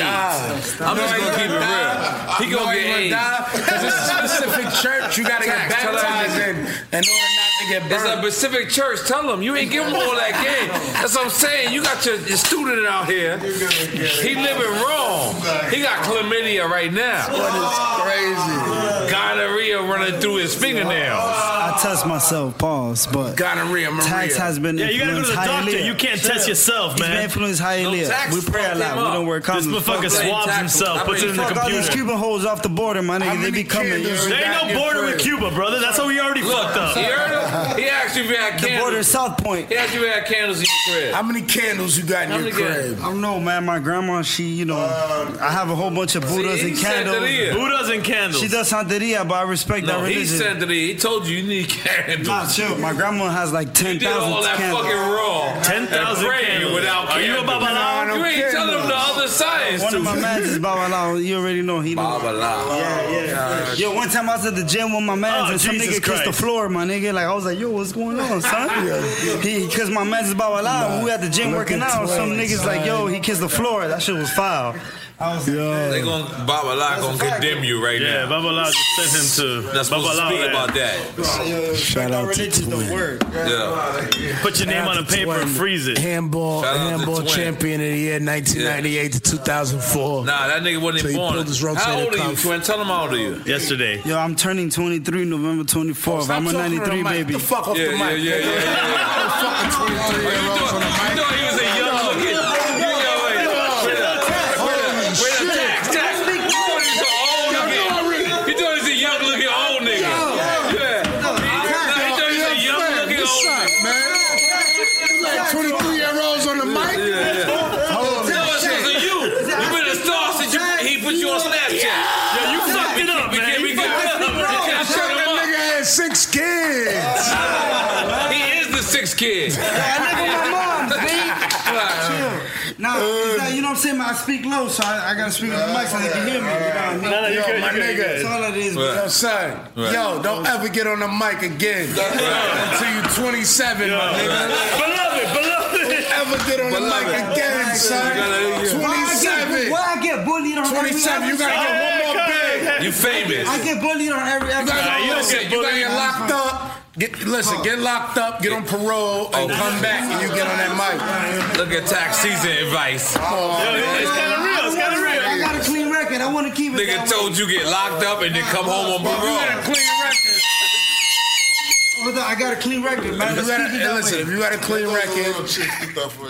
die. I'm No, just he gonna keep it gonna die. real. He No, gonna he get gonna AIDS die, 'cause it's a specific church you gotta get tell that baptized nigga. in in order not to get It's a burned. specific church. Tell them you ain't give them all that game. That's what I'm saying. You got your, your student out here. He living wrong. He got chlamydia right now. What is crazy? Gonorrhea running through his fingernails. I I test myself, pause, but gonorrhea, Maria. Tax has been Yeah, you gotta go to the influenced doctor. highly. You can't test yourself, He's man. been influenced highly. No, Tax we pray a fucked lot. him We up. don't work out. This in the motherfucker fuck. swabs Tax- himself, I puts mean, it in the fuck all these computer. Cuban hoes off the border, my nigga. They be coming. There ain't no border with Cuba, brother. That's how we already fucked up. He, heard him? he asked you if you had The candles. border is South Point. He asked you if you had candles in your crib. How many candles you got in How your many candles? crib? Uh, I don't know, man. My grandma, she, you know, I have a whole bunch of Buddhas he and said candles. Santeria. Buddhas and candles. She does Santeria, but I respect No, that he religion. said that he, he told you you need candles. Nah, chill. My grandma has like You ten did all thousand that candles. fucking raw. and 10,000 prayed candles. Without Are you a candles. Babalao? You ain't tell him the other science. One to of my mans is Babalao. You already know he. Babalao. Oh, Yeah, yeah. Gosh. Yo, one time I was at the gym with my mans Oh, and some Jesus nigga kissed the Christ. floor, my nigga. Like I was like, yo, what's going on, son? he, cause my mans is Babalao. we at the gym Look working at out. Some twins, niggas like, yo, he kissed the floor. That shit was foul. I was like, They gonna Baba La gonna condemn you right Yeah, now. Baba Lao just sent him to Not supposed to Baba Lao speak land. about that. Shout out to the word. Yeah. Put your name on a paper and freeze it. Handball, Shout out to handball Twin. champion of the year, 1998 to 2004. Nah, that nigga wasn't So even he born. pulled his How rotator old are you, cuff. twin? Tell him how old are you. Yesterday. Yo, I'm turning 23 November 24th. Stop I'm a talking to the 93 mic. Get baby. the fuck off Yeah, the mic. yeah, yeah, yeah, yeah. You know he was a young looking. You know, wait, wait, wait, wait, wait, Tax, tax. You thought he was an old nigga. You thought he was a young looking old nigga. Yeah. Nah, he thought he was a young looking old nigga. Tell us it was a you. You been a star since you, he put you on Snapchat. Yo, you fucked it up, We man. can't, we You can't, fucked it up. we can't shut him up. Six kids. He is the sixth kid. Now, Um, is that, you know what I'm saying? man? I speak low, so I, I gotta speak on the mic so they can hear me. You know what I mean? No, no, you Yo, good, my you good, you nigga. That's all that is. Right. Yo, son. Right. Yo, don't ever get on the mic again until you're 27, my nigga. Beloved, beloved. Ever get on the mic again, son? Why I, get, 27. why I get bullied on every 27, you gotta episode? get one more big. You famous. I get bullied on every You episode. gotta, you don't listen, get you gotta bullied. get locked up. Get, listen, get locked up, get on parole, and come back, and you get on that mic. Oh, Look at tax season advice. Oh, Yo, it's kind of real. It's kind of I real. got a clean record. I want to keep it. Nigga that told you get locked up and then come home on you got a parole. clean record. way. I got a clean record, man. If you Let's got a, keep it hey, that listen, if way. you got a clean record,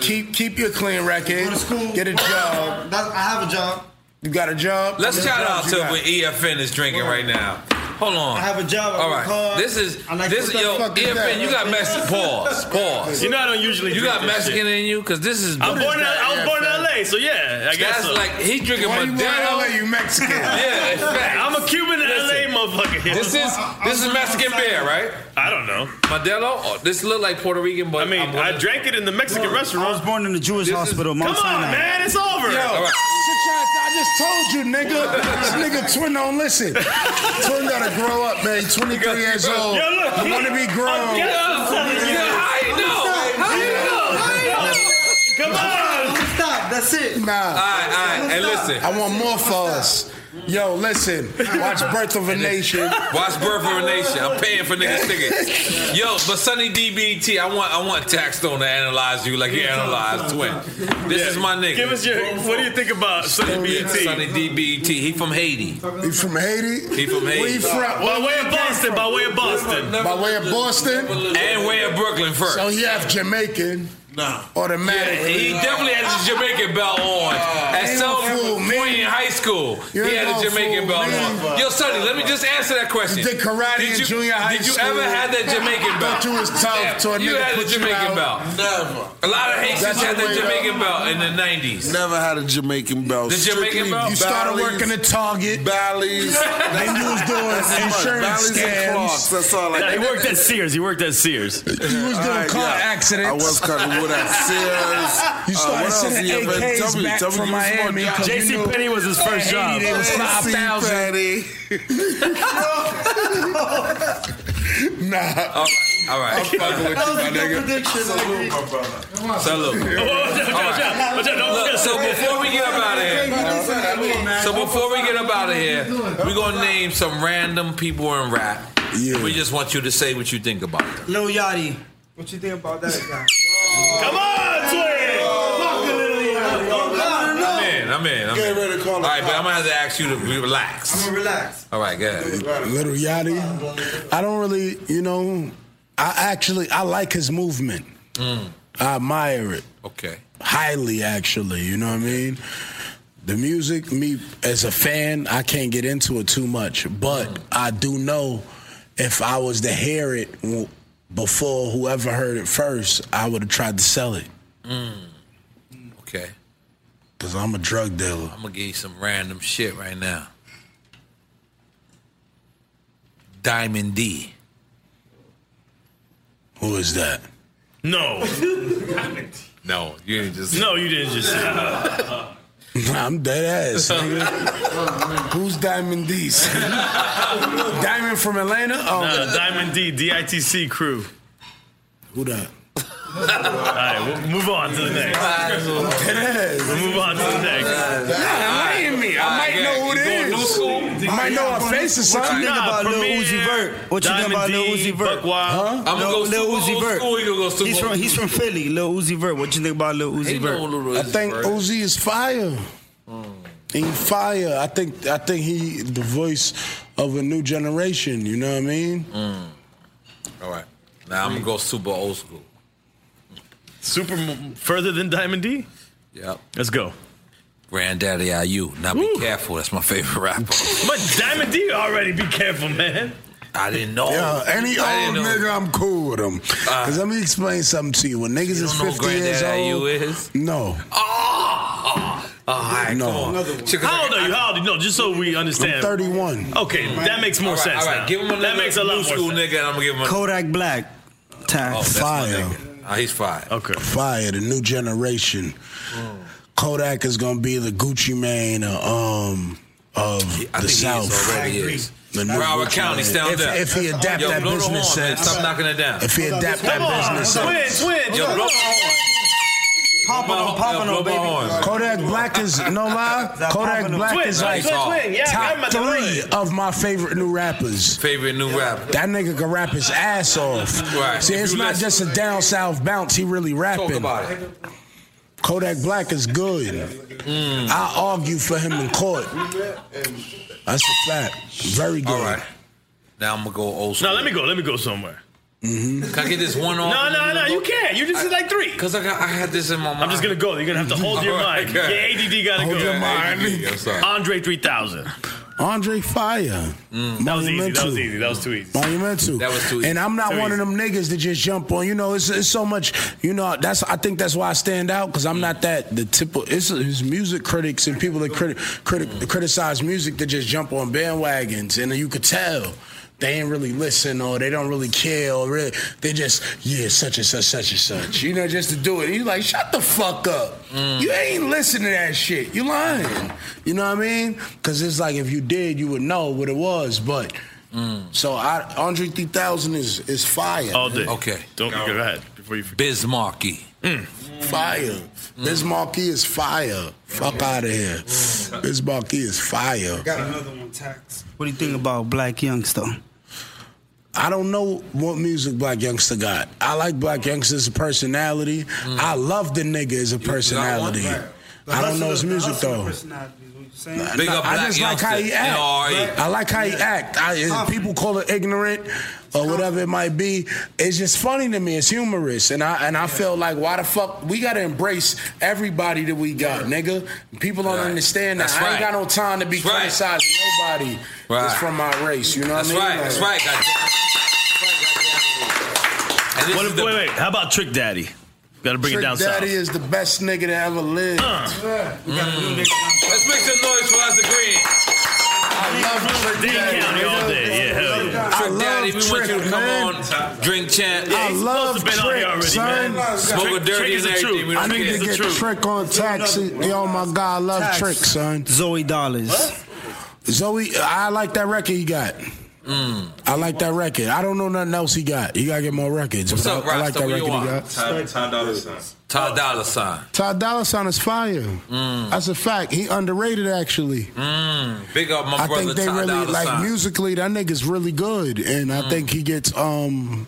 Keep keep keep your clean record. Go to school. Get a job. That- I have a job. You got a job. Let's How many shout out jobs to you got? what EFN is drinking right now. Hold on. I have a job. I All work right. hard. This is I like this what the yo fuck is EFN. that? You got Mexican. Pause. Pause. You know I don't usually You drink got this Mexican shit. in you because this is. I'm born in, I was born in LA, so yeah, I guess That's so. like he drinking Why you want LA? Modelo. You Mexican. Yeah, in fact. I'm a Cuban in Listen. LA motherfucker. This is this is Mexican beer, right? I don't know. Modelo. Oh, This look like Puerto Rican, but I mean, I'm- I drank it in the Mexican I was restaurant. born in the Jewish This is- hospital, Come on, Mount Sinai. man, it's over. Yo, E- All right. sit your ass down. I just told you, nigga. This nigga Twin don't listen. Twin gotta grow up, man. He's 23 years old. Yo, look, I he- wanna be grown. I'm Oh, How you know? How you know? Come on. Stop. That's it. All Nah, right, all right. And listen, I want more for us. Yo, listen. Watch Birth of a Nation. Watch Birth of a Nation. I'm paying for niggas' tickets. Yo, but Sonny DBT, I want I want Tax Stone to analyze you like he analyzed Twin. This is my nigga. Give us your. What do you think about Sonny Yeah, BT? Sonny DBT. He from Haiti. He from Haiti. He from Where Haiti. he from? By way of Boston. By way of Boston. By way of Boston. And way of Brooklyn first. So he have Jamaican. Nah. Automatically. He definitely has a Jamaican belt on. At Ain't some no fool, point man. in high school, You he ain't had a no Jamaican fool, belt man. on. Yo, Sonny, let me just answer that question. You did karate in you, junior high Did you school. ever have that Jamaican belt? Thought you was tough till a You nigga had put the you Jamaican belt. out. Never. A lot of Haitians That's had the that way Jamaican belt in the 90s. Never had a Jamaican belt. The Jamaican Strictly belt? Oh, You started Bally's- working at Target. Bally's. Then you was doing That's it. insurance Bally's and Clark's. scams. That's all I He worked at Sears. He worked at Sears. You was doing All right, car yeah. accidents. I was cutting wood at Sears. You Uh, started what else? sending Yeah, but AKs W, back W, from give me some more Miami. jobs. J- JC Penny was his first job. It was Let's see, 5,000. Patty. Nah. All right, all right. That was a good prediction. Salute. Watch out, don't Look, forget- so before we get up out of here, so before we get up out of here, we're gonna name some random people in rap. Yeah. We just want you to say what you think about them. Lil Yachty. What you think about that guy? Come on, twin. Fuck a Lil Yachty. I'm in. I'm in. I'm Get in. ready to call All it right, but out. I'm gonna have to ask you to re- relax. I'm gonna relax. All right, good. Little Yachty. I don't really, you know, I actually I like his movement. Mm, I admire it. Okay. Highly, actually. You know what I mean? The music, me as a fan, I can't get into it too much, but I do know if I was to hear it w- before whoever heard it first, I would have tried to sell it Mm. Okay. because I'm a drug dealer. I'm gonna give you some random shit right now. Diamond D. Who is that? No. No, you didn't just. No, you didn't just. I'm dead ass. nigga. Who's Diamond D's? Diamond from Atlanta? Oh, Nah, uh, Diamond D, DITC crew. Who that? All right, we'll move on to the next. We'll move on to the next. Nah, it ain't me. I might know who it is. I might know her face or What something. you think about Nah, Lil Premier, Uzi Vert? What you think Diamond about Lil D, Uzi Vert? Buck Wild. Huh? I'ma go super old school, he gonna go super he's from old he's school. from Philly. Lil Uzi Vert. What you think about Lil Uzi Vert? I think Uzi is fire. Hmm. He fire. I think I think he the voice of a new generation. You know what I mean? Mm. All right. Now I'm gonna go super old school. Super m- further than Diamond D. Yep. Let's go. Granddaddy IU. Now be careful. That's my favorite rapper. My Diamond D already. Be careful, man. I didn't know. Yeah, any Oh. I old didn't know. Ah. nigga, I'm cool with him. Cause let me explain something to you. When niggas is don't know 50 years Granddaddy old, IU is? no, Oh, All right, No. come on. Another one. Check it out. How old are you? How old? Are you? No, just so we understand. I'm 31. Okay, that makes more All right, sense. All right, now. give him another that makes a lot new more school sense. nigga, and I'm gonna give him a Kodak Black. Time. Oh, that's my fire. nigga. Ah, he's fire. Okay. fire, the new generation. Kodak is gonna be the Gucci Mane uh, um, of I think he the South. is already is. The new Broward Gucci County, Mane. stand if, up. If he adapt Yo, that blow the horn, business man. sense, Stop knocking it down. if he adapt that Come on, business twin, sense, twin. Yo, blow Popping on, popping blow on, my horn. baby. Kodak Black is no lie. Kodak Twin, Black is twin, like twin, twin. Yeah, I top got my three of my favorite new rappers. favorite new rapper. That nigga can rap his ass off. Right. See, If it's you not listen- just a down south bounce. He really rapping. Talk about it. Kodak Black is good. I argue for him in court. That's a fact. Very good. All right. Now I'm gonna go old school. Now let me go. Let me go somewhere. Mm-hmm. Can I get this one off? No, no, no. You can't. You just did like three. Cause I got, I had this in my mind. I'm just gonna go. You're gonna have to hold your Alright, mind. Your okay. ADD gotta Hold go. your mind. I'm sorry. Andre 3000. Andre Fire. That was easy. That was easy. That was too easy. Mm. Monumental. That was too easy. And I'm not Too one of them niggas that just jump on. You know, it's, it's so much. You know, that's I think that's why I stand out because I'm not that the typical. It's, it's music critics and people that criti- criti- criticize music that just jump on bandwagons, and you could tell. They ain't really listen, or they don't really care, or really, they just yeah, such and such, such and such. You know, just to do it. And you like, shut the fuck up. Mm. You ain't listening to that shit. You lying. You know what I mean? Because it's like if you did, you would know what it was. But Mm. so I, Andre 3000 is is fire. All day. Okay. Don't go ahead before you forget. Bismarcky. Fire. Bismarcky is fire. Fuck out of here. Bismarcky is fire. Got another one, Tax. What do you think about Black Youngster? I don't know what music Black Youngster got. I like Black Youngster's personality. Mm. I love the nigga as a personality. Right. I don't know his music though. Big up I Black just like how he Youngster, act. NRE. I like how he act. I, if people call it ignorant or whatever it might be. It's just funny to me. It's humorous, and I and I feel like why the fuck we gotta embrace everybody that we got, nigga. People don't Right. understand that. That's I ain't right. got no time to be That's right. criticizing nobody Right. that's from my race. You know That's what I right. mean? That's Like, right. Goddamn. And this What is if, the- wait, wait. How about Trick Daddy? Gotta bring Trick it down south. Daddy is the best nigga that ever lived. Mm. Let's make some noise for us agreeing. I love Trick Dade Daddy. County all day. Yeah, hell yeah. I Trick love Daddy, we want Trick, you to come man. on, drink chant, I he's love supposed to been on here Trick, already, son. man. smoke a Trick- Trick dirty is and the everything. truth. We I don't need to care. get Trick on taxi. Yo, my God, I love Tax. Trick, son. Zoe Dollars. Zoe, I like that record he got. Mm. I like that record. I don't know nothing else he got. He gotta get more records. What's but I- up, I, like Rasta? that What you record he want? got. Ty, Ty Dolla Sign. Ty Dolla Sign. Ty Dolla Sign is fire. That's a fact. He underrated actually. Mm, big up my I brother think they Ty really Dolla like Sign. Mm. musically. That nigga's really good, and I think he gets um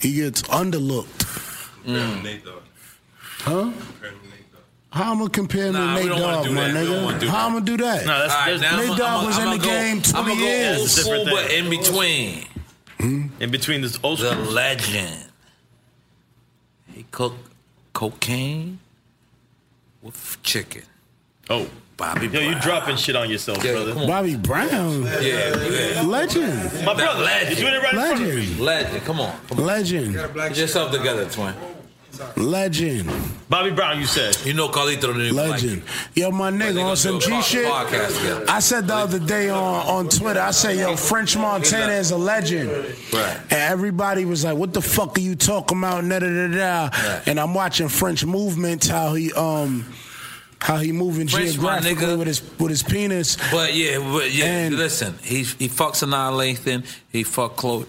he gets underlooked. Mm. Compare him to Nate Dogg. Huh? Compare him to Nate Dogg. How I'm gonna compare Nah, me we to Nate don't wanna Dogg, do my that. We don't wanna nigga? do How I'm gonna do that? No, that's- All right, that's- now Nate I'ma- Dogg was I'ma- in I'ma the go- game 20 I'ma go years. Hmm? old school, but in between. In between this old The legend. He cooked cocaine with chicken. Oh, Bobby. Yo, you dropping shit on yourself, brother. Bobby Brown. yeah. Legend. My brother. legend. You doing it right in front of me. Legend. Legend. Come on. Legend. Get yourself together, twin. Legend. Bobby Brown, you said. You know Carlito the new Legend. Yo, my nigga, on some G shit. I said the other day on, on Twitter, I said, yo, French Montana is a legend. Right. And everybody was like, what the fuck are you talking about? And da, da, da, da. And I'm watching French movements, how he um how he moving French, my geographically with his with his penis. But yeah, but yeah. listen, he he fucks Anna Lathan. He fuck Chloe.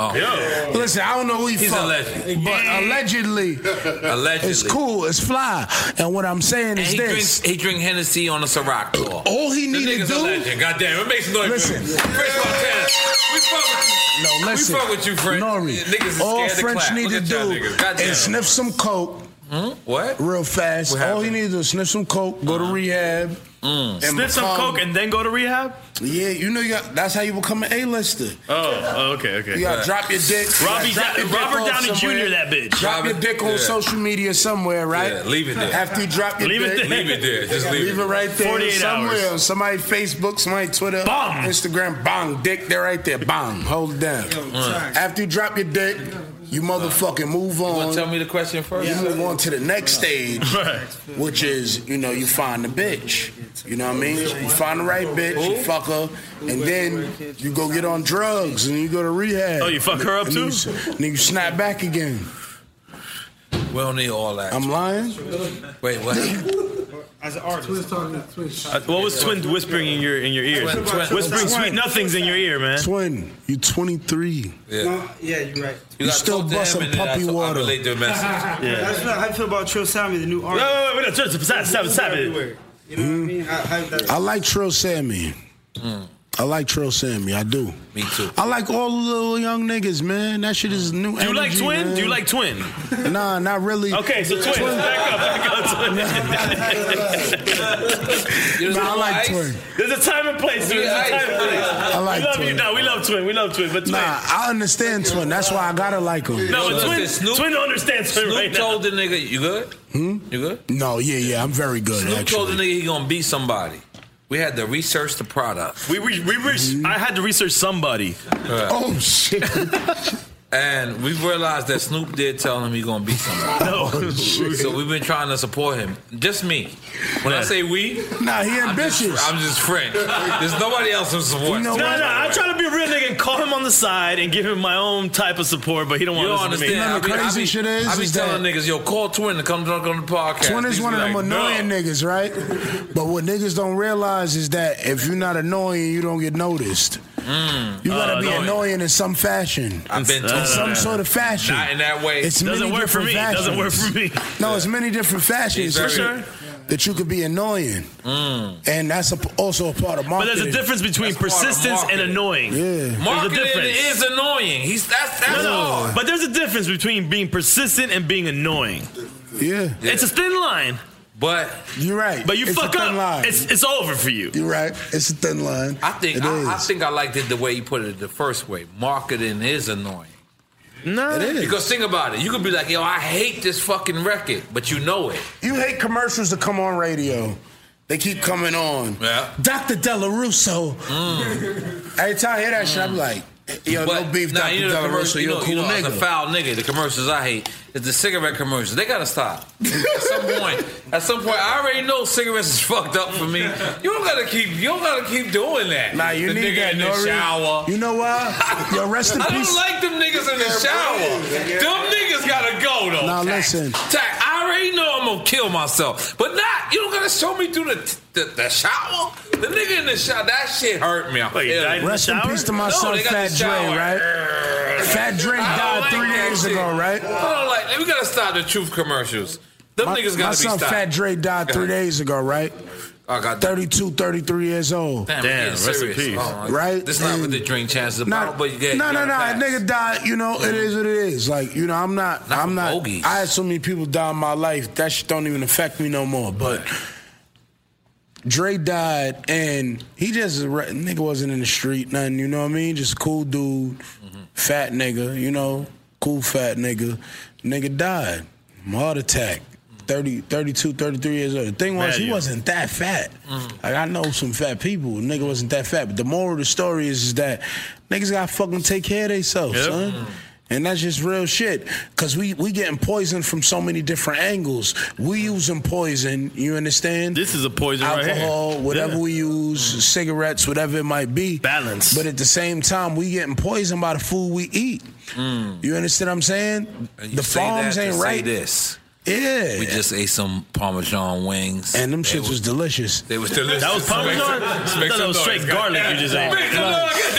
Oh. Listen, I don't know who he He's fucked, a legend. but allegedly, Allegedly. it's cool, it's fly. And what I'm saying And is he this: Oh, drinks he drink Hennessy on a Ciroc claw. All he need to nigga's do- a legend. God damn, it makes noise. Listen. French Montana. We fuck with you. No, listen. We fuck with you, French. Nori, niggas is all scared French to clap. Look need to at do y'all niggas. God damn. is sniff some coke. What? Uh-huh. Hmm. Real fast. all he needs is sniff some coke, go to rehab. and Sniff some become- coke and then go to rehab? Yeah, you know you got, that's how you become an A-lister. Oh, oh, okay, okay. You gotta drop your dick. you gotta Robbie, drop your dick Robert off Downey somewhere. Jr. That bitch. Drop your dick on social media somewhere, right? Yeah, leave it there. After you drop your Leave it dick, there. Leave it there. Just leave leave it. it right there 48 somewhere. hours. Somebody Facebook, somebody Twitter, Bong. Instagram, bong, dick. They're right there, bong. Hold it down. Mm. After you drop your dick, you motherfucking move You wanna on. tell me the question first? You move on to the next stage, which is, you know, you find the bitch. You know what I mean? You find the right bitch, you fuck her, and then you go get on drugs and you go to rehab. Oh, you fuck her up And then you too? s- And then you snap back again. We don't need all that. I'm lying? Wait, what? As an artist. Uh, what was Twin whispering in your in your ears? Twin, twin. Whispering Twin. sweet nothings in your ear, man. Twin, you 23. Yeah. yeah, you're right. You You still talk to him busting and then puppy I talk- I water. relate the message. Yeah. That's not how I feel about Trill Sammy, the new No, artist. no, no, no, just- just- just- just- just- You know what I mean? I, I, that's, I like Trill Sammy. I like Trill Sammy. I do. Me too. I like all the little young niggas, man. That shit is new. Do you like energy, Twin? man. Do you like Twin? Nah, not really. Okay, so Twin, back up, back up. Twin. Nah, I like Twin. There's a time and place. Dude. There's a time and place. I like we love you. Twin. No, we love Twin. We love Twin. But Twin. Nah, I understand Twin. That's why I gotta like him. No, but Twin, Snoop- Twin don't understand Twin Snoop right now. told the nigga, you good? Hmm? You good? No, yeah, yeah. I'm very good. Snoop actually. told the nigga he gonna beat somebody. We had to research the product. We, we, we re- I had to research somebody. Oh shit! And we realized that Snoop did tell him he gonna beat somebody. Oh, No. so we've been trying to support him. Just me. When I Yeah. say we, Nah, he I'm ambitious. just, I'm just French. There's nobody else who supports. No, no, I try to be a real nigga and call him on the side and give him my own type of support, but he don't You want to don't listen to me. understand. I be, I be, I be telling niggas, yo, call Twin to come drunk on the podcast. Twin is These one of be them like, annoying niggas, right? But what niggas don't realize is that if you're not annoying, you don't get noticed. You gotta Uh, Oh, be annoying. annoying. in some fashion. I've been in told some that. sort of fashion. Not in that way. It's Doesn't many work for different me. Fashions. Doesn't work for me. No, it's many different He's fashions that very- you- that you could be annoying, and that's a, also a part of Mm. But marketing. there's a difference between That's part of persistence and marketing. annoying. Yeah. There's a Marketing difference. is annoying. He's that's that's No, no. all. But there's a difference between being persistent and being annoying. Yeah, It's a thin line, But you're right. but you It's a fuck thin up, line. it's it's over for you. You're right. It's a thin line. I think It I, I is. think I liked it the way you put it the first way. Marketing is annoying. No, It is. Because think about it. You could be like, yo, I hate this fucking record, but you know it. You hate commercials that come on radio. They keep coming on. Yeah. Dr. Della Russo. Every time I hear that shit, I'm like, yo, Mm. no But- beef, nah, Dr. you know the Della commercial- Russo. you You're know- a you cool know, as nigga. a foul nigga. The commercials I hate is the cigarette commercials. They gotta stop. at some point, at some point, I already know cigarettes is fucked up for me. You don't gotta keep, you don't gotta keep doing that. Nah, you the need nigga that, in the Nori. shower. You know why? Yo, rest in I peace. don't like them niggas in the shower. Them niggas gotta go though. Now, Tax. listen. Tax. I already know I'm gonna kill myself, but not. You don't gotta show me through the the, the shower. The nigga in the shower. That shit hurt me. I Wait, feel died it. in the Rest in shower? peace to my No, son, they got Fat the Dre, shower. right? Fat I Dre don't died like three that days shit. ago, right? I don't like. We gotta stop the truth commercials. Them My, niggas gotta my be son, stopped. Fat Dre, died three days ago, right? I got 32, 33 years old. Damn, Damn, rest in peace. right? Oh, This is not what the drink chance is about, but you get no, you gotta no, no. pass. That nigga died. You know, it is what it is. Like, you know, I'm not. I'm not. I had so many people die in my life. That shit don't even affect me no more. But Dre died, and he just a re- nigga wasn't in the street, nothing. You know what I mean? Just a cool dude, Mm-hmm. fat nigga. You know, cool fat nigga. Nigga died, heart attack. Mm. 30, 32, 33 years old. The thing was, Mad he young. wasn't that fat. Like I know some fat people. Nigga wasn't that fat. But the moral of the story is, is that niggas gotta fucking take care of themselves, Yep. son. And that's just real shit. Cause we we getting poisoned from so many different angles. We using poison, you understand? This is a poison right here. Alcohol, whatever Yeah. we use, cigarettes, whatever it might be. Balance. But at the same time, we getting poisoned by the food we eat. Mm. You understand what I'm saying? And you The say farms that to ain't say right. This. Yeah. We just ate some Parmesan wings. And them shits was delicious. They was delicious. That was Make some- Parmesan? I thought make that some was straight noise. garlic you just ate. Make some noise.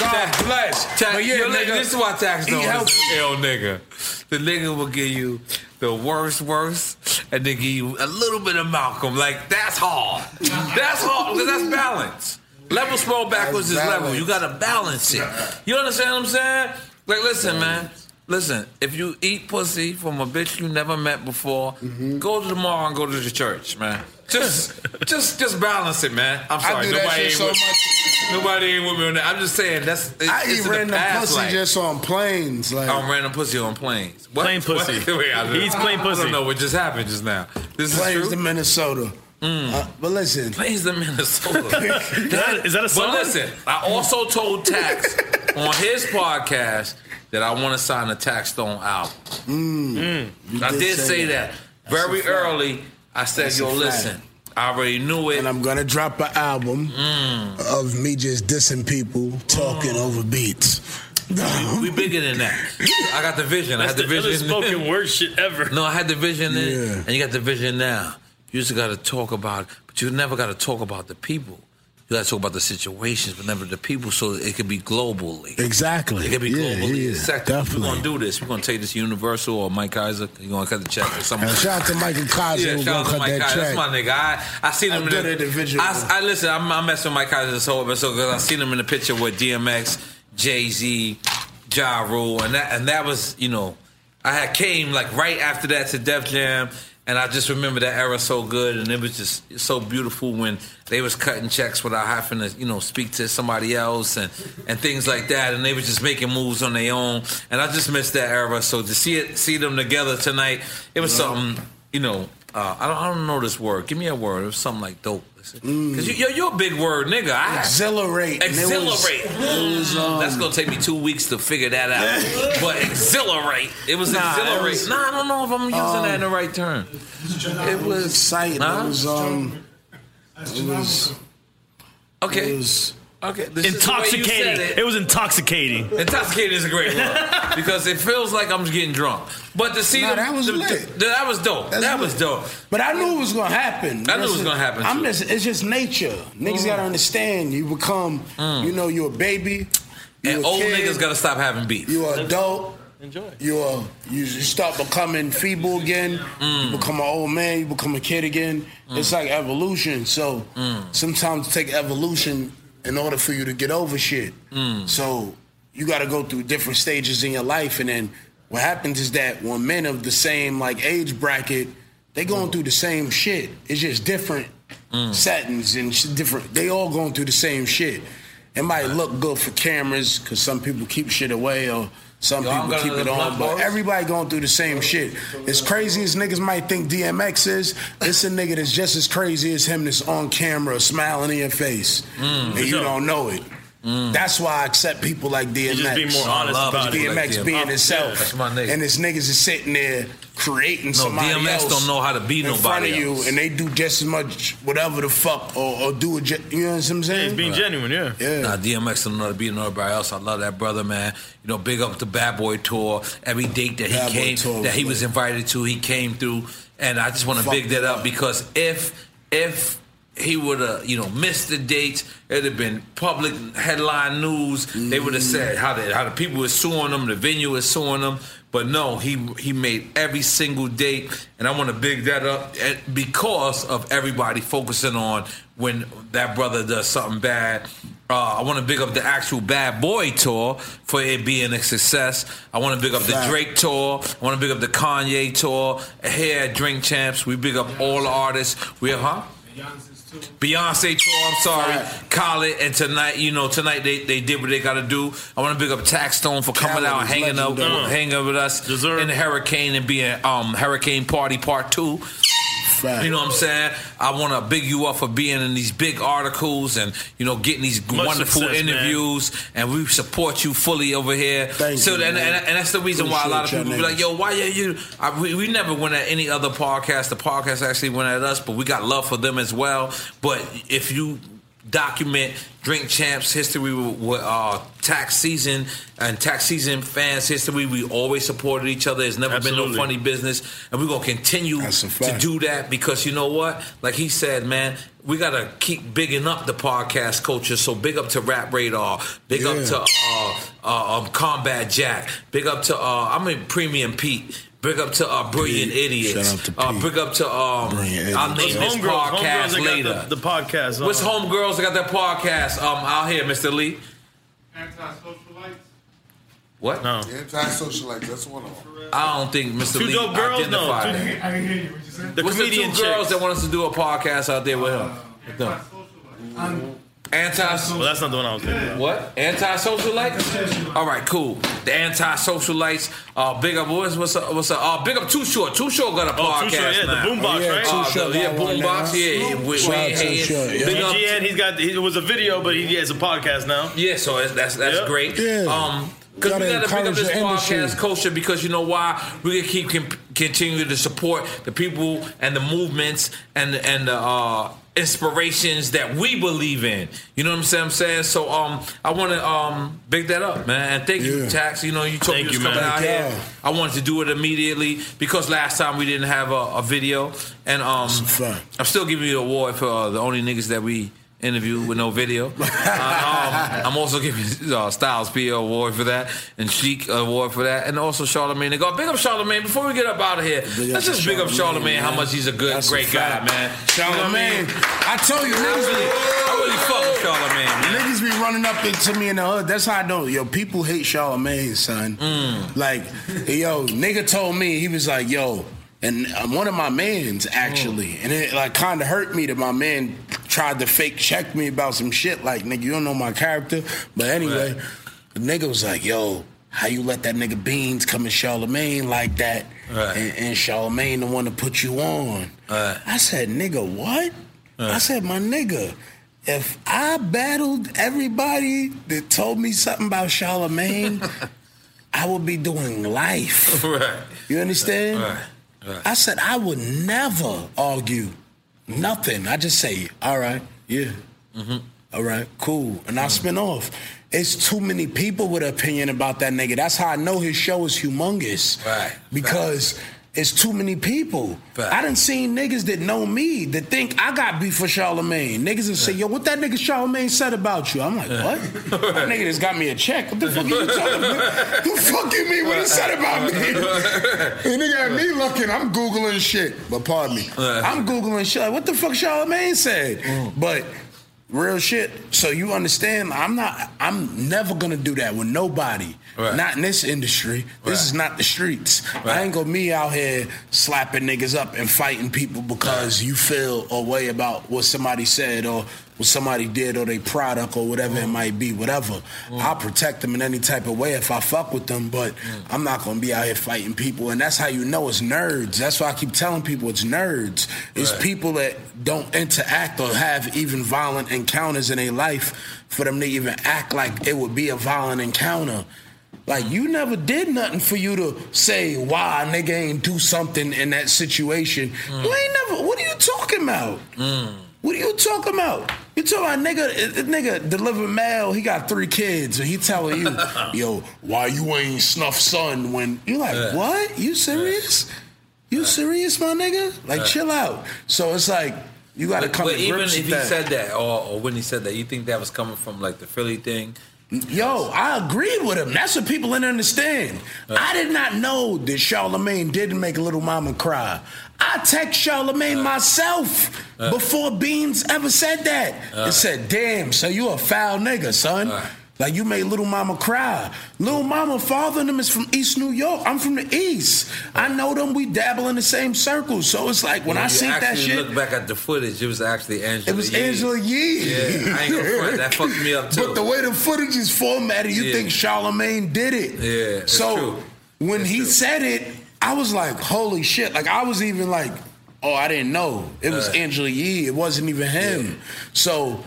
God bless. Tax, But yeah, yo, nigga, this is why tax eat don't healthy. ill nigga. The nigga will give you the worst, worst, and then give you a little bit of Malcolm. Like that's hard. That's hard because that's balance. Level scroll backwards is That's level. You gotta balance it. You understand what I'm saying? Like, listen, man. Listen, if you eat pussy from a bitch you never met before, Mm-hmm. go to the mall and go to the church, man. Just, just, just balance it, man. I'm I sorry, do that nobody shit ain't so with- Nobody ain't with me on that. I'm just saying that's. It, I it's eat in the random past pussy life. just on planes. Like I'm random pussy on planes. What? Plain pussy. What? Wait, I, He eats plain I pussy. don't know what just happened just now. This is planes true. to Minnesota. Uh, but listen, planes to Minnesota. Is that- is that a song? But listen, I also told Tax on his podcast that I want to sign a Tax Stone album. Mm. You I did say that, That's a very fact. early. I said, That's a "Yo, fact. listen, I already knew it." Mm. And I'm gonna drop an album of me just dissing people, talking over beats. we bigger than that. I got the vision. I That's had the, the vision. illest spoken word shit ever. No, I had the vision then, and you got the vision now. You just got to talk about, but you never got to talk about the people. You got to talk about the situations, but never the people, so it could be globally. Exactly. It could be Yeah, globally yeah, accepted. We're gonna do this. We're gonna take this to Universal or Mike Isaac. You're gonna cut the check or something. And shout out to Michael Kaiser Yeah, who shout gonna out to cut Mike that Kaiser. check. That's my nigga. I, I seen him A in good the individual. I, I listen. I'm, I mess with Mike Kaiser this whole episode because I seen him in the picture with DMX, Jay Z, Ja Rule, and that and that was you know I had came like right after that to Def Jam. And I just remember that era so good, and it was just so beautiful when they was cutting checks without having to, you know, speak to somebody else and, and things like that. And they was just making moves on their own. And I just missed that era. So to see it, see them together tonight, it was Yeah. something, Um, you know. Uh, I don't, I don't know this word. Give me a word. It was something like dope. Cause you, you're, you're a big word, nigga. I, Mm. Exhilarate. And it was- Exhilarate. it was, um, That's gonna take me two weeks to figure that out. but exhilarate. It was Nah, it exhilarate. was- nah, I don't know if I'm using that in the Um, right term. It was exciting. Huh? It was um. It was. Okay. It was, okay. this is the way you Intoxicating. said It. it. was intoxicating. Intoxicated is a great word because it feels like I'm just getting drunk. But to see Nah, them- that was the- lit. the- that was dope. That's that lit. was dope. But I knew it was gonna happen. I knew it was gonna happen, I'm too. just. It's just nature. Niggas Mm. gotta understand. You become. You know, you're a baby. You And a old kid, niggas gotta stop having beef. You are adult. Enjoy. You are. You start becoming feeble again. You become an old man. You become a kid again. It's like evolution. So Mm, sometimes it take evolution in order for you to get over shit. Mm. mm. So you got to go through different stages in your life, and then what happens is that when men of the same like age bracket, they going through the same shit. It's just different settings and sh- different. They all going through the same shit. It might look good for cameras because some people keep shit away or some Y'all people got keep it another on, blunt, but boys? everybody going through the same shit. As crazy as niggas might think DMX is, it's a nigga that's just as crazy as him that's on camera smiling in your face, Mm. and you don't know it. That's why I accept people like DMX. just be more honest I love about it. DMX Like being DMX. himself, That's my nigga. and his niggas is sitting there creating No, somebody DMX else don't know how to be in nobody front of you, else. and they do just as much whatever the fuck or, or do it. ju- You know what I'm saying? Right. yeah. Yeah. Nah, DMX and another beating everybody else. I love that brother, man. You know, big up the Bad Boy Tour. Every date that he Bad Boy came, Tour that was he was invited to, he came through. And I just want to Fuck big that yeah. up because if if he would have, you know, missed the dates. It'd have been public headline news. They would have said how the how the people were suing him, the venue was suing him. But no, he he made every single date, and I want to big that up eh, because of everybody focusing on when that brother does something bad. Uh, I want to big up the actual Bad Boy tour for it being a success. I want to big up the Fact. Drake tour. I want to big up the Kanye tour. Here at Drink Champs, we big up all artists. We have, huh? Beyonce tour, I'm sorry, Khaled, and tonight, you know, tonight they, they did what they got to do. I want to big up Tax Stone for coming Khaled out, is hanging out, legendary. with- hanging out with us in the hurricane and being um hurricane party part two. You know what I'm saying? I want to big you up for being in these big articles and you know getting these Much wonderful success, man. interviews, and we support you fully over here. Thank so you, and, man. and, and that's the reason why a lot of Appreciate people be y'all like, "Yo, why are you?" I, we, we never went at any other podcast. The podcast actually went at us, but we got love for them as well. But if you document Drink Champs history with, with uh, tax season and tax season fans history, we always supported each other. There's never been Absolutely. no funny business, and we're gonna continue to do that because you know what? Like he said, man. We gotta keep bigging up the podcast culture. So big up to Rap Radar, big up Yeah. to uh, uh, um, Combat Jack. Big up to uh, I'm in Premium Pete. Big up to uh, Brilliant Idiots. Shout out to Uh, big up to um, I'll Those name this homegirls- homegirls podcast that got later. The, the podcast. What's on. homegirls that got that podcast um, out here, Mr. Lee? What? No. Anti-socialites. That's one of them. I don't think Mr. Two Lee dope girls? No, identified two- that. I didn't hear you. What'd you say? What's the two girls that want us to do a podcast out there with him? With them? Anti. Well, that's not the one I was thinking about. What? Anti-socialites? All right, cool. The anti-socialites. Uh, big up. What's what's up? What's up? Uh, big up. Too short. Too short got a Oh, podcast Too Short, yeah, the now. Boombox, Oh, yeah, right? Too Uh, Short the, yeah, got one boombox. now. Yeah, we, we Shout out ain't to hating. Short, yeah. Big up. EGN, he's got it was a video, but he has a podcast now. Yeah, so that's that's, that's great. Um, because we Gotta got to pick up encourage this the podcast industry. culture because you know why we can keep con- continue to support the people and the movements and and the uh, inspirations that we believe in. You know what I'm saying? I'm saying so. Um, I want to um big that up, man. And thank you, Tax. You know you told me you was coming out Thank here. I wanted to do it immediately because last time we didn't have a, a video, and um, I'm still giving you the award for uh, the only niggas that we interviewed with no video. Uh, um, I'm also giving uh, Styles P an award for that, and Chic an award for that, and also Charlamagne. They go big up Charlamagne. Before we get up out of here, let's to just big up Charlamagne, Charlamagne. How man. much he's a good, That's a great guy, fact. man. Charlamagne. I told you, I niggas really, I really fuck with Charlamagne. man. Niggas be running up into me in the hood. That's how I know. Yo, people hate Charlamagne, son. Like, yo, nigga told me he was like, yo, and um, one of my mans actually, and it like kind of hurt me that my man tried to fake check me about some shit. Like, nigga, you don't know my character. But anyway, the nigga was like, yo. How you let that nigga Beans come in Charlemagne like that? And, and Charlemagne the one to put you on. I said, nigga, what? I said, my nigga, if I battled everybody that told me something about Charlemagne, I would be doing life. Right. You understand? Right. Right. I said I would never argue nothing. I just say, all right, yeah, all right, cool, and I spin off. It's too many people with opinion about that nigga. That's how I know his show is humongous. Right. Because it's too many people. I done seen niggas that know me that think I got beef for Charlemagne. Niggas that say, yo, what that nigga Charlemagne said about you? I'm like, what? That nigga just got me a check. What the fuck are you talking about? The fuck you mean what he said about me? And they got me looking. I'm googling shit. But pardon me. I'm googling shit. Like, what the fuck Charlemagne said? But real shit. So you understand? I'm not. I'm never gonna do that with nobody. Right. Not in this industry. This is not the streets. I ain't gonna me out here slapping niggas up and fighting people because you feel a way about what somebody said or what somebody did or their product or whatever it might be, whatever. I'll protect them in any type of way if I fuck with them, but I'm not gonna be out here fighting people. And that's how you know it's nerds. That's why I keep telling people it's nerds. It's Right. people that don't interact or have even violent encounters in their life for them to even act like it would be a violent encounter. Like you never did nothing for you to say why a nigga ain't do something in that situation. You ain't never. What are you talking about? Mm, What are you talking about? You talking about nigga? a- a Nigga deliver mail. He got three kids, and he telling you, "Yo, why you ain't snuff son?" When you like, Yeah. what? You serious? You serious, my nigga? Like, Yeah. chill out. So it's like You gotta But- come But to even grips if with he that. said that, or, or when he said that, you think that was coming from like the Philly thing? Yo, I agreed with him. That's what people didn't understand. I did not know that Charlemagne didn't make Little Mama cry. I text Charlemagne myself Uh. before Beans ever said that. Uh. it said, "Damn, so you a foul nigga, son." Like you made little mama cry. Little mama, father and them is from East New York. I'm from the East. I know them. We dabble in the same circles. So it's like when I you see that actually shit, Look back at the footage. It was actually Angela. it was Yee. Angela Yee. Yeah, I ain't gonna front. That fucked me up too. But the way the footage is formatted, you Yeah. think Charlemagne did it. yeah, it's so true. when he said it, I was like, holy shit. Like I was even like, oh, I didn't know. It was Uh. Angela Yee. It wasn't even him. So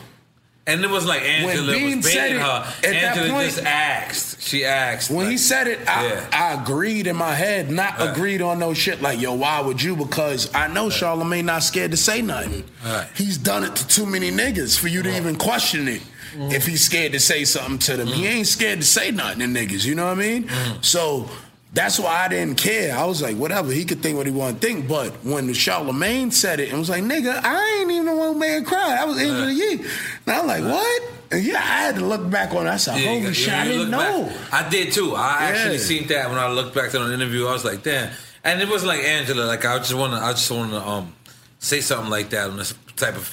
and it was like Angela Bean was said baiting it, her. at that Angela point- just asked. She asked. when he said it, I, Yeah. Uh. I agreed in my head, not Right. agreed on no shit like, yo, why would you? Because I Uh. know Charlemagne not scared to say nothing. Right. He's done it to too many niggas for you to even question it. Mm-hmm. If he's scared to say something to them, he ain't scared to say nothing to niggas. You know what I mean? Mm-hmm. So that's why I didn't care. I was like, whatever. He could think what he want to think. But when Charlemagne said it and was like, nigga, I ain't even the one who made her cry. That was Angela Yee. And I'm like, what? And yeah, I had to look back on. It. I said, Yeah, you holy got- shit, you- I you didn't look back. know. I did too. I actually Yeah. seen that when I looked back on the interview. I was like, damn. And it was like Angela. Like I just want to. I just want to um say something like that on this type of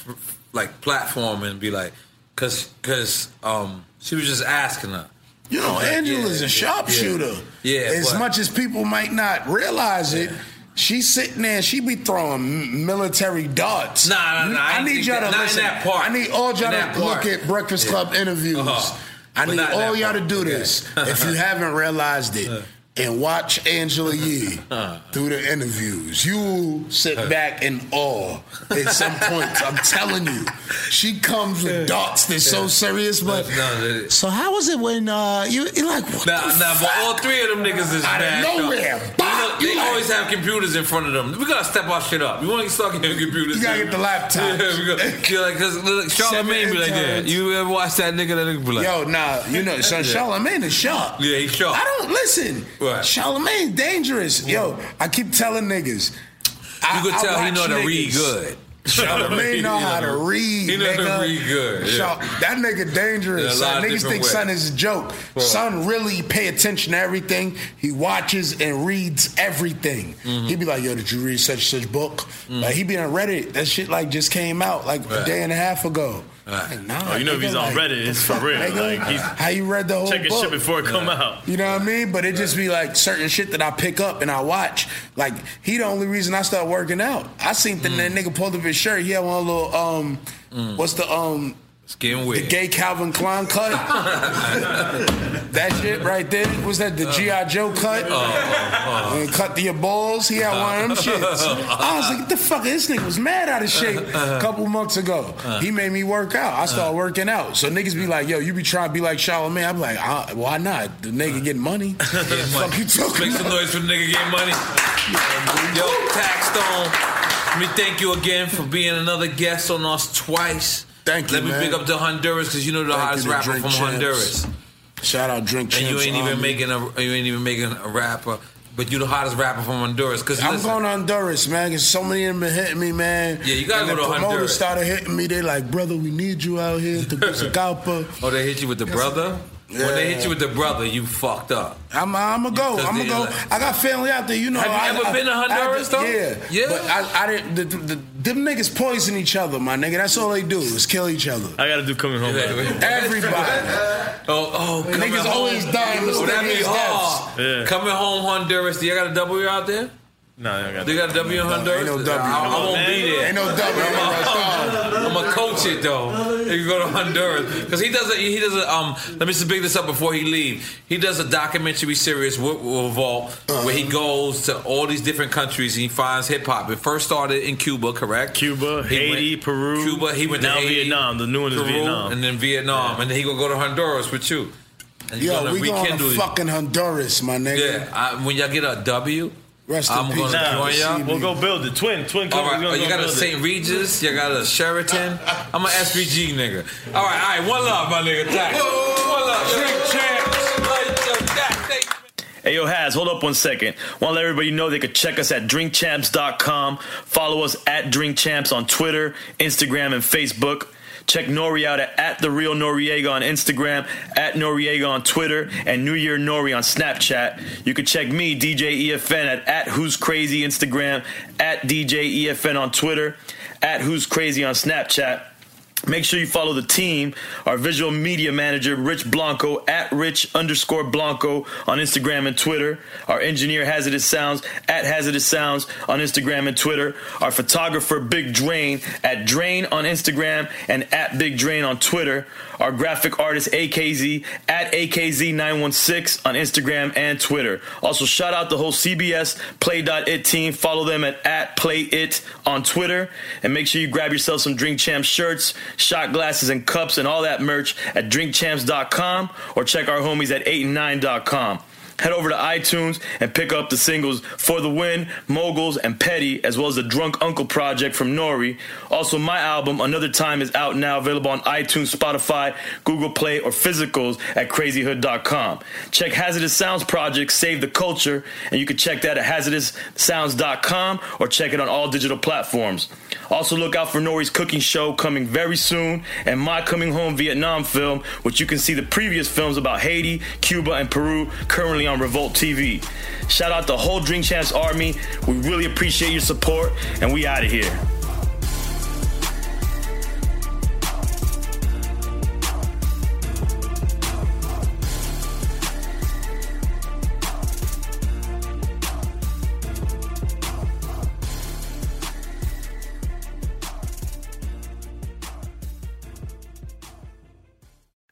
like platform and be like, cause cause um she was just asking her. You know, Angela's a sharpshooter. Yeah. yeah as but- much as people might not realize it, she's sitting there. She be throwing m- military darts. Nah, nah, nah, I I, ain't need think y'all that- to not in listen. that part. I need all In y'all that to part. look at Breakfast Yeah. Club interviews. Uh-huh. I But need not in all that y'all to part. Uh-huh. do Okay. this if you haven't realized it. And watch Angela Yee Uh-huh. through the interviews. You sit back in awe at some point. I'm telling you, she comes with darts that's so serious. But so how was it when uh, you you're like what Nah, nah, but all three of them niggas is Out of backed up. nowhere, You know, they always have computers in front of them. We gotta step our shit up. You want to start getting computers? You gotta in. get the laptop. Yeah, we gotta- yeah, like, cause look, Charlemagne be like that. interns. You ever watch that nigga? That nigga be like, Yo, nah, you know, so Yeah. Charlemagne is sharp. Yeah, he's sharp. I don't listen. Right. Charlemagne dangerous. Yo, I keep telling niggas. You could tell he watch know to read niggas. good. Charlemagne He know how to know- read. He know nigga. to read good. yeah. Char- that nigga In a dangerous. lot Son. of Niggas different think ways. son is a joke. Right. Son really pay attention to everything. He watches and reads everything. Mm-hmm. He be like, "Yo, did you read such and such book?" Mm. Like he be on Reddit. That shit like just came out like a Right. day and a half ago. Like, nah, Oh, you know if nigga, he's on like, Reddit, it's for real. nigga, Like he's how you read the whole checking book. shit before it come Right. out. You know what I mean? But it just be like certain shit that I pick up and I watch. Like he the only reason I started working out. I seen the, Mm. that nigga pulled up his shirt. He had one little um, what's the um, Skin weird. the gay Calvin Klein cut. that shit right there was that the GI Joe cut. Oh, And cut to your balls. He had one of them shits. I was like, "What the fuck? This nigga was mad out of shape a couple months ago. He made me work out. I started working out. So niggas be like, yo, you be trying to be like Charlamagne. I'm like, uh, why not? The nigga getting money. Get money. Fuck you talking Make some noise for the nigga getting money. Yo, Tax Stone, let me thank you again for being another guest on us twice. Thank you, Let me man. big up to Honduras because you know the Thank hottest you to rapper Drink from Champs. Honduras. Shout out Drink And you Champs ain't even Army. making a you ain't even making a rapper, but you the hottest rapper from Honduras. Cause I'm listen, going to Honduras, man, because so many of them been hitting me, man. Yeah, you gotta go and the to promoters Honduras. started hitting me. They like, brother, we need you out here to Tegucigalpa. oh, they hit you with the brother. When they hit you with the brother, you fucked up. I'm I'm gonna go. Because I'm they gonna go. like- I got family out there. You know. Have I, you ever I- been to I- Honduras, I- though? Yeah, Yeah. But I, I didn't. The, the, them niggas poison each other, my nigga. That's all they do is kill each other. I gotta do coming home. Everybody. Oh, oh, Niggas coming home. Oh, always dying that'd be mysterious hard. deaths. Yeah. oh, Coming home, Honduras. Do you got a W out there? No, I got. They got a W in Honduras. ain't I, no W. I won't be there. Ain't no W. I'm gonna coach it though. If you go to Honduras, because he doesn't. He doesn't. Um, let me just big this up before he leave. He does a documentary series with with Revolt where he goes to all these different countries and he finds hip hop. It first started in Cuba, correct? Cuba, Haiti, Peru, Cuba. He went now to Haiti, Vietnam. The new one is Peru, Vietnam. and then Vietnam, and then he gonna go to Honduras with you. And he's Yo, gonna we going rekindle to you. fucking Honduras, my nigga. Yeah, I, when y'all get a W, Rest in I'm peace, gonna Nah, join y'all. we'll go build it. Twin, twin. All company, right, Oh, we're gonna you go got a build it. St. Regis, you got a Sheraton. I'm a SVG nigga. All right, all right, one love, my nigga. Tack. One love, drink champs. Like, yo, Tack, thank you. Hey, yo, Has, hold up one second. Want to let everybody know they could check us at drinkchamps.com. Follow us at drinkchamps on Twitter, Instagram, and Facebook. Check Nori out at, at the real Noriega on Instagram, at Noriega on Twitter, and New Year Nori on Snapchat. You can check me, DJ EFN, at, at Who's Crazy Instagram, at DJ EFN on Twitter, at Who's Crazy on Snapchat. Make sure you follow the team, our visual media manager, Rich Blanco, at Rich underscore Blanco on Instagram and Twitter. Our engineer, Hazardous Sounds, at Hazardous Sounds on Instagram and Twitter. Our photographer, Big Drain, at Drain on Instagram and at Big Drain on Twitter. Our graphic artist, AKZ, at AKZ916 on Instagram and Twitter. Also, shout out the whole CBS Play.it team. Follow them at, at PlayIt on Twitter. And make sure you grab yourself some Drink Champ shirts, shot glasses, and cups, and all that merch at drinkchamps.com or check our homies at 8and9.com. Head over to iTunes and pick up the singles For the Win, Moguls, and Petty, as well as the Drunk Uncle Project from Nori. Also, my album, Another Time, is out now, available on iTunes, Spotify, Google Play, or physicals at crazyhood.com. Check Hazardous Sounds Project, Save the Culture, and you can check that at hazardoussounds.com or check it on all digital platforms. Also, look out for Nori's cooking show coming very soon and my coming home Vietnam film, which you can see the previous films about Haiti, Cuba, and Peru currently on Revolt TV. Shout out the whole Drink Champs Army. We really appreciate your support, and we out of here.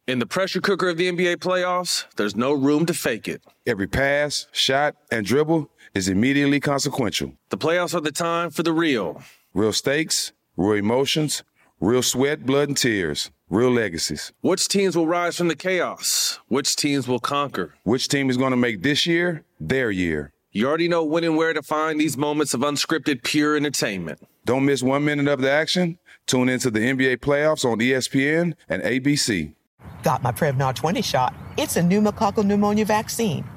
In the pressure cooker of the NBA playoffs, there's no room to fake it. Every pass, shot, and dribble is immediately consequential. The playoffs are the time for the real. Real stakes, real emotions, real sweat, blood, and tears, real legacies. Which teams will rise from the chaos? Which teams will conquer? Which team is going to make this year their year? You already know when and where to find these moments of unscripted, pure entertainment. Don't miss one minute of the action. Tune into the NBA playoffs on E ESPN and ABC. Got my Prevnar 20 shot. It's a pneumococcal pneumonia vaccine.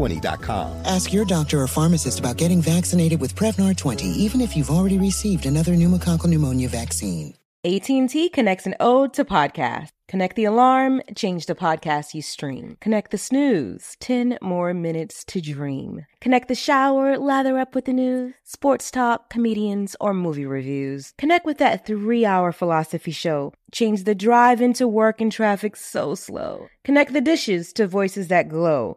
Prevnar20.com. Ask your doctor or pharmacist about getting vaccinated with Prevnar 20, even if you've already received another pneumococcal pneumonia vaccine. AT&T connects an ode to podcast. Connect the alarm, change the podcast you stream. Connect the snooze, 10 more minutes to dream. Connect the shower, lather up with the news, sports talk, comedians, or movie reviews. Connect with that three hour philosophy show. Change the drive into work and traffic so slow. Connect the dishes to voices that glow.